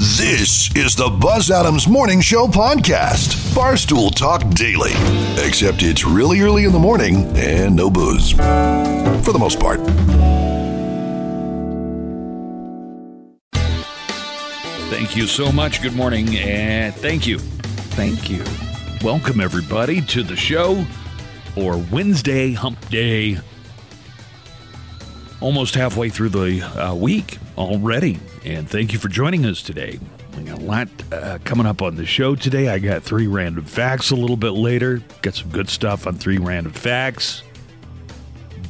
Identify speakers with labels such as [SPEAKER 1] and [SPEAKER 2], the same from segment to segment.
[SPEAKER 1] This is the Buzz Adams Morning Show podcast, Barstool Talk Daily. Except it's really early in the morning and no booze. For the most part.
[SPEAKER 2] Thank you so much. Good morning, and thank you. Thank you. Welcome, everybody, to the show or Wednesday Hump Day. Almost halfway through the uh, week already, and thank you for joining us today. We got a lot uh, coming up on the show today. I got three random facts a little bit later. Got some good stuff on three random facts.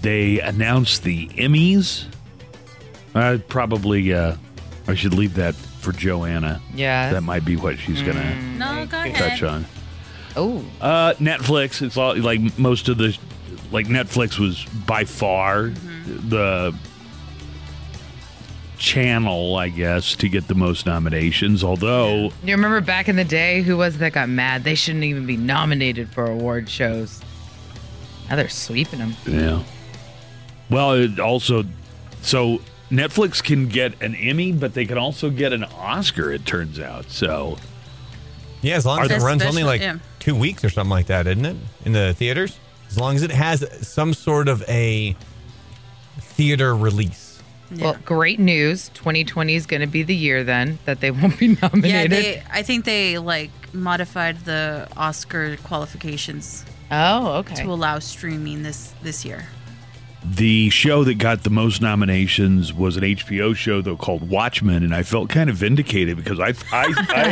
[SPEAKER 2] They announced the Emmys. I probably uh, I should leave that for Joanna.
[SPEAKER 3] Yeah.
[SPEAKER 2] That might be what she's gonna
[SPEAKER 4] No, go
[SPEAKER 2] touch
[SPEAKER 4] ahead.
[SPEAKER 2] on.
[SPEAKER 3] Oh,
[SPEAKER 2] Uh, Netflix. It's all like most of the, like Netflix was by far the channel, I guess, to get the most nominations. Although
[SPEAKER 3] you remember back in the day, who was it that got mad? They shouldn't even be nominated for award shows. Now they're sweeping them.
[SPEAKER 2] Yeah. Well, it also, so Netflix can get an Emmy, but they can also get an Oscar. It turns out. So
[SPEAKER 5] Yeah, as long as
[SPEAKER 4] Are
[SPEAKER 5] it
[SPEAKER 4] the-
[SPEAKER 5] runs only
[SPEAKER 4] Especially-
[SPEAKER 5] like
[SPEAKER 4] yeah.
[SPEAKER 5] two weeks or something like that, isn't it? In the theaters, as long as it has some sort of a theater release.
[SPEAKER 3] Well, great news. 2020 is going to be the year then that they won't be nominated.
[SPEAKER 4] Yeah, they. I think they like modified the Oscar qualifications
[SPEAKER 3] oh, okay.
[SPEAKER 4] to allow streaming this this year.
[SPEAKER 2] The show that got the most nominations was an HBO show though called Watchmen, and I felt kind of vindicated because I I, I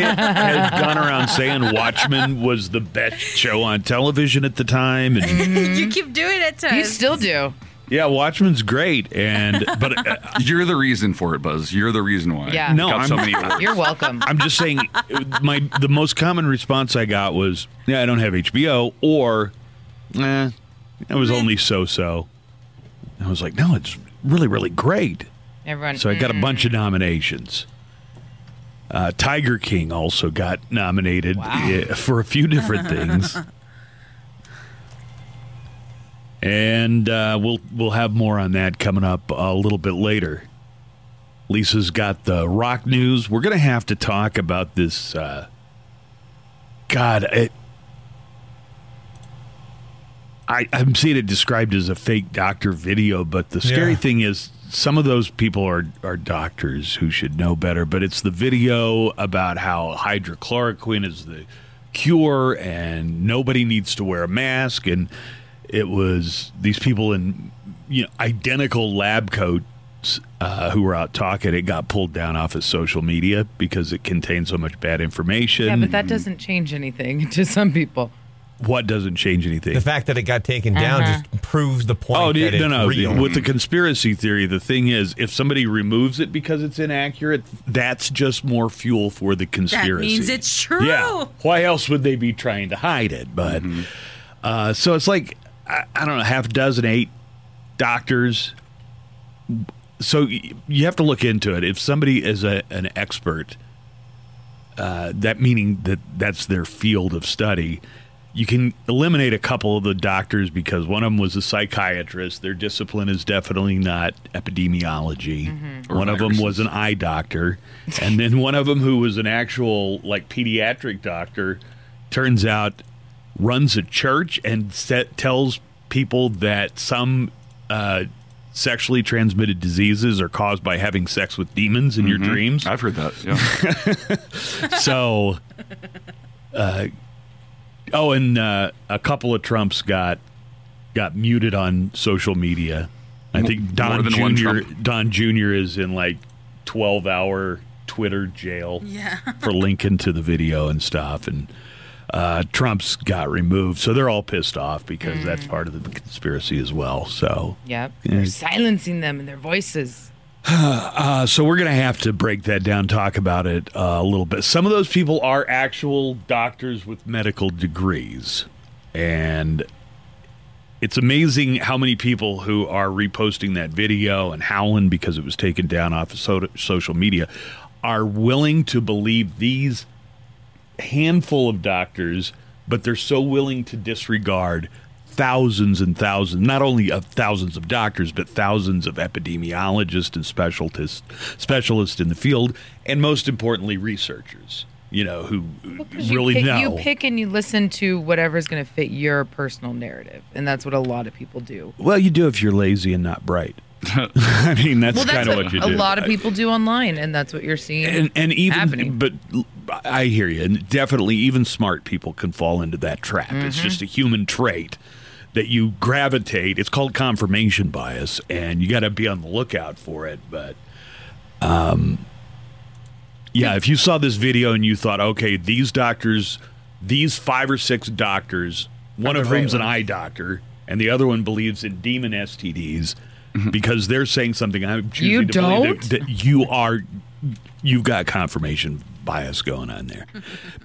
[SPEAKER 2] had gone around saying Watchmen was the best show on television at the time, and
[SPEAKER 4] Mm-hmm. you keep doing it to
[SPEAKER 3] you
[SPEAKER 4] us.
[SPEAKER 3] still do.
[SPEAKER 2] yeah, Watchmen's great, and but uh,
[SPEAKER 6] You're the reason for it, Buzz. You're the reason why.
[SPEAKER 3] Yeah.
[SPEAKER 2] No,
[SPEAKER 6] Got so
[SPEAKER 2] I'm-
[SPEAKER 6] many awards.
[SPEAKER 3] You're welcome.
[SPEAKER 2] I'm just saying my the most common response I got was yeah I don't have HBO or eh, it was only so so. I was like no, it's really really great.
[SPEAKER 3] Everyone.
[SPEAKER 2] So I got a bunch of nominations. Uh, Tiger King also got nominated uh, for a few different things. and uh, we'll we'll have more on that coming up a little bit later. Lisa's got the rock news. We're gonna have to talk about this. Uh, God, it, I I'm seeing it described as a fake doctor video, but the scary
[SPEAKER 5] Yeah.
[SPEAKER 2] thing is some of those people are are doctors who should know better. But it's the video about how hydrochloroquine is the cure and nobody needs to wear a mask, and it was these people in you know identical lab coats uh, who were out talking. It got pulled down off of social media because it contained so much bad information.
[SPEAKER 3] yeah, but that doesn't change anything to some people.
[SPEAKER 2] what doesn't change anything?
[SPEAKER 5] The fact that it got taken down just proves the point.
[SPEAKER 2] Oh
[SPEAKER 5] that
[SPEAKER 2] no, no,
[SPEAKER 5] it's
[SPEAKER 2] no!
[SPEAKER 5] real.
[SPEAKER 2] With the conspiracy theory, the thing is, if somebody removes it because it's inaccurate, that's just more fuel for the
[SPEAKER 4] That
[SPEAKER 2] conspiracy.
[SPEAKER 4] means it's true.
[SPEAKER 2] Yeah. Why else would they be trying to hide it? But
[SPEAKER 5] Mm-hmm.
[SPEAKER 2] uh, so it's like I, I don't know, half dozen, eight doctors. So y- you have to look into it. If somebody is a, an expert, uh, that meaning that that's their field of study. You can eliminate a couple of the doctors because one of them was a psychiatrist. Their discipline is definitely not epidemiology.
[SPEAKER 6] Mm-hmm. Or
[SPEAKER 2] One of them was
[SPEAKER 6] viruses.
[SPEAKER 2] an eye doctor, and then one of them who was an actual like pediatric doctor turns out runs a church and set, tells people that some uh, sexually transmitted diseases are caused by having sex with demons in your dreams.
[SPEAKER 6] I've heard that. Yeah.
[SPEAKER 2] So, uh, oh, and uh, a couple of Trumps got got muted on social media. I think
[SPEAKER 6] more
[SPEAKER 2] Don
[SPEAKER 6] than one
[SPEAKER 2] Jr.
[SPEAKER 6] Trump.
[SPEAKER 2] Don Jr. is in like twelve hour Twitter jail
[SPEAKER 4] Yeah.
[SPEAKER 2] for linking to the video and stuff, and uh, Trump's got removed. So they're all pissed off because that's part of the conspiracy as well. So.
[SPEAKER 3] Yep. They're silencing them and their voices.
[SPEAKER 2] Uh, so we're going to have to break that down, talk about it uh, a little bit. Some of those people are actual doctors with medical degrees, and it's amazing how many people who are reposting that video and howling because it was taken down off of so- social media are willing to believe these handful of doctors, but they're so willing to disregard thousands and thousands, not only of thousands of doctors, but thousands of epidemiologists and specialists, specialists in the field, and most importantly, researchers. You know who really
[SPEAKER 3] you pick,
[SPEAKER 2] know.
[SPEAKER 3] You pick and you listen to whatever's going to fit your personal narrative, and that's what a lot of people do.
[SPEAKER 2] Well, you do if you're lazy and not bright. I mean, that's
[SPEAKER 3] Well, that's
[SPEAKER 2] kind of
[SPEAKER 3] what,
[SPEAKER 2] what, you
[SPEAKER 3] a
[SPEAKER 2] do.
[SPEAKER 3] lot of people do online, and that's what you're seeing.
[SPEAKER 2] and and even
[SPEAKER 3] happening.
[SPEAKER 2] but l- I hear you, and definitely even smart people can fall into that trap. It's
[SPEAKER 3] Mm-hmm.
[SPEAKER 2] just a human trait that you gravitate. It's called confirmation bias, and you got to be on the lookout for it. But um, yeah, if you saw this video and you thought, okay, these doctors, these five or six doctors, one of
[SPEAKER 3] the right
[SPEAKER 2] whom's an
[SPEAKER 3] ones.
[SPEAKER 2] eye doctor, and the other one believes in demon STDs. Because they're saying something I'm choosing
[SPEAKER 3] Mm-hmm. You
[SPEAKER 2] to believe
[SPEAKER 3] don't?
[SPEAKER 2] that- that you are you've got confirmation bias going on there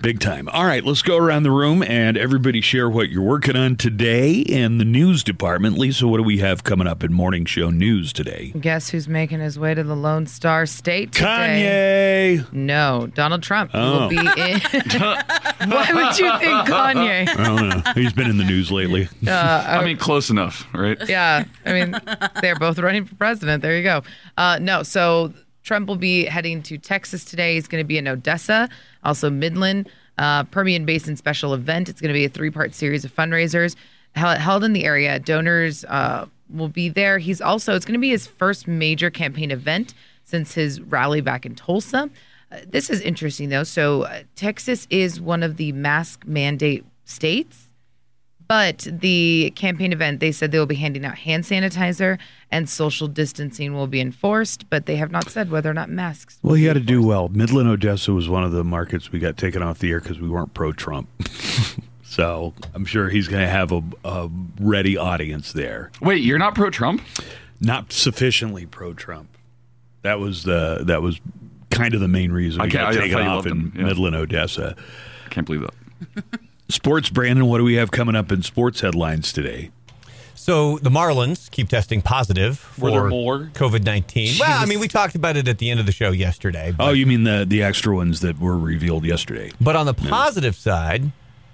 [SPEAKER 2] big time all right let's go around the room and everybody share what you're working on today in the news department lisa what do we have coming up in morning show news today
[SPEAKER 3] Guess who's making his way to the Lone Star State today?
[SPEAKER 2] kanye
[SPEAKER 3] No, Donald Trump. He
[SPEAKER 2] Oh.
[SPEAKER 3] will be in. Why would you think Kanye?
[SPEAKER 2] i don't know he's been in the news lately
[SPEAKER 6] I mean, close enough, right?
[SPEAKER 3] yeah. I mean, they're both running for president. There you go. Uh, no, so Trump will be heading to Texas today. He's going to be in Odessa, also Midland, uh, Permian Basin special event. It's going to be a three part series of fundraisers hel- held in the area. Donors uh, will be there. He's also, it's going to be his first major campaign event since his rally back in Tulsa. Uh, This is interesting though. So, uh, Texas is one of the mask mandate states. But the campaign event, they said they will be handing out hand sanitizer and social distancing will be enforced, but they have not said whether or not masks.
[SPEAKER 2] well he had to do well midland odessa was one of the markets we got taken off the air because we weren't pro-trump so i'm sure he's going to have a, a ready audience there
[SPEAKER 6] Wait, you're not pro Trump?
[SPEAKER 2] not sufficiently pro Trump. That was the that was kind of the main reason
[SPEAKER 6] I
[SPEAKER 2] we
[SPEAKER 6] can't-
[SPEAKER 2] got
[SPEAKER 6] I- I
[SPEAKER 2] taken
[SPEAKER 6] thought you
[SPEAKER 2] off
[SPEAKER 6] loved
[SPEAKER 2] in
[SPEAKER 6] him, yeah.
[SPEAKER 2] Midland, Odessa.
[SPEAKER 6] Can't believe that.
[SPEAKER 2] Sports, Brandon. What do we have coming up in sports headlines today?
[SPEAKER 5] So the Marlins keep testing positive
[SPEAKER 2] Were there
[SPEAKER 5] for
[SPEAKER 2] more?
[SPEAKER 5] COVID nineteen. Well, I mean, we talked about it at the end of the show yesterday. But,
[SPEAKER 2] Oh, you mean the the extra ones that were revealed yesterday?
[SPEAKER 5] but on the positive side,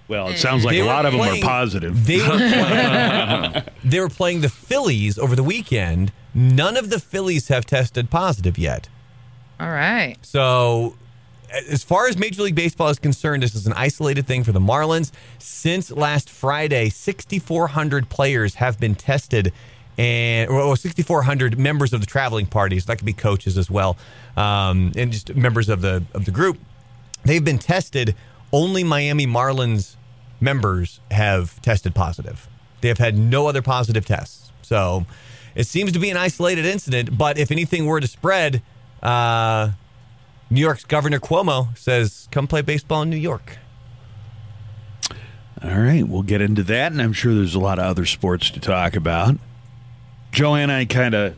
[SPEAKER 2] Well, it sounds like
[SPEAKER 5] Uh, They
[SPEAKER 2] a
[SPEAKER 5] were
[SPEAKER 2] lot of them are
[SPEAKER 5] playing-
[SPEAKER 2] positive.
[SPEAKER 5] They were, playing, they were playing the Phillies over the weekend. None of the Phillies have tested positive yet.
[SPEAKER 3] All right.
[SPEAKER 5] So, as far as Major League Baseball is concerned, this is an isolated thing for the Marlins. Since last Friday, 6,400 players have been tested, and well, 6,400 members of the traveling parties that could be coaches as well, um, and just members of the of the group. They've been tested. Only Miami Marlins members have tested positive. They have had no other positive tests. So it seems to be an isolated incident. But if anything were to spread, uh, New York's Governor Cuomo says, "Come play baseball in New York."
[SPEAKER 2] All right, we'll get into that, and I'm sure there's a lot of other sports to talk about. Joanne, I kind of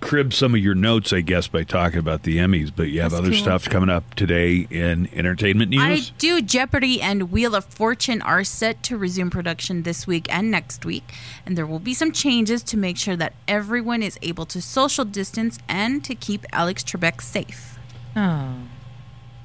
[SPEAKER 2] cribbed some of your notes, I guess, by talking about the Emmys, but you have
[SPEAKER 4] That's
[SPEAKER 2] other
[SPEAKER 4] cool.
[SPEAKER 2] stuff coming up today in entertainment news.
[SPEAKER 4] I do. Jeopardy and Wheel of Fortune are set to resume production this week and next week, and there will be some changes to make sure that everyone is able to social distance and to keep Alex Trebek safe.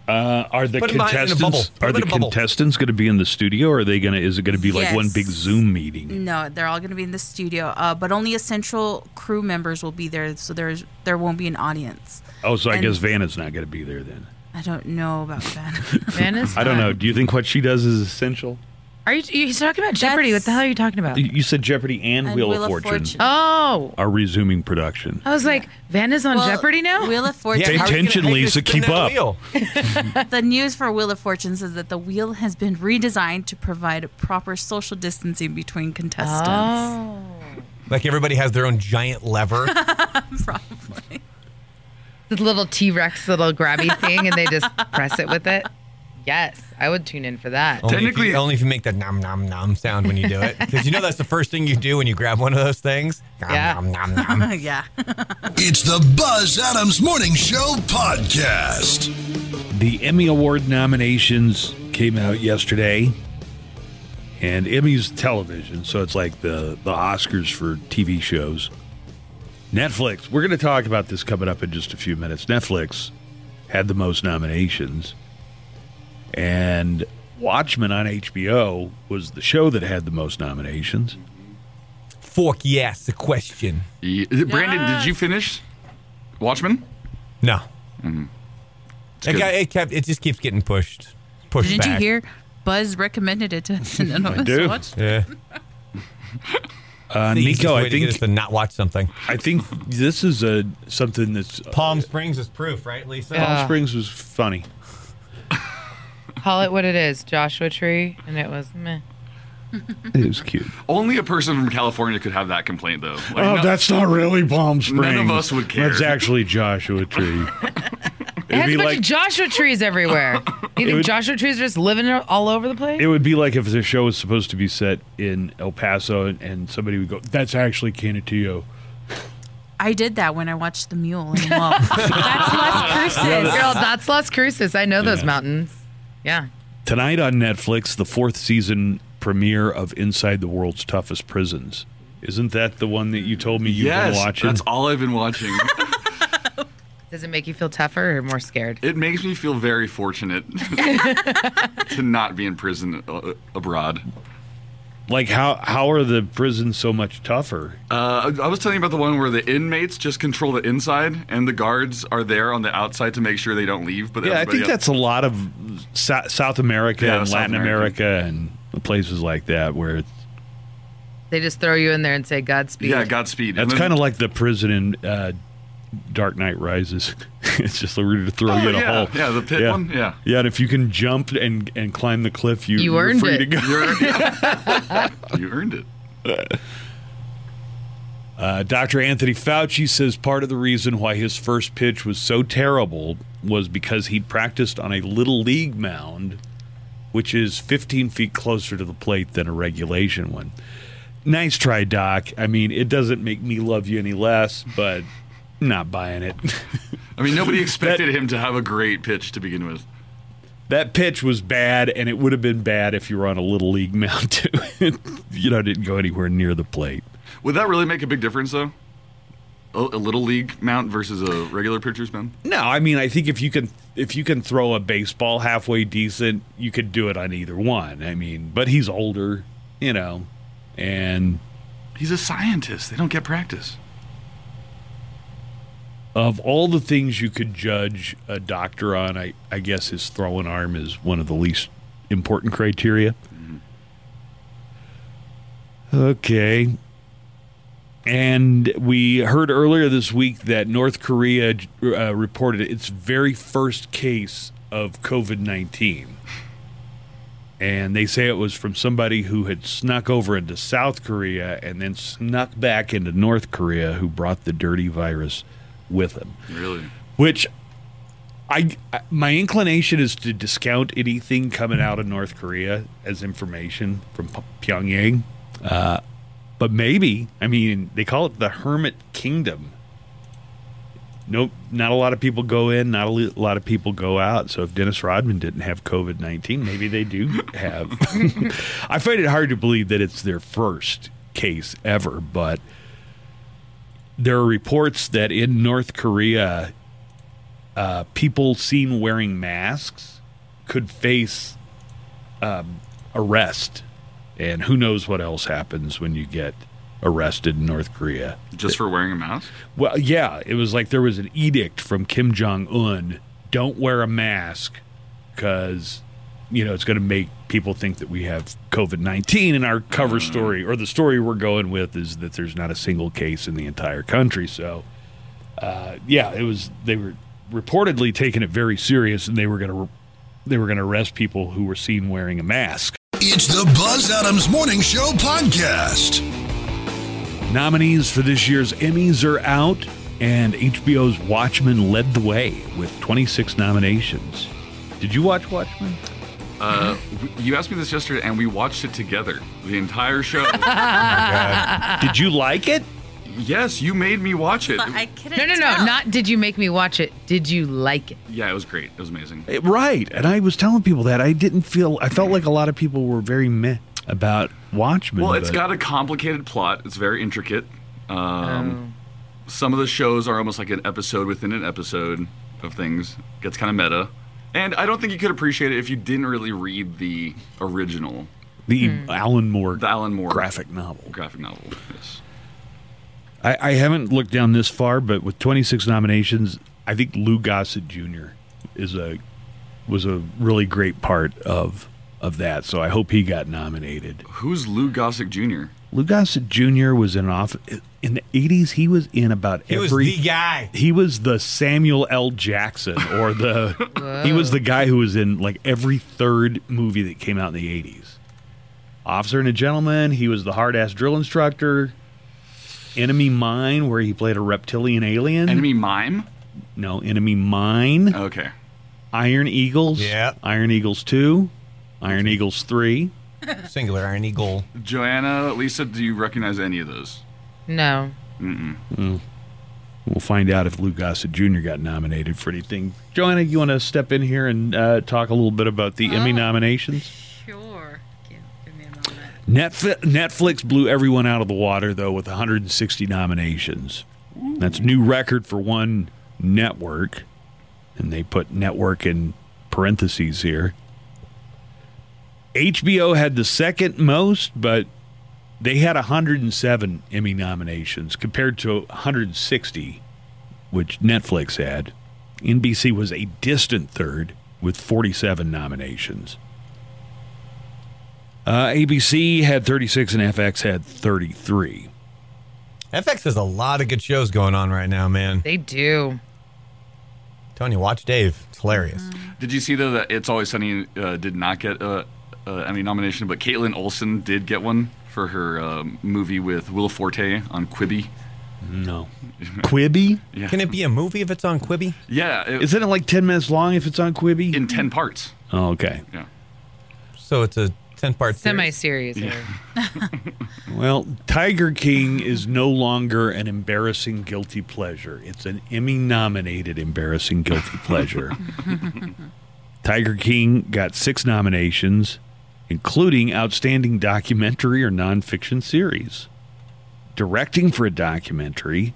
[SPEAKER 2] Uh, are the
[SPEAKER 5] Put 'em behind- in a bubble.
[SPEAKER 2] contestants
[SPEAKER 5] Put
[SPEAKER 2] are
[SPEAKER 5] 'em
[SPEAKER 2] the
[SPEAKER 5] in a bubble.
[SPEAKER 2] contestants going to be in the studio? Or are they going to? Is it going to be like one
[SPEAKER 4] Yes.
[SPEAKER 2] big Zoom
[SPEAKER 5] Mm.
[SPEAKER 2] meeting?
[SPEAKER 4] No, they're all going to be in the studio, uh, but only essential crew members will be there, so there's there won't be an audience.
[SPEAKER 2] Oh, so I
[SPEAKER 4] And-
[SPEAKER 2] guess Vanna's not going to be there then.
[SPEAKER 4] I don't know about that.
[SPEAKER 3] Man, it's
[SPEAKER 2] I
[SPEAKER 5] Uh,
[SPEAKER 2] don't know.
[SPEAKER 3] fun.
[SPEAKER 2] Do you think what she does is essential?
[SPEAKER 3] Are you you're talking about Jeopardy?
[SPEAKER 4] That's-
[SPEAKER 3] What the hell are you talking about?
[SPEAKER 2] You- You said Jeopardy and,
[SPEAKER 4] And
[SPEAKER 2] Wheel, of, Fortune,
[SPEAKER 3] Oh,
[SPEAKER 2] are resuming production.
[SPEAKER 3] I was like, Vanna's on
[SPEAKER 4] Well,
[SPEAKER 3] Jeopardy now?
[SPEAKER 4] Wheel of Fortune.
[SPEAKER 2] Pay
[SPEAKER 5] how are you gonna
[SPEAKER 2] attention,
[SPEAKER 5] make me
[SPEAKER 2] Lisa,
[SPEAKER 5] spin
[SPEAKER 2] keep
[SPEAKER 5] that
[SPEAKER 2] up.
[SPEAKER 5] wheel?
[SPEAKER 4] The news for Wheel of Fortune says that the wheel has been redesigned to provide proper social distancing between contestants.
[SPEAKER 3] oh.
[SPEAKER 5] Like everybody has their own giant lever.
[SPEAKER 4] Probably.
[SPEAKER 3] The little T Rex little grabby thing, and they just press it with it. Yes, I would tune in for that.
[SPEAKER 2] Oh.
[SPEAKER 5] Only if you-
[SPEAKER 6] Technically-
[SPEAKER 5] only if you make the nom nom nom sound when you do it, because you know that's the first thing you do when you grab one of those things. Nom,
[SPEAKER 3] Yeah.
[SPEAKER 5] nom, nom, nom.
[SPEAKER 4] yeah.
[SPEAKER 1] It's the Buzz Adams Morning Show podcast.
[SPEAKER 2] The Emmy Award nominations came out yesterday, and Emmy's television, so it's like the the Oscars for TV shows. Netflix. We're going to talk about this coming up in just a few minutes. Netflix had the most nominations, and Watchmen on HBO was the show that had the most nominations.
[SPEAKER 5] Fork, yes, a question.
[SPEAKER 6] Ye- Brandon, did you finish Watchmen?
[SPEAKER 5] No.
[SPEAKER 2] Mm-hmm.
[SPEAKER 6] It's
[SPEAKER 5] It,
[SPEAKER 6] good.
[SPEAKER 5] got, it kept. It just keeps getting pushed. Pushed
[SPEAKER 4] Didn't you
[SPEAKER 5] back.
[SPEAKER 4] hear? Buzz recommended it to us, and none of us
[SPEAKER 2] do.
[SPEAKER 4] watched.
[SPEAKER 5] Yeah.
[SPEAKER 2] Uh,
[SPEAKER 5] The easiest
[SPEAKER 2] Nico,
[SPEAKER 5] way
[SPEAKER 2] I
[SPEAKER 5] to get us
[SPEAKER 2] think
[SPEAKER 5] to not watch something.
[SPEAKER 2] I think this is a something that's
[SPEAKER 5] Palm Springs is proof, right, Lisa?
[SPEAKER 2] Palm
[SPEAKER 3] Yeah.
[SPEAKER 2] Springs was funny.
[SPEAKER 3] Call it what it is, Joshua Tree, and it was meh.
[SPEAKER 2] It was cute.
[SPEAKER 6] Only a person from California could have that complaint, though. Like,
[SPEAKER 2] Oh,
[SPEAKER 6] no-
[SPEAKER 2] that's not really Palm Springs.
[SPEAKER 6] us would care.
[SPEAKER 2] That's actually Joshua Tree.
[SPEAKER 3] It has
[SPEAKER 2] be
[SPEAKER 3] a bunch
[SPEAKER 2] like-
[SPEAKER 3] of Joshua trees everywhere. You think
[SPEAKER 2] would-
[SPEAKER 3] Joshua trees are just living all over the place?
[SPEAKER 2] It would be like if the show was supposed to be set in El Paso and, and somebody would go, that's actually Canetillo.
[SPEAKER 4] I did that when I watched The Mule. And, well, that's Las Cruces.
[SPEAKER 3] Girl, that's Las Cruces. I know those mountains. Yeah.
[SPEAKER 2] Tonight on Netflix, the fourth season premiere of Inside the World's Toughest Prisons. Isn't that the one that you told me you've
[SPEAKER 6] yes,
[SPEAKER 2] been watching?
[SPEAKER 6] that's all I've been watching.
[SPEAKER 3] Does it make you feel tougher or more scared?
[SPEAKER 6] it makes me feel very fortunate to not be in prison uh, abroad.
[SPEAKER 2] like how how are the prisons so much tougher?
[SPEAKER 6] Uh, I I was telling you about the one where the inmates just control the inside, and the guards are there on the outside to make sure they don't leave. But
[SPEAKER 2] Yeah, I
[SPEAKER 6] everybody
[SPEAKER 2] think
[SPEAKER 6] else-
[SPEAKER 2] that's a lot of Sou- South America
[SPEAKER 6] Yeah,
[SPEAKER 2] and
[SPEAKER 6] South
[SPEAKER 2] Latin
[SPEAKER 6] America.
[SPEAKER 2] America. and places like that where it's,
[SPEAKER 3] They just throw you in there and say Godspeed.
[SPEAKER 6] yeah, Godspeed.
[SPEAKER 2] that's
[SPEAKER 6] And then-
[SPEAKER 2] kind of like the prison in uh, Dark Knight Rises. it's just we're to throw you
[SPEAKER 6] Oh,
[SPEAKER 2] in a
[SPEAKER 6] yeah.
[SPEAKER 2] hole.
[SPEAKER 6] Yeah, the pit one. Yeah.
[SPEAKER 2] Yeah, and if you can jump and and climb the cliff, you
[SPEAKER 3] You
[SPEAKER 2] you're
[SPEAKER 3] earned
[SPEAKER 2] free
[SPEAKER 3] it.
[SPEAKER 2] to go.
[SPEAKER 6] You're- you earned it.
[SPEAKER 2] Uh, Dr. Anthony Fauci says part of the reason why his first pitch was so terrible was because he'd practiced on a little league mound, which is 15 feet closer to the plate than a regulation one. Nice try, Doc. I mean, it doesn't make me love you any less, but not buying it.
[SPEAKER 6] I mean, nobody expected him to have a great pitch to begin with.
[SPEAKER 2] that pitch was bad, and it would have been bad if you were on a little league mound too. It, you know, didn't go anywhere near the plate.
[SPEAKER 6] Would that really make a big difference, though? A, a little league mount versus a regular pitcher's mound.
[SPEAKER 2] No, I mean I think if you can if you can throw a baseball halfway decent, you could do it on either one. I mean, but he's older, you know, and
[SPEAKER 6] He's a scientist. They don't get practice.
[SPEAKER 2] of all the things you could judge a doctor on, I, I guess his throwing arm is one of the least important criteria. Okay. And we heard earlier this week that North Korea uh, reported its very first case of COVID 19. And they say it was from somebody who had snuck over into South Korea and then snuck back into North Korea who brought the dirty virus with him
[SPEAKER 6] Really?
[SPEAKER 2] which I, I- my inclination is to discount anything coming out of North Korea as information from P- Pyongyang. Uh, but maybe I mean they call it the Hermit Kingdom. Nope, not a lot of people go in, not a li- lot of people go out. So if Dennis Rodman didn't have COVID nineteen, maybe they do have. I find it hard to believe that it's their first case ever, but there are reports that in North Korea, uh, people seen wearing masks could face um, arrest, and who knows what else happens when you get arrested in North Korea.
[SPEAKER 6] Just for wearing a mask?
[SPEAKER 2] Well, yeah, it was like there was an edict from Kim Jong Un: don't wear a mask because you know it's going to make people think that we have COVID nineteen. And our cover story or the story we're going with is that there's not a single case in the entire country. So, uh, yeah, it was they were reportedly taking it very serious, and they were going to they were going to arrest people who were seen wearing a mask.
[SPEAKER 1] It's the Buzz Adams Morning Show podcast.
[SPEAKER 2] Nominees for this year's Emmys are out, and HBO's Watchmen led the way with 26 nominations. Did you watch Watchmen?
[SPEAKER 6] Uh, w- you asked me this yesterday, and we watched it together the entire show.
[SPEAKER 2] Did you like it?
[SPEAKER 6] yes, you made me watch it.
[SPEAKER 4] I couldn't.
[SPEAKER 3] No, no, no.
[SPEAKER 4] tell.
[SPEAKER 3] Not did you make me watch it. Did you like it?
[SPEAKER 6] yeah, it was great. It was amazing.
[SPEAKER 2] Eh, Right. And I was telling people that I didn't feel, I felt like a lot of people were very meh about Watchmen.
[SPEAKER 6] Well, it's
[SPEAKER 2] but-
[SPEAKER 6] got a complicated plot. It's very intricate. Um, Some of the shows are almost like an episode within an episode of things. Gets kind of meta. And I don't think you could appreciate it if you didn't really read the original,
[SPEAKER 2] The Alan Moore
[SPEAKER 6] the Alan Moore
[SPEAKER 2] graphic novel.
[SPEAKER 6] graphic novel. Yes.
[SPEAKER 2] I, I haven't looked down this far, but with 26 nominations, I think Lou Gossett Jr. is a was a really great part of of that. So I hope he got nominated.
[SPEAKER 6] Who's Lou Gossett Jr.?
[SPEAKER 2] Lou Gossett Jr. was in off in the 80s. He was in about
[SPEAKER 5] He was
[SPEAKER 2] every.
[SPEAKER 5] the guy.
[SPEAKER 2] he was the Samuel L. Jackson, or the he was the guy who was in like every third movie that came out in the '80s. Officer and a Gentleman. He was the hard ass drill instructor. Enemy Mine, where he played a reptilian alien.
[SPEAKER 6] Enemy Mime?
[SPEAKER 2] No, Enemy Mine.
[SPEAKER 6] Okay.
[SPEAKER 2] Iron Eagles.
[SPEAKER 5] Oh. Yeah.
[SPEAKER 2] Iron Eagles Two. Iron Eagles Three.
[SPEAKER 5] Singular Iron Eagle.
[SPEAKER 6] Joanna, Lisa, do you recognize any of those?
[SPEAKER 3] No.
[SPEAKER 2] We'll find out if Lou Gossett Jr. got nominated for anything. Joanna, you want to step in here and uh, talk a little bit about the Emmy nominations?
[SPEAKER 4] Sure. Give, give me a moment.
[SPEAKER 2] Netflix, Netflix blew everyone out of the water though with 160 nominations. That's a new record for one network, and they put network in parentheses here. HBO had the second most, but they had 107 Emmy nominations compared to 160, which Netflix had. NBC was a distant third with 47 nominations. Uh, ABC had 36 and FX had 33.
[SPEAKER 5] FX has a lot of good shows going on right now, man.
[SPEAKER 3] They do.
[SPEAKER 5] Tonya, watch Dave. It's hilarious.
[SPEAKER 6] Did you see though that It's Always Sunny uh, did not get uh, uh, Emmy nomination, but Caitlin Olsen did get one for her um, movie with Will Forte on Quibi.
[SPEAKER 2] No. Quibi?
[SPEAKER 6] Yeah,
[SPEAKER 5] Can it be a movie if it's on Quibi?
[SPEAKER 6] yeah, it-
[SPEAKER 2] Isn't it like 10 minutes long if it's on Quibi?
[SPEAKER 6] in ten parts.
[SPEAKER 2] oh, okay.
[SPEAKER 6] Yeah,
[SPEAKER 5] So it's a 10 part
[SPEAKER 3] Semi
[SPEAKER 5] series.
[SPEAKER 3] serious.
[SPEAKER 2] Well, Tiger King is no longer an embarrassing guilty pleasure. It's an Emmy nominated embarrassing guilty pleasure. Tiger King got six nominations, including Outstanding Documentary or Nonfiction Series, Directing for a Documentary,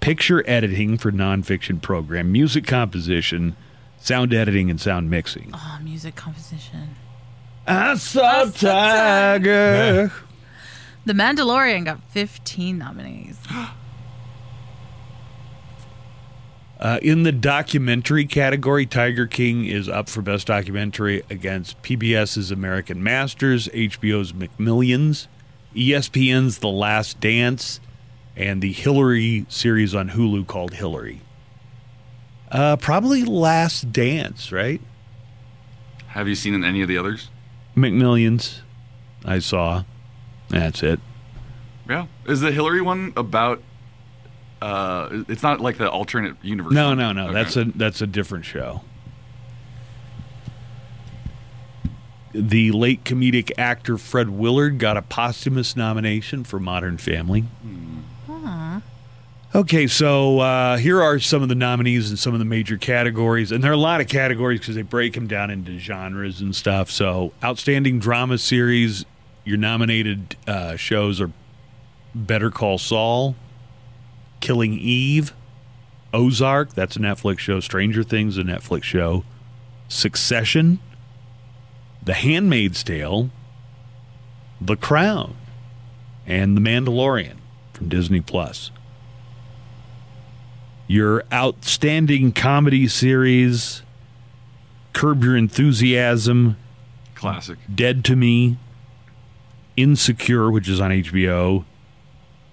[SPEAKER 2] Picture Editing for Nonfiction Program, Music Composition, Sound Editing, and Sound Mixing.
[SPEAKER 4] Oh, music composition.
[SPEAKER 2] I saw
[SPEAKER 4] saw Tiger.
[SPEAKER 2] Tiger.
[SPEAKER 4] The Mandalorian got 15 nominees.
[SPEAKER 2] Uh, in the documentary category, Tiger King is up for Best Documentary against PBS's American Masters, HBO's McMillions, E ESPN's The Last Dance, and the Hillary series on Hulu called Hillary. Uh, probably Last Dance, right?
[SPEAKER 6] have you seen any of the others?
[SPEAKER 2] McMillions, I saw. That's it.
[SPEAKER 6] Yeah, is the Hillary one about? Uh, it's not like the alternate universe.
[SPEAKER 2] No,
[SPEAKER 6] one.
[SPEAKER 2] no, no.
[SPEAKER 6] Okay.
[SPEAKER 2] That's a that's a different show. The late comedic actor Fred Willard got a posthumous nomination for Modern Family. Okay, so uh, here are some of the nominees in some of the major categories, and there are a lot of categories because they break them down into genres and stuff. So, outstanding drama series, your nominated uh, shows are Better Call Saul, Killing Eve, Ozark, that's a Netflix show. Stranger Things, a Netflix show. Succession, The Handmaid's Tale, The Crown, and The Mandalorian from Disney Plus. Your outstanding comedy series, Curb Your Enthusiasm,
[SPEAKER 6] classic.
[SPEAKER 2] Dead to Me, Insecure, which is on HBO,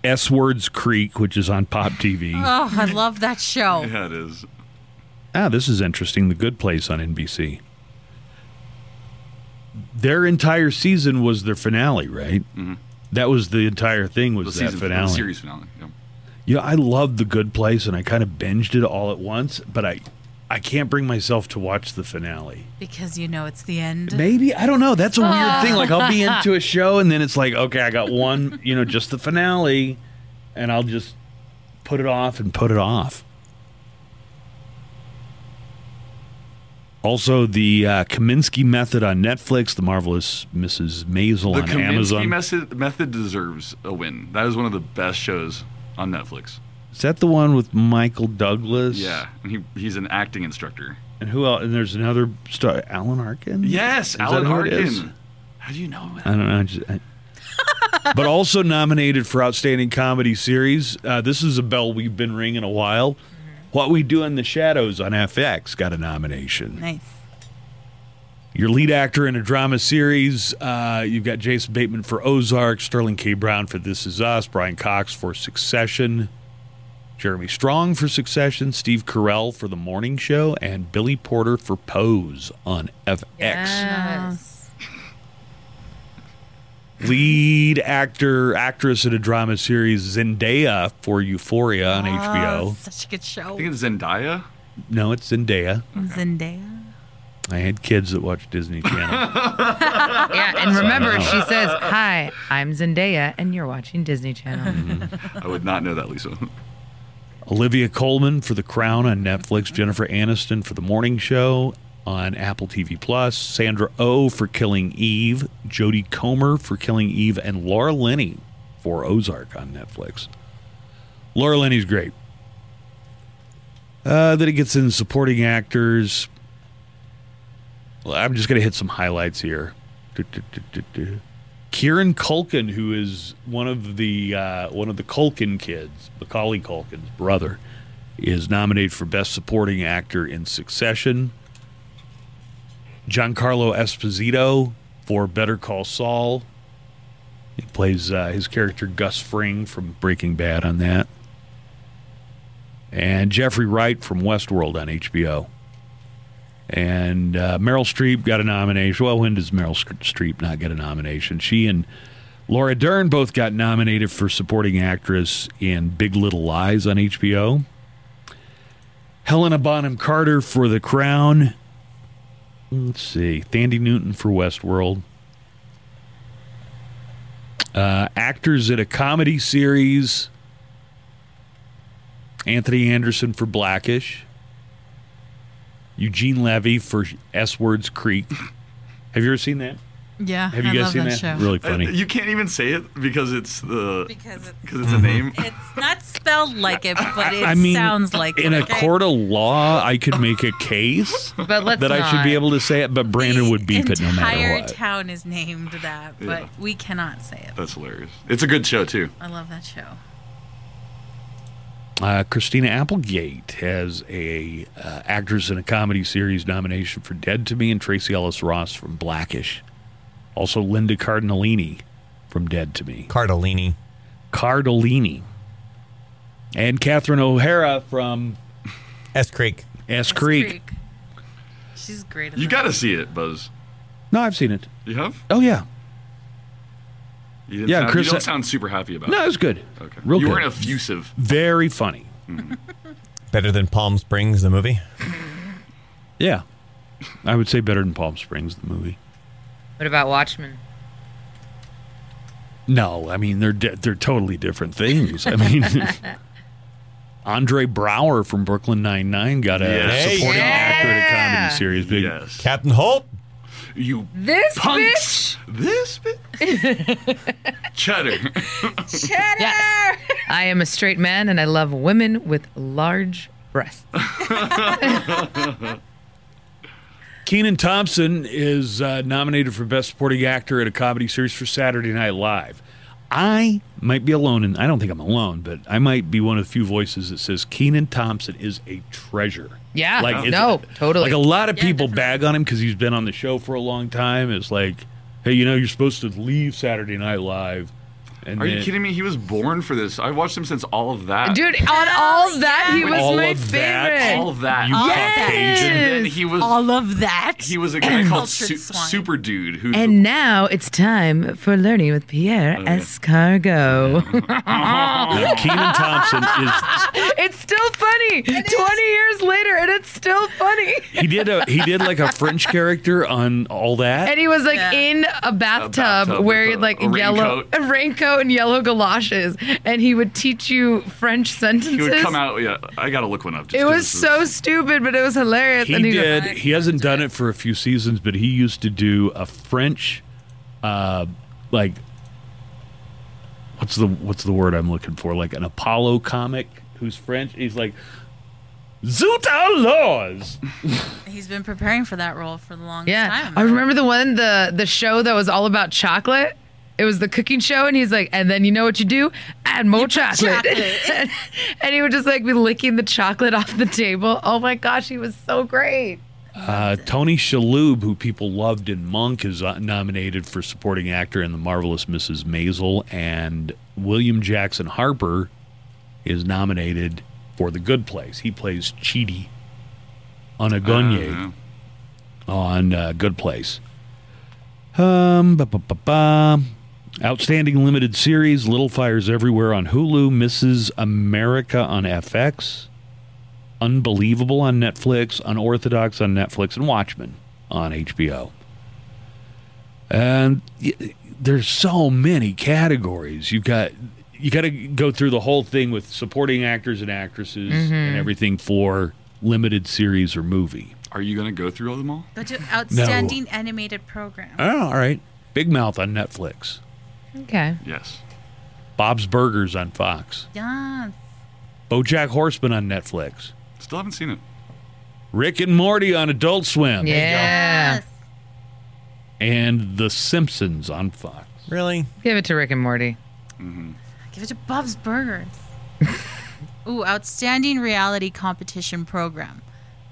[SPEAKER 2] S Words Creek, which is on Pop TV.
[SPEAKER 4] Oh, I love that show.
[SPEAKER 6] Yeah, it is.
[SPEAKER 2] ah, this is interesting. The Good Place on NBC. Their entire season was their finale, right? Mm-hmm. That was the entire thing was
[SPEAKER 6] The
[SPEAKER 2] that
[SPEAKER 6] season
[SPEAKER 2] finale.
[SPEAKER 6] the series finale. Yeah.
[SPEAKER 2] Yeah, I loved The Good Place, and I kind of binged it all at once, but I, I can't bring myself to watch the finale.
[SPEAKER 4] Because you know it's the end.
[SPEAKER 2] Maybe I don't know. That's a weird thing. Like I'll be into a show, and then it's like, okay, I got one, you know, just the finale, and I'll just put it off and put it off. Also, the uh, Kaminsky Method on Netflix, the marvelous Mrs. Maisel
[SPEAKER 6] The
[SPEAKER 2] on
[SPEAKER 6] Kaminsky
[SPEAKER 2] Amazon.
[SPEAKER 6] method, method deserves a win. That is one of the best shows on Netflix.
[SPEAKER 2] Is that the one with Michael Douglas?
[SPEAKER 6] Yeah, and he, he's an acting instructor.
[SPEAKER 2] And who else? And there's another star, Alan Arkin.
[SPEAKER 6] Yes,
[SPEAKER 2] Is that
[SPEAKER 6] Alan
[SPEAKER 2] who it is?
[SPEAKER 6] Arkin. How do you know
[SPEAKER 2] I
[SPEAKER 6] that?
[SPEAKER 2] don't know. I just- I- but also nominated for Outstanding Comedy Series. Uh, this is a bell we've been ringing a while. What We Do in the Shadows on FX got a nomination.
[SPEAKER 4] Nice.
[SPEAKER 2] Your lead actor in a drama series, uh, you've got Jason Bateman for Ozark, Sterling K. Brown for This Is Us, Brian Cox for Succession, Jeremy Strong for Succession, Steve Carell for The Morning Show, and Billy Porter for Pose on FX.
[SPEAKER 3] Yes.
[SPEAKER 2] Lead actor, actress in a drama series, Zendaya for Euphoria on
[SPEAKER 4] Oh,
[SPEAKER 2] HBO.
[SPEAKER 4] such a good show.
[SPEAKER 6] I think it's Zendaya.
[SPEAKER 2] No, it's Zendaya.
[SPEAKER 4] Zendaya.
[SPEAKER 2] I had kids that watched Disney Channel.
[SPEAKER 3] Yeah, and remember,
[SPEAKER 2] know.
[SPEAKER 3] she says, "Hi, I'm Zendaya, and you're watching Disney
[SPEAKER 2] Mm-hmm.
[SPEAKER 3] Channel."
[SPEAKER 6] I would not know that, Lisa.
[SPEAKER 2] Olivia Colman for The Crown on Netflix, Jennifer Aniston for The Morning Show on Apple TV Plus, Sandra Oh for Killing Eve, Jodie Comer for Killing Eve, and Laura Linney for Ozark on Netflix. Laura Linney's great. Uh, then it gets in supporting actors. Well, I'm just going to hit some highlights here. Du- du- du- du- du. Kieran Culkin, who is one of the uh, one of the Culkin kids, Macaulay Culkin's brother, is nominated for Best Supporting Actor in Succession. Giancarlo Esposito for Better Call Saul. He plays uh, his character Gus Fring from Breaking Bad on that, and Jeffrey Wright from Westworld on HBO. And uh, Meryl Streep got a nomination. Well, when does Meryl Sc- Streep not get a nomination? She and Laura Dern both got nominated for supporting actress in Big Little Lies on HBO. Helena Bonham Carter for The Crown. Let's see. Thandi Newton for Westworld. Uh, actors in a comedy series. Anthony Anderson for Blackish. Eugene Levy for S Words Creek. Have you ever seen that?
[SPEAKER 4] Yeah.
[SPEAKER 2] Have you guys seen that? Really funny.
[SPEAKER 6] You can't even say it because it's the
[SPEAKER 4] Because it's,
[SPEAKER 6] because it's
[SPEAKER 2] Mm-hmm.
[SPEAKER 6] a name.
[SPEAKER 4] it's not spelled like it, but it
[SPEAKER 2] I mean,
[SPEAKER 4] sounds like
[SPEAKER 2] in
[SPEAKER 4] it.
[SPEAKER 2] a court of law, I could make a case
[SPEAKER 3] But let's
[SPEAKER 2] that I should be able to say it, but Brandon would beep it no matter
[SPEAKER 4] entire
[SPEAKER 2] what.
[SPEAKER 4] town is named that, but
[SPEAKER 6] Yeah.
[SPEAKER 4] we cannot say it.
[SPEAKER 6] That's hilarious. It's a good show too.
[SPEAKER 4] I love that show.
[SPEAKER 2] Uh, Christina Applegate has a uh, actress in a comedy series nomination for Dead to Me, and Tracy Ellis Ross from Blackish. Also, Linda Cardellini from Dead to Me.
[SPEAKER 5] Cardellini.
[SPEAKER 2] Cardellini. And Catherine O'Hara from
[SPEAKER 5] S Creek.
[SPEAKER 2] S
[SPEAKER 4] Miss
[SPEAKER 2] Creek.
[SPEAKER 4] She's great. At
[SPEAKER 6] You
[SPEAKER 4] that.
[SPEAKER 6] got to see it, Buzz.
[SPEAKER 2] No, I've seen it.
[SPEAKER 6] You have?
[SPEAKER 2] Oh, yeah.
[SPEAKER 6] You didn't
[SPEAKER 2] Yeah,
[SPEAKER 6] sound,
[SPEAKER 2] Chris-
[SPEAKER 6] You don't sound super happy about
[SPEAKER 2] No, it
[SPEAKER 6] it.
[SPEAKER 2] was good.
[SPEAKER 6] Okay.
[SPEAKER 2] Real
[SPEAKER 6] you
[SPEAKER 2] good.
[SPEAKER 6] weren't effusive.
[SPEAKER 2] Very funny.
[SPEAKER 5] Better than Palm Springs, the movie.
[SPEAKER 2] Yeah. I would say better than Palm Springs, the movie.
[SPEAKER 3] What about Watchmen?
[SPEAKER 2] No, I mean they're di- they're totally different things. I mean, Andre Brower from Brooklyn Nine Nine got a
[SPEAKER 6] Yes.
[SPEAKER 2] supporting
[SPEAKER 3] Yeah.
[SPEAKER 2] actor in a comedy series. Big,
[SPEAKER 6] Yes.
[SPEAKER 5] Captain Holt.
[SPEAKER 6] you
[SPEAKER 3] This
[SPEAKER 6] punks. This bit. Cheddar.
[SPEAKER 3] Yes. I am a straight man, and I love women with large breasts.
[SPEAKER 2] Keenan Thompson is uh, nominated for Best Supporting Actor in a Comedy Series for Saturday Night Live. I might be alone, and I don't think I'm alone, but I might be one of the few voices that says Keenan Thompson is a treasure.
[SPEAKER 3] Yeah,
[SPEAKER 2] it's-
[SPEAKER 3] no, totally.
[SPEAKER 2] Like a lot of
[SPEAKER 4] Yeah,
[SPEAKER 2] people
[SPEAKER 4] definitely.
[SPEAKER 2] bag on him because he's been on the show for a long time. It's like, hey, you know, you're supposed to leave Saturday Night Live. And
[SPEAKER 6] Are you kidding me? He was born for this. I watched him since all of that.
[SPEAKER 3] Dude, on all that, he
[SPEAKER 4] yeah.
[SPEAKER 3] was
[SPEAKER 2] All
[SPEAKER 3] my
[SPEAKER 2] of that,
[SPEAKER 3] favorite.
[SPEAKER 6] All of that.
[SPEAKER 2] You
[SPEAKER 6] And
[SPEAKER 2] Caucasian.
[SPEAKER 6] then he was
[SPEAKER 4] all of that.
[SPEAKER 6] he was a guy called
[SPEAKER 4] Cultured
[SPEAKER 6] Su-
[SPEAKER 4] swine.
[SPEAKER 6] Super Dude who
[SPEAKER 3] And now it's time for learning with
[SPEAKER 6] Oh,
[SPEAKER 3] Pierre Escargot.
[SPEAKER 2] No, Keenan Thompson is
[SPEAKER 3] it's still funny. 20 years later, and it's still funny.
[SPEAKER 2] he did a he did like a French character on all that.
[SPEAKER 3] And he was like
[SPEAKER 4] Yeah.
[SPEAKER 3] in a bathtub,
[SPEAKER 6] bathtub with
[SPEAKER 3] wearing
[SPEAKER 6] a-
[SPEAKER 3] like
[SPEAKER 6] a
[SPEAKER 3] yellow
[SPEAKER 6] raincoat.
[SPEAKER 3] a raincoat and yellow galoshes, and he would teach you French sentences.
[SPEAKER 6] he would come out. Yeah, I gotta look one up. just
[SPEAKER 3] It
[SPEAKER 6] 'cause
[SPEAKER 3] was
[SPEAKER 6] this
[SPEAKER 3] so
[SPEAKER 6] is-
[SPEAKER 3] stupid, but it was hilarious.
[SPEAKER 2] he
[SPEAKER 3] and he'd go,
[SPEAKER 2] did. He hasn't done it for a few seasons, but he used to do a French, uh, like what's the what's the word I'm looking for? Like an Apollo comic who's French. He's like, Zoota laws.
[SPEAKER 4] He's been preparing for that role for the longest
[SPEAKER 3] Yeah.
[SPEAKER 4] time.
[SPEAKER 3] I remember the one, the the show that was all about chocolate. It was the cooking show, and he's like, and then you know what you do? Add more chocolate.
[SPEAKER 4] chocolate.
[SPEAKER 3] and he would just like be licking the chocolate off the table. Oh my gosh, he was so great.
[SPEAKER 2] Uh, Tony Shalhoub, who people loved in Monk, is uh, nominated for supporting actor in The Marvelous Mrs. Maisel, and William Jackson Harper is nominated for The Good Place. He plays Chidi Onagonye on uh, Good Place. Um, ba ba ba ba. Outstanding limited series: Little Fires Everywhere on Hulu, Mrs. America on FX, Unbelievable on Netflix, Unorthodox on Netflix, and Watchmen on HBO. And y- there's so many categories. You got you got to go through the whole thing with supporting actors and actresses and everything for limited series or movie.
[SPEAKER 6] Are you going to go through all them all?
[SPEAKER 4] Go to outstanding animated program.
[SPEAKER 2] Oh, all right. Big Mouth on Netflix.
[SPEAKER 3] Okay.
[SPEAKER 6] Yes.
[SPEAKER 2] Bob's Burgers on Fox.
[SPEAKER 4] Yes.
[SPEAKER 2] BoJack Horseman on Netflix.
[SPEAKER 6] Still haven't seen it.
[SPEAKER 2] Rick and Morty on Adult Swim.
[SPEAKER 3] Yeah.
[SPEAKER 4] Yes.
[SPEAKER 2] And The Simpsons on Fox.
[SPEAKER 5] Really?
[SPEAKER 3] Give it to Rick and Morty.
[SPEAKER 4] Give it to Bob's Burgers. Ooh, outstanding reality competition program.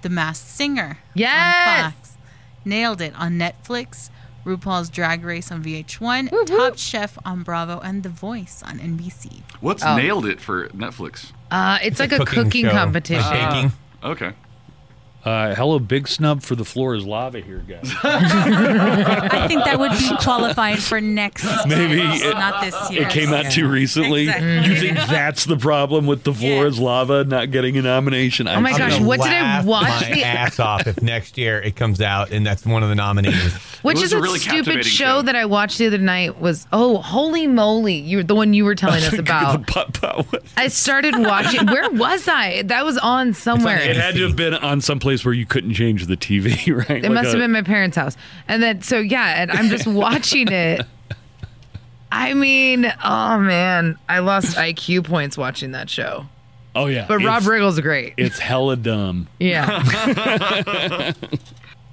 [SPEAKER 4] The Masked Singer.
[SPEAKER 3] Yes!
[SPEAKER 4] On Fox. Nailed it on Netflix. RuPaul's Drag Race on VH1,
[SPEAKER 3] Woo, woo.
[SPEAKER 4] Top Chef on Bravo, and The Voice on NBC.
[SPEAKER 6] What's
[SPEAKER 3] Oh.
[SPEAKER 6] nailed it for Netflix?
[SPEAKER 3] Uh, it's, like a cooking,
[SPEAKER 5] show.
[SPEAKER 3] competition. Oh
[SPEAKER 5] Like baking.
[SPEAKER 6] Okay.
[SPEAKER 2] Uh, hello, Big Snub for The Floor is Lava here, guys.
[SPEAKER 4] I think that would be qualifying for next
[SPEAKER 2] Maybe
[SPEAKER 4] year,
[SPEAKER 2] it-
[SPEAKER 4] not this year.
[SPEAKER 2] It came out too recently. You think that's the problem with The Floor is
[SPEAKER 4] Yes.
[SPEAKER 2] Lava not getting a nomination?
[SPEAKER 3] my
[SPEAKER 2] I'm
[SPEAKER 3] gosh,
[SPEAKER 2] so-
[SPEAKER 5] gonna
[SPEAKER 3] what did I
[SPEAKER 5] laugh
[SPEAKER 3] watch
[SPEAKER 5] My
[SPEAKER 3] the-
[SPEAKER 5] ass off if next year it comes out and that's one of the nominees.
[SPEAKER 3] Which
[SPEAKER 6] was
[SPEAKER 3] is
[SPEAKER 6] a
[SPEAKER 3] a
[SPEAKER 6] really
[SPEAKER 3] stupid
[SPEAKER 6] captivating
[SPEAKER 3] show
[SPEAKER 6] show.
[SPEAKER 3] that I watched the other night was oh holy moly you were the one you were telling us
[SPEAKER 2] the
[SPEAKER 3] about
[SPEAKER 2] putt putt one.
[SPEAKER 3] I started watching where was I that was on somewhere
[SPEAKER 2] It had to have been on someplace where you couldn't change the TV, right?
[SPEAKER 3] It must have been my parents' house. And then, so yeah, and I'm just watching it. I mean, oh man, I lost IQ points watching that show.
[SPEAKER 2] Oh yeah,
[SPEAKER 3] But Rob
[SPEAKER 2] It's-
[SPEAKER 3] Riggle's great.
[SPEAKER 2] It's hella dumb.
[SPEAKER 3] yeah.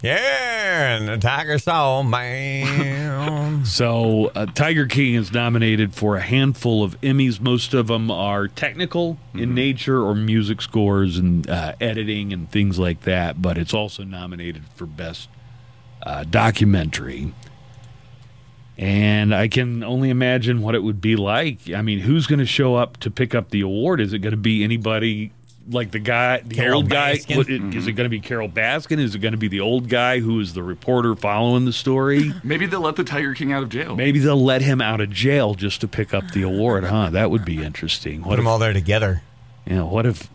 [SPEAKER 5] Yeah, and the tiger saw man.
[SPEAKER 2] So, uh, Tiger King is nominated for a handful of Emmys. Most of them are technical in nature or music scores and uh, editing and things like that, but it's also nominated for Best uh, Documentary. And I can only imagine what it would be like. I mean, who's going to show up to pick up the award? Is it going to be anybody like the guy, the
[SPEAKER 5] Carol
[SPEAKER 2] old guy?
[SPEAKER 5] Baskin?
[SPEAKER 2] What- Is it going to be Carol Baskin? Is it going to be the old guy who is the reporter following the story?
[SPEAKER 6] Maybe they'll let the Tiger King out of jail.
[SPEAKER 2] Maybe they'll let him out of jail just to pick up the award, huh? That would be interesting.
[SPEAKER 5] Put
[SPEAKER 2] What
[SPEAKER 5] them
[SPEAKER 2] if,
[SPEAKER 5] all there together.
[SPEAKER 2] you know, what if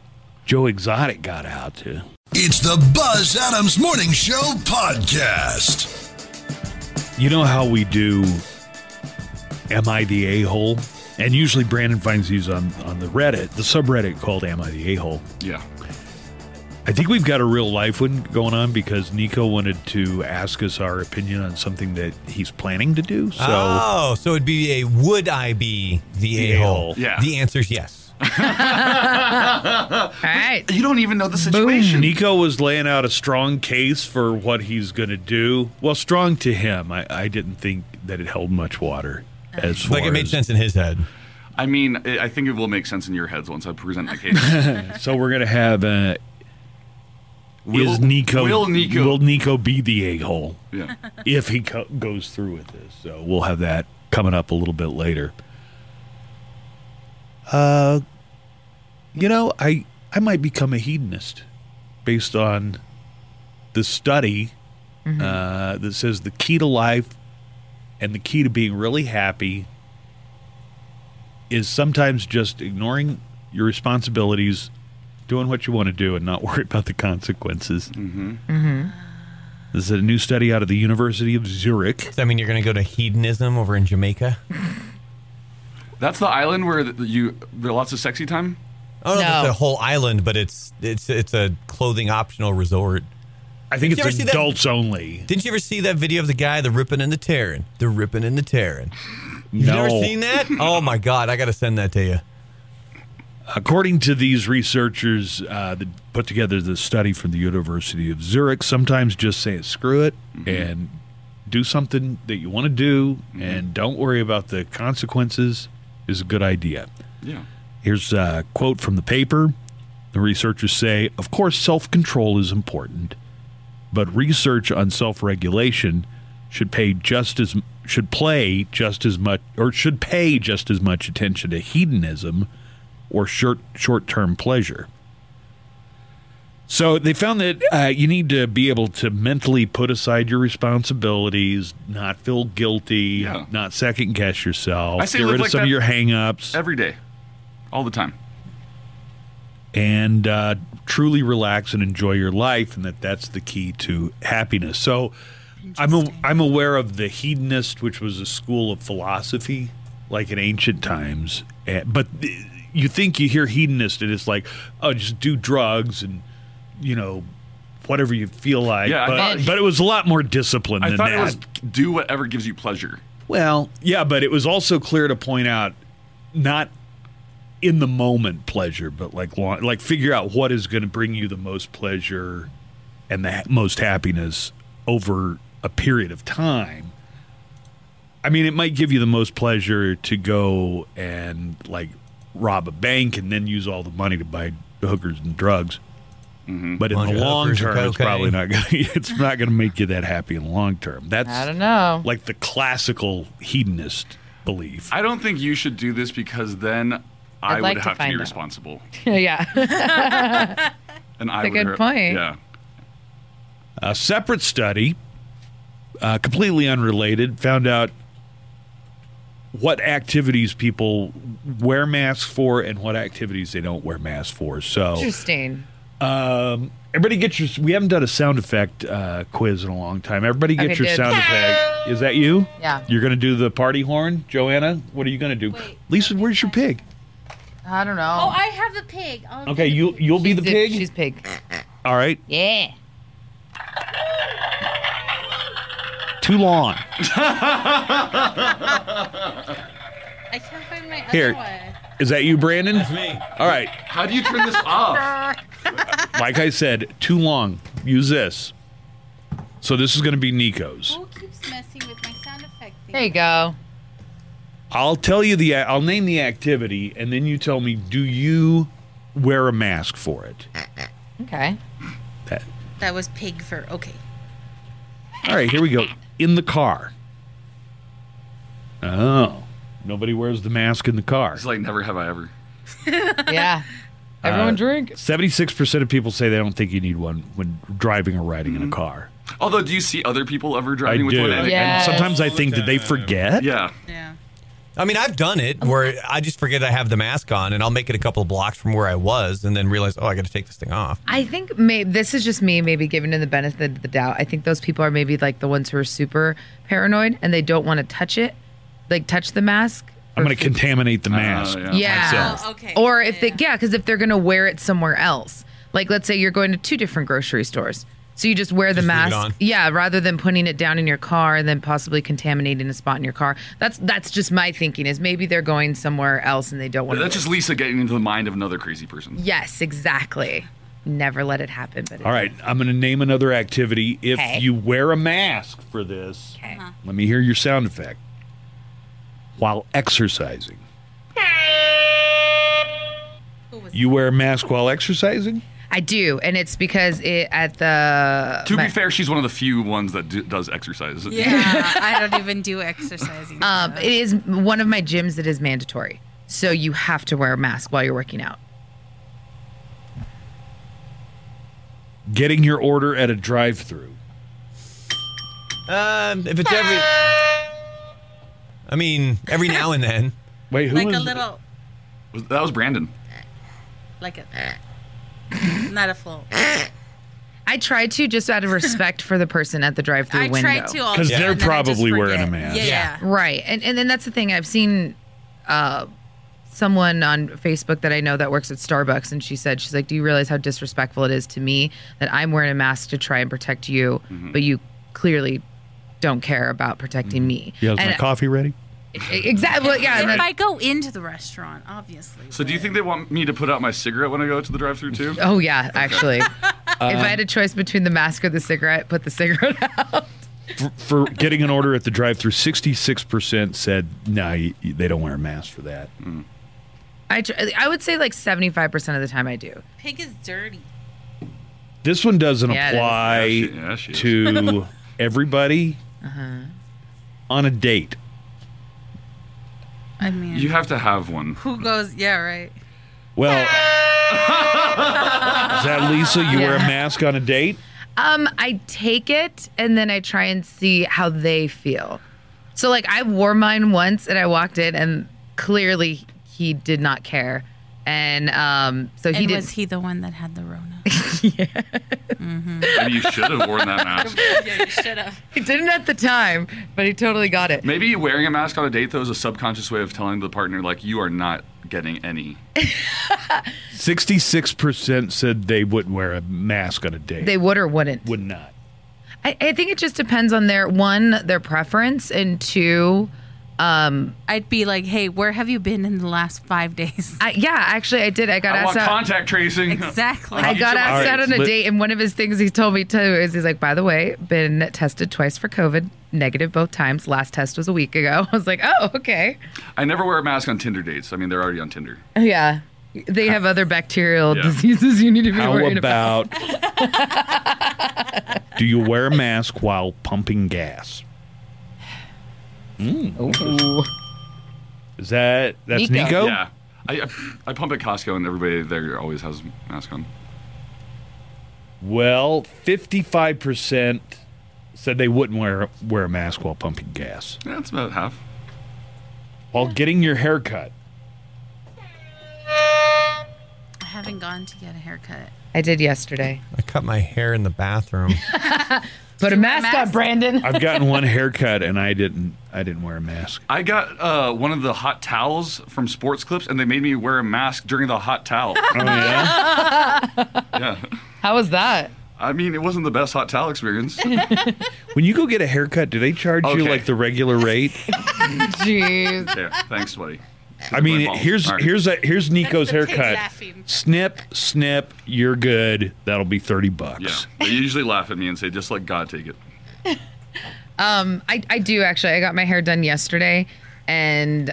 [SPEAKER 2] Joe Exotic got out too?
[SPEAKER 1] It's the Buzz Adams Morning Show podcast.
[SPEAKER 2] You know how we do Am I the A hole? And usually Brandon finds these on, on the Reddit, the subreddit called Am I the A hole.
[SPEAKER 6] Yeah.
[SPEAKER 2] I think we've got a real life one going on because Nico wanted to ask us our opinion on something that he's planning to do. So
[SPEAKER 5] oh, so it'd be a would I be the
[SPEAKER 2] The
[SPEAKER 5] a hole?
[SPEAKER 2] a-hole.
[SPEAKER 6] Yeah.
[SPEAKER 5] The answer's yes.
[SPEAKER 3] All right.
[SPEAKER 6] You don't even know the situation.
[SPEAKER 2] Nico was laying out a strong case for what he's going to do. Well, strong to him. I, I didn't think that it held much water. As
[SPEAKER 5] Like
[SPEAKER 2] far
[SPEAKER 5] it made
[SPEAKER 2] as-
[SPEAKER 5] sense in his head.
[SPEAKER 6] I mean, I I think it will make sense in your heads once I present my case.
[SPEAKER 2] So we're going to have. Uh,
[SPEAKER 6] Will-
[SPEAKER 2] is Nico
[SPEAKER 6] will Nico-
[SPEAKER 2] will Nico be the a hole
[SPEAKER 6] yeah.
[SPEAKER 2] if he co- goes through with this? So we'll have that coming up a little bit later. Uh, you know, I I might become a hedonist based on the study uh, that says the key to life and the key to being really happy is sometimes just ignoring your responsibilities, doing what you want to do, and not worry about the consequences. Mm-hmm. Mm-hmm. This is a new study out of the University of Zurich.
[SPEAKER 5] Does that mean you're going to go to hedonism over in Jamaica?
[SPEAKER 6] That's the island where th- you there are lots of sexy time.
[SPEAKER 5] Oh, no,
[SPEAKER 3] No.
[SPEAKER 5] that's a whole island, but it's it's it's a clothing optional resort.
[SPEAKER 2] I think
[SPEAKER 5] Did you
[SPEAKER 2] it's
[SPEAKER 5] ever see that-
[SPEAKER 2] adults only.
[SPEAKER 5] Didn't you ever see that video of the guy, the ripping and the tearing, the ripping and the tearing? You've
[SPEAKER 2] no,
[SPEAKER 5] never seen that? Oh my god, I got to send that to you.
[SPEAKER 2] According to these researchers uh, that put together the study from the University of Zurich, sometimes just say screw it
[SPEAKER 5] Mm-hmm.
[SPEAKER 2] and do something that you want to do and don't worry about the consequences is a good idea.
[SPEAKER 6] Yeah.
[SPEAKER 2] Here's a quote from the paper. The researchers say, of course, self control is important, but research on self regulation should pay just as should play just as much or should pay just as much attention to hedonism or short short term pleasure. So they found that uh, you need to be able to mentally put aside your responsibilities, not feel guilty,
[SPEAKER 6] Yeah.
[SPEAKER 2] not second guess yourself,
[SPEAKER 6] I say
[SPEAKER 2] get
[SPEAKER 6] live
[SPEAKER 2] rid of
[SPEAKER 6] like
[SPEAKER 2] some
[SPEAKER 6] that
[SPEAKER 2] of your hang ups
[SPEAKER 6] Every day, all the time.
[SPEAKER 2] and uh, truly relax and enjoy your life, and that that's the key to happiness. So, I'm a, I'm aware of the hedonist, which was a school of philosophy, like in ancient times. Eh, But th- you think you hear hedonist, and it's like, oh, just do drugs and you know whatever you feel like.
[SPEAKER 6] Yeah, I
[SPEAKER 2] but,
[SPEAKER 6] thought-
[SPEAKER 2] but it was a lot more disciplined
[SPEAKER 6] I
[SPEAKER 2] than
[SPEAKER 6] thought
[SPEAKER 2] that.
[SPEAKER 6] it was do whatever gives you pleasure.
[SPEAKER 2] Well, yeah, but it was also clear to point out not in the moment pleasure, but like long, like figure out what is going to bring you the most pleasure and the ha- most happiness over a period of time. I mean, it might give you the most pleasure to go and like rob a bank and then use all the money to buy hookers and drugs.
[SPEAKER 3] Mm-hmm.
[SPEAKER 2] But in
[SPEAKER 5] Bunch
[SPEAKER 2] the
[SPEAKER 5] of
[SPEAKER 2] long
[SPEAKER 5] hookers and
[SPEAKER 2] term, it's
[SPEAKER 5] cocaine.
[SPEAKER 2] probably not going. It's not going to make you that happy in the long term. That's
[SPEAKER 3] I don't know.
[SPEAKER 2] like the classical hedonist belief.
[SPEAKER 6] I don't think you should do this because then I
[SPEAKER 3] I'd like
[SPEAKER 6] would
[SPEAKER 3] to
[SPEAKER 6] have to,
[SPEAKER 3] find
[SPEAKER 6] be
[SPEAKER 3] out.
[SPEAKER 6] responsible.
[SPEAKER 2] Oh.
[SPEAKER 3] yeah.
[SPEAKER 6] And
[SPEAKER 3] That's
[SPEAKER 6] I
[SPEAKER 3] a
[SPEAKER 6] would
[SPEAKER 3] good
[SPEAKER 6] have-
[SPEAKER 3] point.
[SPEAKER 6] Yeah.
[SPEAKER 2] A separate study, uh, completely unrelated, found out what activities people wear masks for and what activities they don't wear masks for. So,
[SPEAKER 3] Interesting.
[SPEAKER 2] um, everybody get your. We haven't done a sound effect uh, quiz in a long time. Everybody get
[SPEAKER 3] Okay,
[SPEAKER 2] your
[SPEAKER 3] dude.
[SPEAKER 2] sound effect. Is that you?
[SPEAKER 3] Yeah.
[SPEAKER 2] You're going to do the party horn, Joanna. What are you going to do? Lisa, where's your pig?
[SPEAKER 3] I don't know.
[SPEAKER 7] Oh, I have the pig. Um, I'll
[SPEAKER 2] Okay, you you'll be the
[SPEAKER 3] She's
[SPEAKER 2] pig.
[SPEAKER 3] She's pig.
[SPEAKER 2] All right,
[SPEAKER 3] Yeah.
[SPEAKER 2] too long.
[SPEAKER 7] I can't find my
[SPEAKER 2] Here.
[SPEAKER 7] other one.
[SPEAKER 2] Is that you, Brandon?
[SPEAKER 5] Me.
[SPEAKER 2] All right.
[SPEAKER 6] How do you turn this off?
[SPEAKER 2] Like I said, too long. Use this. So this is going to be Nico's.
[SPEAKER 7] Who keeps messing with my sound effect thing?
[SPEAKER 3] There you go.
[SPEAKER 2] I'll tell you the I'll name the activity and then you tell me do you wear a mask for it?
[SPEAKER 3] Okay.
[SPEAKER 2] That-
[SPEAKER 7] That was pig for okay.
[SPEAKER 2] All right, here we go. In the car. Oh. Nobody wears the mask in the car.
[SPEAKER 6] It's like never have I ever.
[SPEAKER 3] Yeah. Everyone
[SPEAKER 2] Uh,
[SPEAKER 3] drink.
[SPEAKER 2] 76% of people say they don't think you need one when driving or riding in a
[SPEAKER 6] Mm-hmm.
[SPEAKER 2] car.
[SPEAKER 6] Although, do you see other people ever
[SPEAKER 2] I
[SPEAKER 6] driving
[SPEAKER 2] do.
[SPEAKER 6] with one?
[SPEAKER 2] And-
[SPEAKER 6] And-
[SPEAKER 3] Yeah.
[SPEAKER 2] And
[SPEAKER 3] Yes.
[SPEAKER 2] sometimes I think did they forget?
[SPEAKER 6] Yeah.
[SPEAKER 4] Yeah.
[SPEAKER 5] I mean, I've done it where I just forget I have the mask on, and I'll make it a couple of blocks from where I was, and then realize, oh, I got to take this thing off.
[SPEAKER 3] I think maybe this is just me maybe giving them the benefit of the doubt. I think those people are maybe like the ones who are super paranoid and they don't want to touch it, like touch the mask.
[SPEAKER 2] I'm
[SPEAKER 3] or
[SPEAKER 2] going to
[SPEAKER 3] f-
[SPEAKER 2] contaminate the mask.
[SPEAKER 6] Oh, yeah.
[SPEAKER 3] Yeah.
[SPEAKER 4] Oh, okay.
[SPEAKER 3] Or if
[SPEAKER 4] Yeah,
[SPEAKER 3] they
[SPEAKER 4] yeah.
[SPEAKER 3] yeah, because if they're gonna wear it somewhere else, like let's say you're going to two different grocery stores, so you just wear the
[SPEAKER 5] Just leave it on.
[SPEAKER 3] mask. Yeah, rather than putting it down in your car and then possibly contaminating a spot in your car. That's that's just my thinking is maybe they're going somewhere else and they don't want
[SPEAKER 6] That's
[SPEAKER 3] to.
[SPEAKER 6] just Lisa getting into the mind of another crazy person.
[SPEAKER 3] Yes, exactly. Never let it happen. But it
[SPEAKER 2] All right, I'm going to name another activity. If
[SPEAKER 3] Okay.
[SPEAKER 2] you wear a mask for this,
[SPEAKER 3] Okay. Uh-huh.
[SPEAKER 2] let me hear your sound effect while exercising.
[SPEAKER 4] Who was
[SPEAKER 2] You wear a mask while exercising?
[SPEAKER 3] I do, and it's because it at the
[SPEAKER 6] To
[SPEAKER 3] my-
[SPEAKER 6] be fair, she's one of the few ones that do, does exercise.
[SPEAKER 4] Yeah, Uh, I don't even do exercising.
[SPEAKER 3] um, it is one of my gyms that is mandatory, so you have to wear a mask while you're working out.
[SPEAKER 2] Getting your order at a drive-through.
[SPEAKER 5] Um, if it's every, I mean, every now and then.
[SPEAKER 2] Wait, who
[SPEAKER 4] like a
[SPEAKER 2] was-
[SPEAKER 4] little,
[SPEAKER 6] Was- That was Brandon.
[SPEAKER 4] like a, not a full.
[SPEAKER 3] I try to just out of respect for the person at the drive-through
[SPEAKER 4] I
[SPEAKER 3] window.
[SPEAKER 4] try to all
[SPEAKER 2] 'Cause
[SPEAKER 4] the time,
[SPEAKER 2] they're
[SPEAKER 4] and then I just
[SPEAKER 2] probably wearing a
[SPEAKER 4] forget.
[SPEAKER 2] mask.
[SPEAKER 4] Yeah, yeah.
[SPEAKER 3] Right. And and then that's the thing. I've seen uh someone on Facebook that I know that works at Starbucks and she said she's like, "Do you realize how disrespectful it is to me that I'm wearing a mask to try and protect
[SPEAKER 4] Mm-hmm.
[SPEAKER 3] you, but you clearly don't care about protecting me."
[SPEAKER 2] Yeah, is
[SPEAKER 3] And-
[SPEAKER 2] my coffee ready?
[SPEAKER 3] Exactly. well, Yeah. and
[SPEAKER 4] if
[SPEAKER 3] then-
[SPEAKER 4] I go into the restaurant, obviously.
[SPEAKER 6] So do you think they want me to put out my cigarette when I go to the drive-through too?
[SPEAKER 3] oh yeah, actually. if I had a choice between the mask or the cigarette, put the cigarette out.
[SPEAKER 2] for, for getting an order at the drive-through, 66% said no, you- you- they don't wear a mask for that.
[SPEAKER 3] I tr- I would say like seventy five percent of the time I do.
[SPEAKER 7] Pig is dirty.
[SPEAKER 2] This one doesn't
[SPEAKER 3] Yeah, it is.
[SPEAKER 2] apply
[SPEAKER 6] Yeah, she- yeah, she is.
[SPEAKER 2] to everybody
[SPEAKER 3] Uh-huh.
[SPEAKER 2] on a date.
[SPEAKER 4] I mean,
[SPEAKER 6] You have to have one.
[SPEAKER 7] Who goes? Yeah, right.
[SPEAKER 2] Well, is that Lisa? You wear a
[SPEAKER 3] Yeah.
[SPEAKER 2] mask on a date?
[SPEAKER 3] Um, I take it and then I try and see how they feel. So like I wore mine once and I walked in and clearly he did not care. And um so he
[SPEAKER 4] and
[SPEAKER 3] didn't
[SPEAKER 4] was he the one that had the Rona?
[SPEAKER 6] Maybe you should have worn that mask.
[SPEAKER 7] Yeah, you should have.
[SPEAKER 3] he didn't at the time, but he totally got it.
[SPEAKER 6] Maybe wearing a mask on a date though is a subconscious way of telling the partner like you are not getting any.
[SPEAKER 2] 66% said they wouldn't wear a mask on a date.
[SPEAKER 3] They would or wouldn't.
[SPEAKER 2] would not.
[SPEAKER 3] I, I think it just depends on their one, their preference, and two,
[SPEAKER 4] I'd be like, hey, where have you been in the last five days?
[SPEAKER 3] I, yeah, actually, I did. I got
[SPEAKER 6] I
[SPEAKER 3] asked
[SPEAKER 6] want
[SPEAKER 3] out.
[SPEAKER 6] contact tracing.
[SPEAKER 4] Exactly.
[SPEAKER 3] I got
[SPEAKER 6] All
[SPEAKER 3] asked
[SPEAKER 2] right,
[SPEAKER 3] out on a
[SPEAKER 2] let-
[SPEAKER 3] date, and one of his things he told me too is he's like, by the way, been tested twice for COVID, negative both times. Last test was a week ago. I was like, oh, okay.
[SPEAKER 6] I never wear a mask on Tinder dates. I mean, they're already on Tinder.
[SPEAKER 3] Yeah. They have other bacterial
[SPEAKER 6] Yeah.
[SPEAKER 3] diseases you need to be
[SPEAKER 2] How
[SPEAKER 3] worried about.
[SPEAKER 2] about do you wear a mask while pumping gas? Hmm,
[SPEAKER 3] Ooh.
[SPEAKER 2] Is that that's
[SPEAKER 3] Nico.
[SPEAKER 2] Nico?
[SPEAKER 6] Yeah. I, I I pump at Costco and everybody there always has a mask on.
[SPEAKER 2] Well, fifty-five percent said they wouldn't wear wear a mask while pumping gas.
[SPEAKER 6] Yeah, that's about half.
[SPEAKER 2] While getting your hair cut,
[SPEAKER 4] I haven't gone to get a haircut.
[SPEAKER 3] I did yesterday.
[SPEAKER 5] I cut my hair in the bathroom.
[SPEAKER 3] Put a mask, on,
[SPEAKER 4] mask?
[SPEAKER 3] Brandon.
[SPEAKER 2] I've gotten one haircut and I didn't I didn't wear a mask.
[SPEAKER 6] I got uh, one of the hot towels from Sports Clips, and they made me wear a mask during the hot towel.
[SPEAKER 2] Oh yeah,
[SPEAKER 6] yeah,
[SPEAKER 3] How was that?
[SPEAKER 6] I mean, it wasn't the best hot towel experience.
[SPEAKER 2] when you go get a haircut, do they charge you
[SPEAKER 6] Okay.
[SPEAKER 2] like the regular rate?
[SPEAKER 3] Jeez.
[SPEAKER 6] There, thanks, buddy.
[SPEAKER 2] I mean,
[SPEAKER 6] My balls.
[SPEAKER 2] here's
[SPEAKER 6] All right.
[SPEAKER 2] here's a here's Nico's
[SPEAKER 7] the pig
[SPEAKER 2] haircut.
[SPEAKER 7] laughing.
[SPEAKER 2] Snip, snip, you're good. That'll be thirty
[SPEAKER 6] Yeah,
[SPEAKER 2] bucks.
[SPEAKER 6] they usually laugh at me and say, "Just let God take it."
[SPEAKER 3] I, I do actually. I got my hair done yesterday, and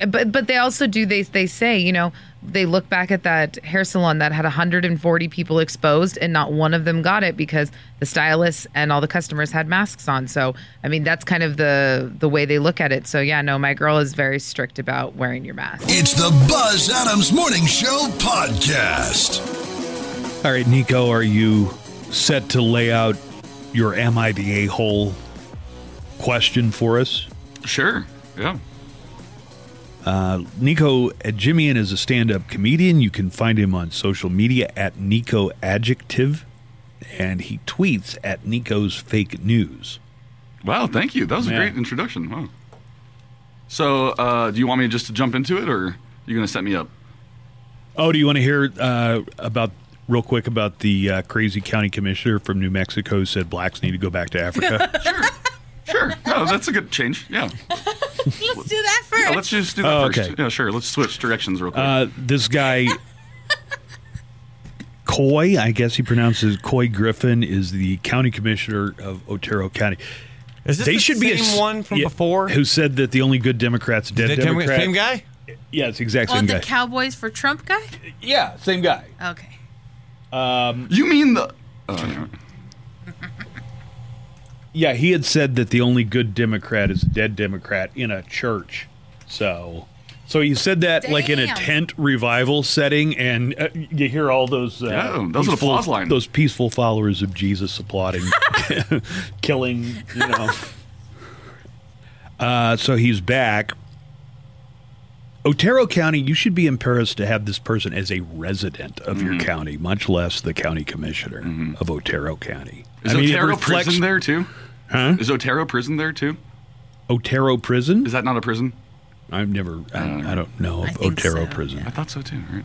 [SPEAKER 3] uh, but but they also do they they say you know they look back at that hair salon that had 140 people exposed and not one of them got it because the stylists and all the customers had masks on. So I mean that's kind of the the way they look at it. So yeah, no, my girl is very strict about wearing your mask.
[SPEAKER 1] It's the Buzz Adams Morning Show podcast.
[SPEAKER 2] All right, Nico, are you set to lay out your "Am I the a-hole?" question for us?
[SPEAKER 6] Sure. Yeah.
[SPEAKER 2] Nico Jimian is a stand-up comedian. You can find him on social media at Nico Adjective, and he tweets at Nico's Fake News.
[SPEAKER 6] Wow. Thank you. That was
[SPEAKER 2] Yeah.
[SPEAKER 6] a great introduction. Wow. So, uh, do you want me just to jump into it, or are you going to set me up?
[SPEAKER 2] Oh, do you want to hear uh, about real quick about the uh, crazy county commissioner from New Mexico who said blacks need to go back to Africa?
[SPEAKER 6] Sure. No, that's a good change. Yeah.
[SPEAKER 7] Let's do that first.
[SPEAKER 6] Yeah, let's just do that
[SPEAKER 2] Oh,
[SPEAKER 6] first.
[SPEAKER 2] okay.
[SPEAKER 6] Yeah, sure. Let's switch directions real quick.
[SPEAKER 2] uh, this guy. Coy, I guess he pronounces Coy Griffin, is the county commissioner of Otero County.
[SPEAKER 5] Is this
[SPEAKER 2] They
[SPEAKER 5] the
[SPEAKER 2] should
[SPEAKER 5] same
[SPEAKER 2] be a s-
[SPEAKER 5] one from
[SPEAKER 2] yeah,
[SPEAKER 5] before?
[SPEAKER 2] who said that the only good Democrat's dead
[SPEAKER 5] Did- did we-
[SPEAKER 2] Democrat.
[SPEAKER 5] same guy?
[SPEAKER 2] Yeah, it's the exact
[SPEAKER 4] Oh,
[SPEAKER 2] same
[SPEAKER 4] the
[SPEAKER 2] guy.
[SPEAKER 4] Cowboys for Trump guy?
[SPEAKER 2] yeah, same guy.
[SPEAKER 4] Okay.
[SPEAKER 6] you mean the? Oh, no.
[SPEAKER 2] Yeah, he had said that the only good Democrat is a dead Democrat in a church. So, so you said that like in a
[SPEAKER 7] Damn.
[SPEAKER 2] tent revival setting, and uh, you hear all those uh,
[SPEAKER 6] Yeah, that was an applause line.
[SPEAKER 2] those peaceful followers of Jesus applauding, killing, you know. Uh, so he's back. Otero County, you should be embarrassed to have this person as a resident of your
[SPEAKER 6] Mm-hmm.
[SPEAKER 2] county, much less the county commissioner of Otero County.
[SPEAKER 6] Is
[SPEAKER 2] I mean, it
[SPEAKER 6] Otero
[SPEAKER 2] reflects-
[SPEAKER 6] prison there too? Huh? Is Otero prison there too?
[SPEAKER 2] Otero Prison?
[SPEAKER 6] Is that not a prison?
[SPEAKER 2] I've never, I, I don't know
[SPEAKER 4] I
[SPEAKER 2] of
[SPEAKER 4] think
[SPEAKER 2] Otero
[SPEAKER 4] so,
[SPEAKER 2] Prison.
[SPEAKER 6] I thought so too. Right?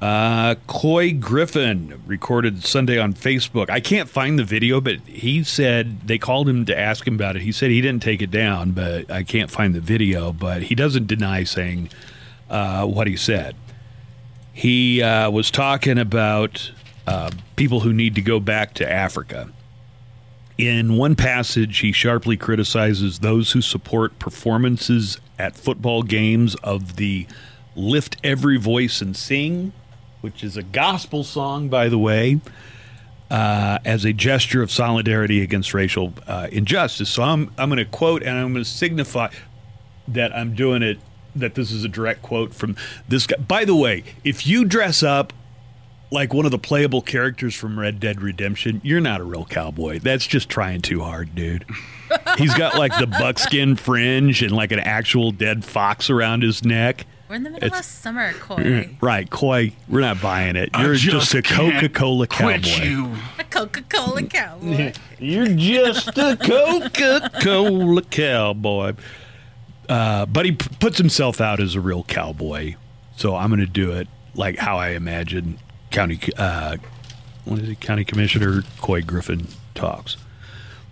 [SPEAKER 2] Uh, Coy Griffin recorded Sunday on Facebook. I can't find the video, but he said they called him to ask him about it. He said he didn't take it down, but I can't find the video. But he doesn't deny saying uh, what he said. He uh, was talking about uh, people who need to go back to Africa. In one passage, he sharply criticizes those who support performances at football games of the Lift Every Voice and Sing, which is a gospel song, by the way, uh, as a gesture of solidarity against racial uh, injustice. So I'm, I'm going to quote and I'm going to signify that I'm doing it, that this is a direct quote from this guy. By the way, if you dress up like one of the playable characters from Red Dead Redemption, you're not a real cowboy. That's just trying too hard, dude. He's got like the buckskin fringe and like an actual dead fox around his neck.
[SPEAKER 7] We're in the middle of
[SPEAKER 2] It's-
[SPEAKER 7] summer, Corey.
[SPEAKER 6] Mm-hmm.
[SPEAKER 2] Right, Coy, we're not buying it.
[SPEAKER 6] I
[SPEAKER 2] You're just, a
[SPEAKER 6] can't
[SPEAKER 2] Coca Cola
[SPEAKER 6] quit
[SPEAKER 2] cowboy.
[SPEAKER 6] you.
[SPEAKER 7] A Coca-Cola cowboy.
[SPEAKER 2] You. are just a Coca Cola cowboy. Uh, but he p- puts himself out as a real cowboy. So I'm going to do it like how I imagine County, uh, what is it, County Commissioner Coy Griffin talks.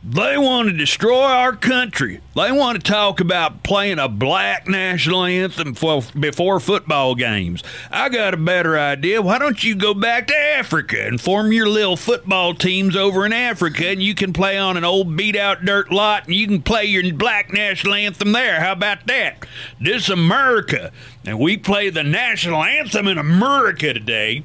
[SPEAKER 2] They want to destroy our country. They want to talk about playing a black national anthem for, before football games. I got a better idea. Why don't you go back to Africa and form your little football teams over in Africa and you can play on an old beat out dirt lot and you can play your black national anthem there. How about that? This America. And we play the national anthem in America today.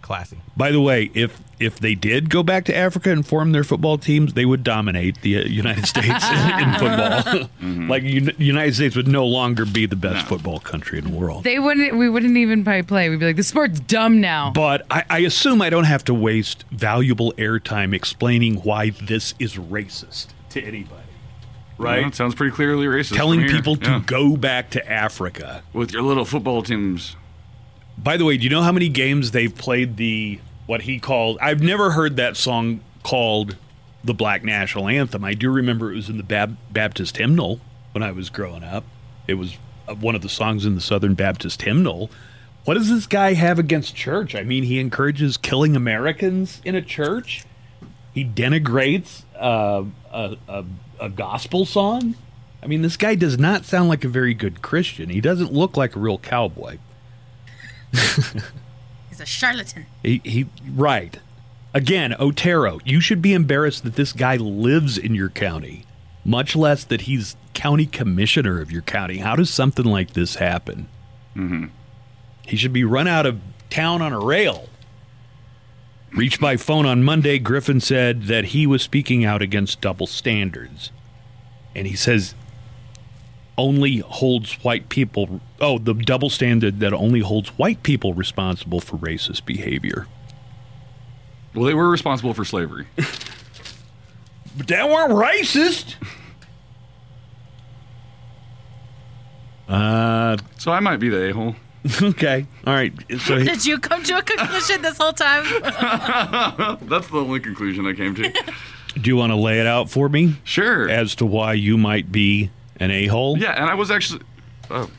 [SPEAKER 5] Classy.
[SPEAKER 2] By the way, if if they did go back to Africa and form their football teams, they would dominate the uh, United States in, in football. Like un- United States would no longer be the best football country in the world.
[SPEAKER 3] They wouldn't. We wouldn't even probably play. We'd be like, the sport's dumb now.
[SPEAKER 2] but I, I assume I don't have to waste valuable airtime explaining why this is racist to anybody, right?
[SPEAKER 6] Yeah, it sounds pretty clearly racist. from
[SPEAKER 2] Telling
[SPEAKER 6] here.
[SPEAKER 2] people to
[SPEAKER 6] Yeah.
[SPEAKER 2] go back to Africa.
[SPEAKER 6] with your little football teams.
[SPEAKER 2] By the way, do you know how many games they've played the what he called? I've never heard that song called the Black National Anthem. I do remember it was in the Bab- Baptist hymnal when I was growing up. It was uh, one of the songs in the Southern Baptist hymnal. What does this guy have against church? I mean, he encourages killing Americans in a church. He denigrates uh, a, a, a gospel song. I mean, this guy does not sound like a very good Christian. He doesn't look like a real cowboy.
[SPEAKER 7] He's a charlatan.
[SPEAKER 2] He, he right. Again, Otero, you should be embarrassed that this guy lives in your county, much less that he's county commissioner of your county. How does something like this happen? Mm-hmm. He should be run out of town on a rail. Reached by phone on Monday, Griffin said that he was speaking out against double standards. And he says only holds white people oh the double standard that only holds white people responsible for racist behavior
[SPEAKER 6] Well, they were responsible for slavery.
[SPEAKER 2] but that weren't racist
[SPEAKER 6] so I might be the a hole.
[SPEAKER 2] okay all right so he-
[SPEAKER 7] Did you come to a conclusion this whole time?
[SPEAKER 6] Mm-hmm. That's the only conclusion I came to.
[SPEAKER 2] do you want to lay it out for me
[SPEAKER 6] Sure.
[SPEAKER 2] as to why you might be an a-hole
[SPEAKER 6] yeah, and I was actually. Oh,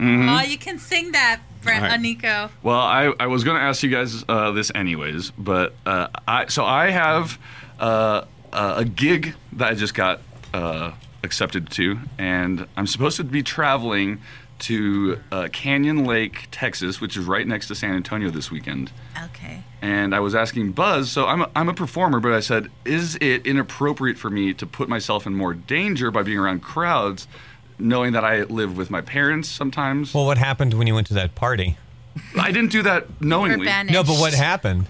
[SPEAKER 7] Oh, you can sing that, Brent
[SPEAKER 6] All right.
[SPEAKER 7] Aniko.
[SPEAKER 6] Well, I, I was going to ask you guys uh, this anyways, but uh, I so I have uh, uh, a gig that I just got uh, accepted to, and I'm supposed to be traveling to uh, Canyon Lake, Texas, which is right next to San Antonio this weekend.
[SPEAKER 7] Okay.
[SPEAKER 6] And I was asking Buzz, so I'm a, I'm a performer, but I said, is it inappropriate for me to put myself in more danger by being around crowds, knowing that I live with my parents sometimes?
[SPEAKER 5] Well, what happened when you went to that party?
[SPEAKER 6] I didn't do that knowingly.
[SPEAKER 7] banished.
[SPEAKER 5] No, but what happened?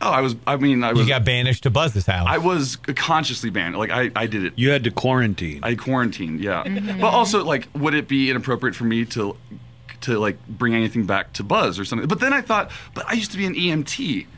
[SPEAKER 6] Oh, I was. I mean, I was.
[SPEAKER 5] You got banished to Buzz's house.
[SPEAKER 6] I was consciously banned. Like I, I did it.
[SPEAKER 2] you had to quarantine
[SPEAKER 6] I quarantined. Yeah. But also, like, would it be inappropriate for me to, to like bring anything back to Buzz or something? But then I thought, but I used to be an EMT,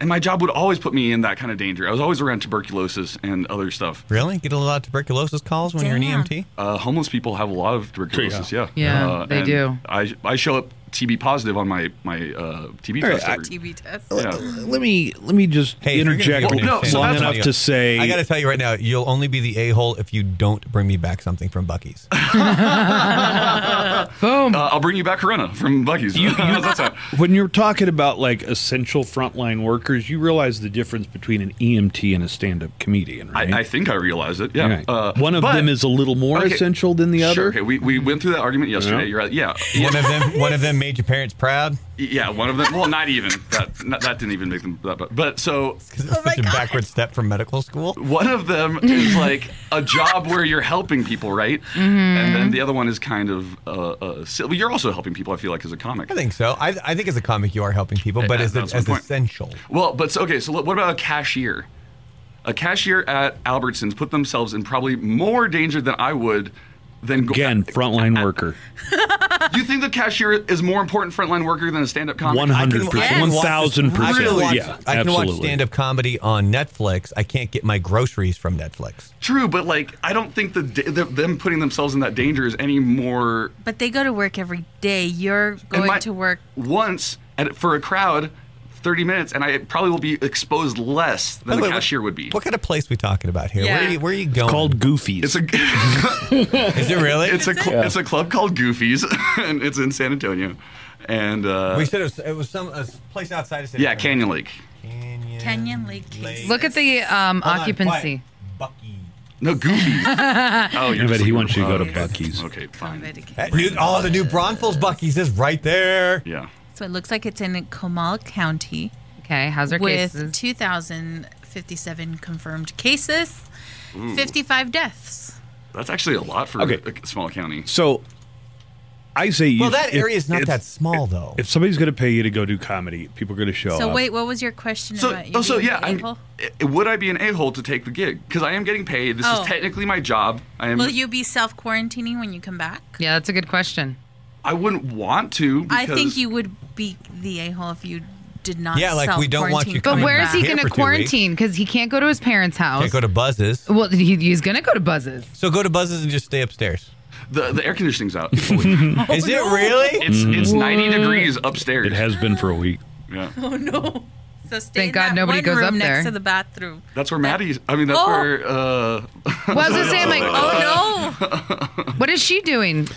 [SPEAKER 6] and my job would always put me in that kind of danger. I was always around tuberculosis and other stuff.
[SPEAKER 5] really? Get a lot of tuberculosis calls when you're
[SPEAKER 7] Damn.
[SPEAKER 5] an E EMT?
[SPEAKER 6] Uh, homeless people have a lot of tuberculosis. Yeah.
[SPEAKER 3] Yeah,
[SPEAKER 6] Uh,
[SPEAKER 3] they
[SPEAKER 6] and
[SPEAKER 3] do.
[SPEAKER 6] I I show up TB positive on my my uh, TB
[SPEAKER 2] All right,
[SPEAKER 6] test.
[SPEAKER 2] I-
[SPEAKER 6] every-
[SPEAKER 4] TB test.
[SPEAKER 6] yeah.
[SPEAKER 2] let me let me just
[SPEAKER 5] Hey, if you're gonna
[SPEAKER 2] interject
[SPEAKER 5] be opening
[SPEAKER 6] No,
[SPEAKER 5] a
[SPEAKER 6] so
[SPEAKER 2] long
[SPEAKER 6] that's-
[SPEAKER 2] enough to say
[SPEAKER 5] I got to tell you right now, you'll only be the a hole if you don't bring me back something from Bucky's.
[SPEAKER 3] Boom.
[SPEAKER 6] Uh, I'll bring you back Corona from Bucky's. That's it.
[SPEAKER 2] when you're talking about like essential frontline workers, you realize the difference between an EMT and a stand-up comedian, right?
[SPEAKER 6] I, I think I realized it. Yeah.
[SPEAKER 2] Right.
[SPEAKER 6] Uh,
[SPEAKER 2] One of
[SPEAKER 6] but-
[SPEAKER 2] them is a little more
[SPEAKER 6] Okay.
[SPEAKER 2] essential than the
[SPEAKER 6] Sure.
[SPEAKER 2] other.
[SPEAKER 6] Okay. We, we went through that argument yesterday.
[SPEAKER 2] Yeah.
[SPEAKER 6] You're right. Yeah.
[SPEAKER 5] one of them, one of them made your parents proud.
[SPEAKER 6] Yeah. One of them. Well, not even that. Not, that didn't even make them that. But, but so
[SPEAKER 5] Because it's
[SPEAKER 4] Oh my
[SPEAKER 5] such a
[SPEAKER 4] God.
[SPEAKER 5] backward step from medical school.
[SPEAKER 6] one of them is like a job where you're helping people, right?
[SPEAKER 3] Mm-hmm.
[SPEAKER 6] And then the other one is kind of uh, uh, si- well, you're also helping people. I feel like as a comic.
[SPEAKER 5] I think so. I, I think as a comic, you are helping people, but
[SPEAKER 6] Yeah,
[SPEAKER 5] as,
[SPEAKER 6] that's my
[SPEAKER 5] as
[SPEAKER 6] point.
[SPEAKER 5] essential.
[SPEAKER 6] Well, but so, okay. So what about a cashier? A cashier at Albertsons put themselves in probably more danger than I would. Than go-
[SPEAKER 2] Again, frontline worker,
[SPEAKER 6] you think the cashier is more important frontline worker than a stand-up comic?
[SPEAKER 2] one hundred percent,
[SPEAKER 4] Yes.
[SPEAKER 2] one thousand
[SPEAKER 5] I can watch,
[SPEAKER 2] percent. Yeah,
[SPEAKER 5] I can watch
[SPEAKER 2] absolutely.
[SPEAKER 5] stand-up comedy on Netflix. I can't get my groceries from Netflix.
[SPEAKER 6] True, but like I don't think the, da- the them putting themselves in that danger is any more.
[SPEAKER 4] But they go to work every day. You're
[SPEAKER 6] and
[SPEAKER 4] going
[SPEAKER 6] my-
[SPEAKER 4] to work.
[SPEAKER 6] once and for a crowd, thirty minutes, and I probably will be exposed less
[SPEAKER 5] By
[SPEAKER 6] than the
[SPEAKER 5] way, what-
[SPEAKER 6] cashier would be.
[SPEAKER 5] What kind of place we talking about here? Where,
[SPEAKER 4] Yeah.
[SPEAKER 5] are you, where are you going?
[SPEAKER 2] Called Goofies.
[SPEAKER 6] It's a
[SPEAKER 5] Is it really?
[SPEAKER 6] it's a cl- it's a club called Goofy's, and it's in San Antonio, and uh,
[SPEAKER 5] we said it was, it was some a place outside of San
[SPEAKER 6] yeah,
[SPEAKER 5] Antonio.
[SPEAKER 6] Canyon Lake.
[SPEAKER 5] Canyon,
[SPEAKER 4] Canyon Lake Casey.
[SPEAKER 3] Look at the um,
[SPEAKER 5] Hold on,
[SPEAKER 3] occupancy.
[SPEAKER 5] quiet. Bucky.
[SPEAKER 6] No Goofy's. oh, you're
[SPEAKER 2] Yeah, but
[SPEAKER 6] just
[SPEAKER 2] he
[SPEAKER 6] looking
[SPEAKER 2] wants you to go to
[SPEAKER 6] okay.
[SPEAKER 2] Buc-ee's.
[SPEAKER 6] Okay, fine.
[SPEAKER 5] That new, oh, the new Braunfels Bucky's is right there.
[SPEAKER 6] Yeah.
[SPEAKER 4] So it looks like it's in Comal County
[SPEAKER 3] Okay, how's our
[SPEAKER 4] with
[SPEAKER 3] cases?
[SPEAKER 4] 2,057 confirmed cases, 55 deaths.
[SPEAKER 6] That's actually a lot for
[SPEAKER 2] Okay.
[SPEAKER 6] a small county.
[SPEAKER 2] so I say, you,
[SPEAKER 5] Well, that
[SPEAKER 2] if-
[SPEAKER 5] area is not
[SPEAKER 2] if-
[SPEAKER 5] that small, though.
[SPEAKER 2] If somebody's going to pay you to go do comedy, people are going to show
[SPEAKER 4] So
[SPEAKER 2] up.
[SPEAKER 4] wait, what was your question
[SPEAKER 6] Oh, So,
[SPEAKER 4] about you
[SPEAKER 6] oh, so
[SPEAKER 4] being
[SPEAKER 6] yeah,
[SPEAKER 4] an
[SPEAKER 6] I'm,
[SPEAKER 4] a-hole?
[SPEAKER 6] i- would I be an a hole to take the gig? Because I am getting paid. This
[SPEAKER 4] Oh.
[SPEAKER 6] is technically my job. I am.
[SPEAKER 4] Will you be self quarantining when you come back?
[SPEAKER 3] yeah, that's a good question.
[SPEAKER 6] I wouldn't want to.
[SPEAKER 4] I
[SPEAKER 6] Because
[SPEAKER 4] think you would be the a hole if you did not.
[SPEAKER 5] Yeah, like, we don't want you
[SPEAKER 4] self-quarantine
[SPEAKER 5] But
[SPEAKER 3] But
[SPEAKER 4] coming
[SPEAKER 5] where
[SPEAKER 3] where
[SPEAKER 5] is
[SPEAKER 3] is
[SPEAKER 4] back.
[SPEAKER 5] he
[SPEAKER 3] he going
[SPEAKER 5] here
[SPEAKER 3] to
[SPEAKER 5] gonna for two weeks.
[SPEAKER 3] quarantine?
[SPEAKER 5] quarantine?
[SPEAKER 3] Because he can't go to his parents' house.
[SPEAKER 5] Can't go to Buzzes.
[SPEAKER 3] well, he's going to go to Buzz's.
[SPEAKER 5] So go to Buzzes and just stay upstairs.
[SPEAKER 6] the, the air conditioning's out. it's
[SPEAKER 5] Is it really?
[SPEAKER 6] it's 90 degrees upstairs.
[SPEAKER 2] It has been for a week.
[SPEAKER 6] Yeah.
[SPEAKER 4] Oh no! So stay
[SPEAKER 3] Thank
[SPEAKER 4] in
[SPEAKER 3] God
[SPEAKER 4] that
[SPEAKER 3] nobody
[SPEAKER 4] one
[SPEAKER 3] goes
[SPEAKER 4] room
[SPEAKER 3] up
[SPEAKER 4] next
[SPEAKER 3] there.
[SPEAKER 4] to the bathroom.
[SPEAKER 6] That's where Maddie's. I mean, that's
[SPEAKER 4] Oh.
[SPEAKER 6] where. Uh,
[SPEAKER 3] Well, I was just saying, like, oh
[SPEAKER 4] Oh no!
[SPEAKER 3] no, what is she doing?